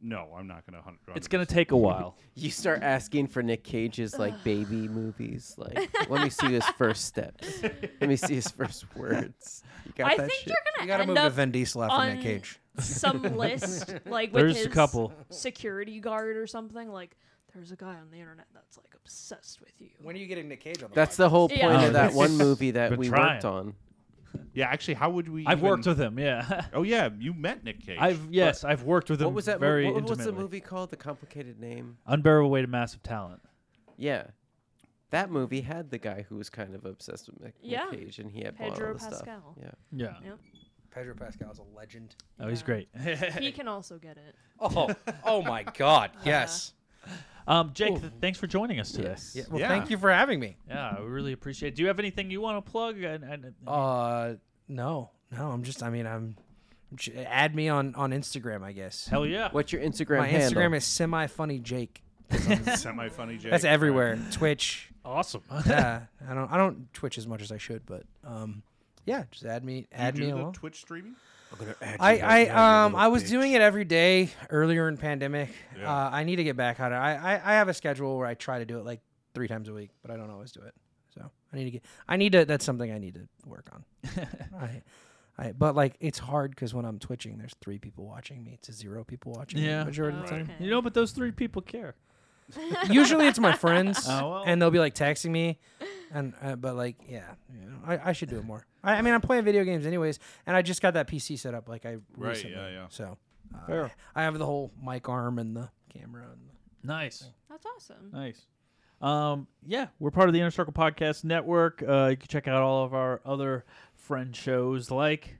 Speaker 3: No, I'm not gonna. Hunt,
Speaker 5: It's gonna take a while.
Speaker 2: You start asking for Nick Cage's like baby movies. Like, let me see his first steps. Let me see his first words. You got
Speaker 6: I
Speaker 2: that
Speaker 6: think
Speaker 2: shit?
Speaker 6: you're gonna end up on
Speaker 2: that
Speaker 6: some list like
Speaker 2: There's
Speaker 6: with
Speaker 2: a
Speaker 6: his
Speaker 2: couple.
Speaker 6: security guard or something. Like there's a guy on the internet that's like obsessed with you.
Speaker 1: When are you getting Nick Cage on
Speaker 2: That's the whole point
Speaker 6: Yeah.
Speaker 2: of
Speaker 1: Oh,
Speaker 2: that one movie that
Speaker 3: Been
Speaker 2: we
Speaker 3: trying.
Speaker 2: worked on.
Speaker 3: Yeah, actually, how would we?
Speaker 5: I've
Speaker 3: even-
Speaker 5: worked with him. Yeah.
Speaker 3: Oh yeah, you met Nick Cage.
Speaker 5: I've yes, I've worked with him.
Speaker 2: What was that? mo-
Speaker 5: Very
Speaker 2: what, what's the
Speaker 5: intimately.
Speaker 2: movie called? The complicated name.
Speaker 5: Unbearable weight of massive talent.
Speaker 2: Yeah, that movie had the guy who was kind of obsessed with Nick, Nick
Speaker 6: Yeah.
Speaker 2: Cage, and he had bought all
Speaker 6: Pedro
Speaker 2: the stuff.
Speaker 6: Pascal.
Speaker 2: Yeah.
Speaker 5: Yeah.
Speaker 6: Yep.
Speaker 1: Pedro Pascal is a legend.
Speaker 5: Oh, he's great.
Speaker 6: he can also get it.
Speaker 1: Oh, oh my God! Yes.
Speaker 5: Um, Jake, th- thanks for joining us today.
Speaker 1: Yes. Yeah, well, thank you for having me.
Speaker 5: Yeah, we really appreciate. it. Do you have anything you want to plug? And, and,
Speaker 1: Uh, no, no. I'm just. I mean, I'm. j- Add me on on Instagram, I guess.
Speaker 5: Hell yeah.
Speaker 2: What's your Instagram
Speaker 1: My
Speaker 2: handle?
Speaker 1: Instagram is semi funny Jake.
Speaker 3: semi funny Jake.
Speaker 1: That's everywhere. Twitch.
Speaker 5: Awesome.
Speaker 1: yeah, I don't. I don't Twitch as much as I should, but um, yeah. Just add me.
Speaker 3: You
Speaker 1: Add
Speaker 3: do
Speaker 1: me
Speaker 3: the
Speaker 1: along.
Speaker 3: Twitch streaming.
Speaker 1: I, I um I was doing it every day earlier in pandemic.
Speaker 3: Yeah.
Speaker 1: Uh, I need to get back on it. I, I I have a schedule where I try to do it like three times a week, but I don't always do it. So I need to get. I need to. That's something I need to work on. I, I but like it's hard because when I'm twitching, there's three people watching me to zero people watching. me
Speaker 5: Yeah.
Speaker 1: the majority
Speaker 6: Oh,
Speaker 1: of the time.
Speaker 5: You know, but those three people care.
Speaker 1: Usually it's my friends,
Speaker 5: Oh, well.
Speaker 1: and they'll be like texting me, and uh, but like yeah, you know, I, I should do it more. I, I mean I'm playing video games anyways, and I just got that PC set up like I
Speaker 3: Right,
Speaker 1: recently,
Speaker 3: yeah, yeah.
Speaker 1: So uh,
Speaker 5: Fair.
Speaker 1: I have the whole mic arm and the camera. And
Speaker 5: Nice.
Speaker 6: That's awesome.
Speaker 5: Nice. Um, yeah, we're part of the Inner Circle Podcast Network. Uh, you can check out all of our other friend shows like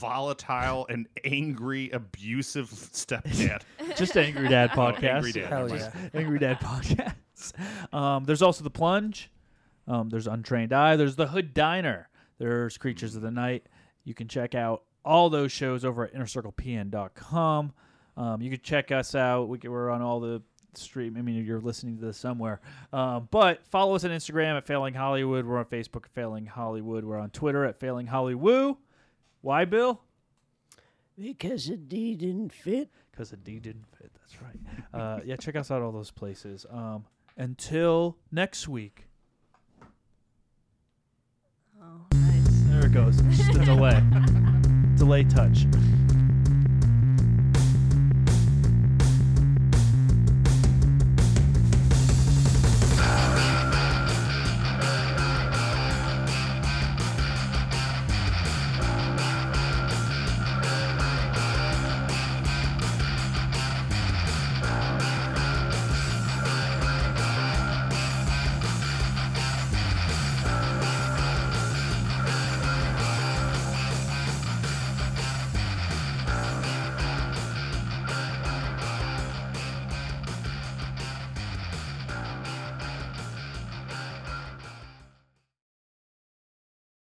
Speaker 3: Volatile and angry, abusive stepdad.
Speaker 5: just Angry Dad
Speaker 3: Oh,
Speaker 5: Podcast.
Speaker 3: Angry Dad.
Speaker 1: Hell
Speaker 3: never
Speaker 1: yeah.
Speaker 3: mind.
Speaker 5: Angry Dad Podcast. Um, there's also The Plunge. Um, there's Untrained Eye. There's The Hood Diner. There's Creatures of the Night. You can check out all those shows over at innercirclepn.com. Um, you can check us out. We, can- we're on all the stream. I mean, you're listening to this somewhere. Um, but follow us on Instagram at Failing Hollywood. We're on Facebook at Failing Hollywood. We're on Twitter at Failing Hollywood. Why, Bill?
Speaker 13: Because a D didn't fit.
Speaker 5: because the D didn't fit. That's right. Uh, yeah, check us out all those places. Um, until next week.
Speaker 6: Oh,
Speaker 5: There it goes. Just a delay. delay touch.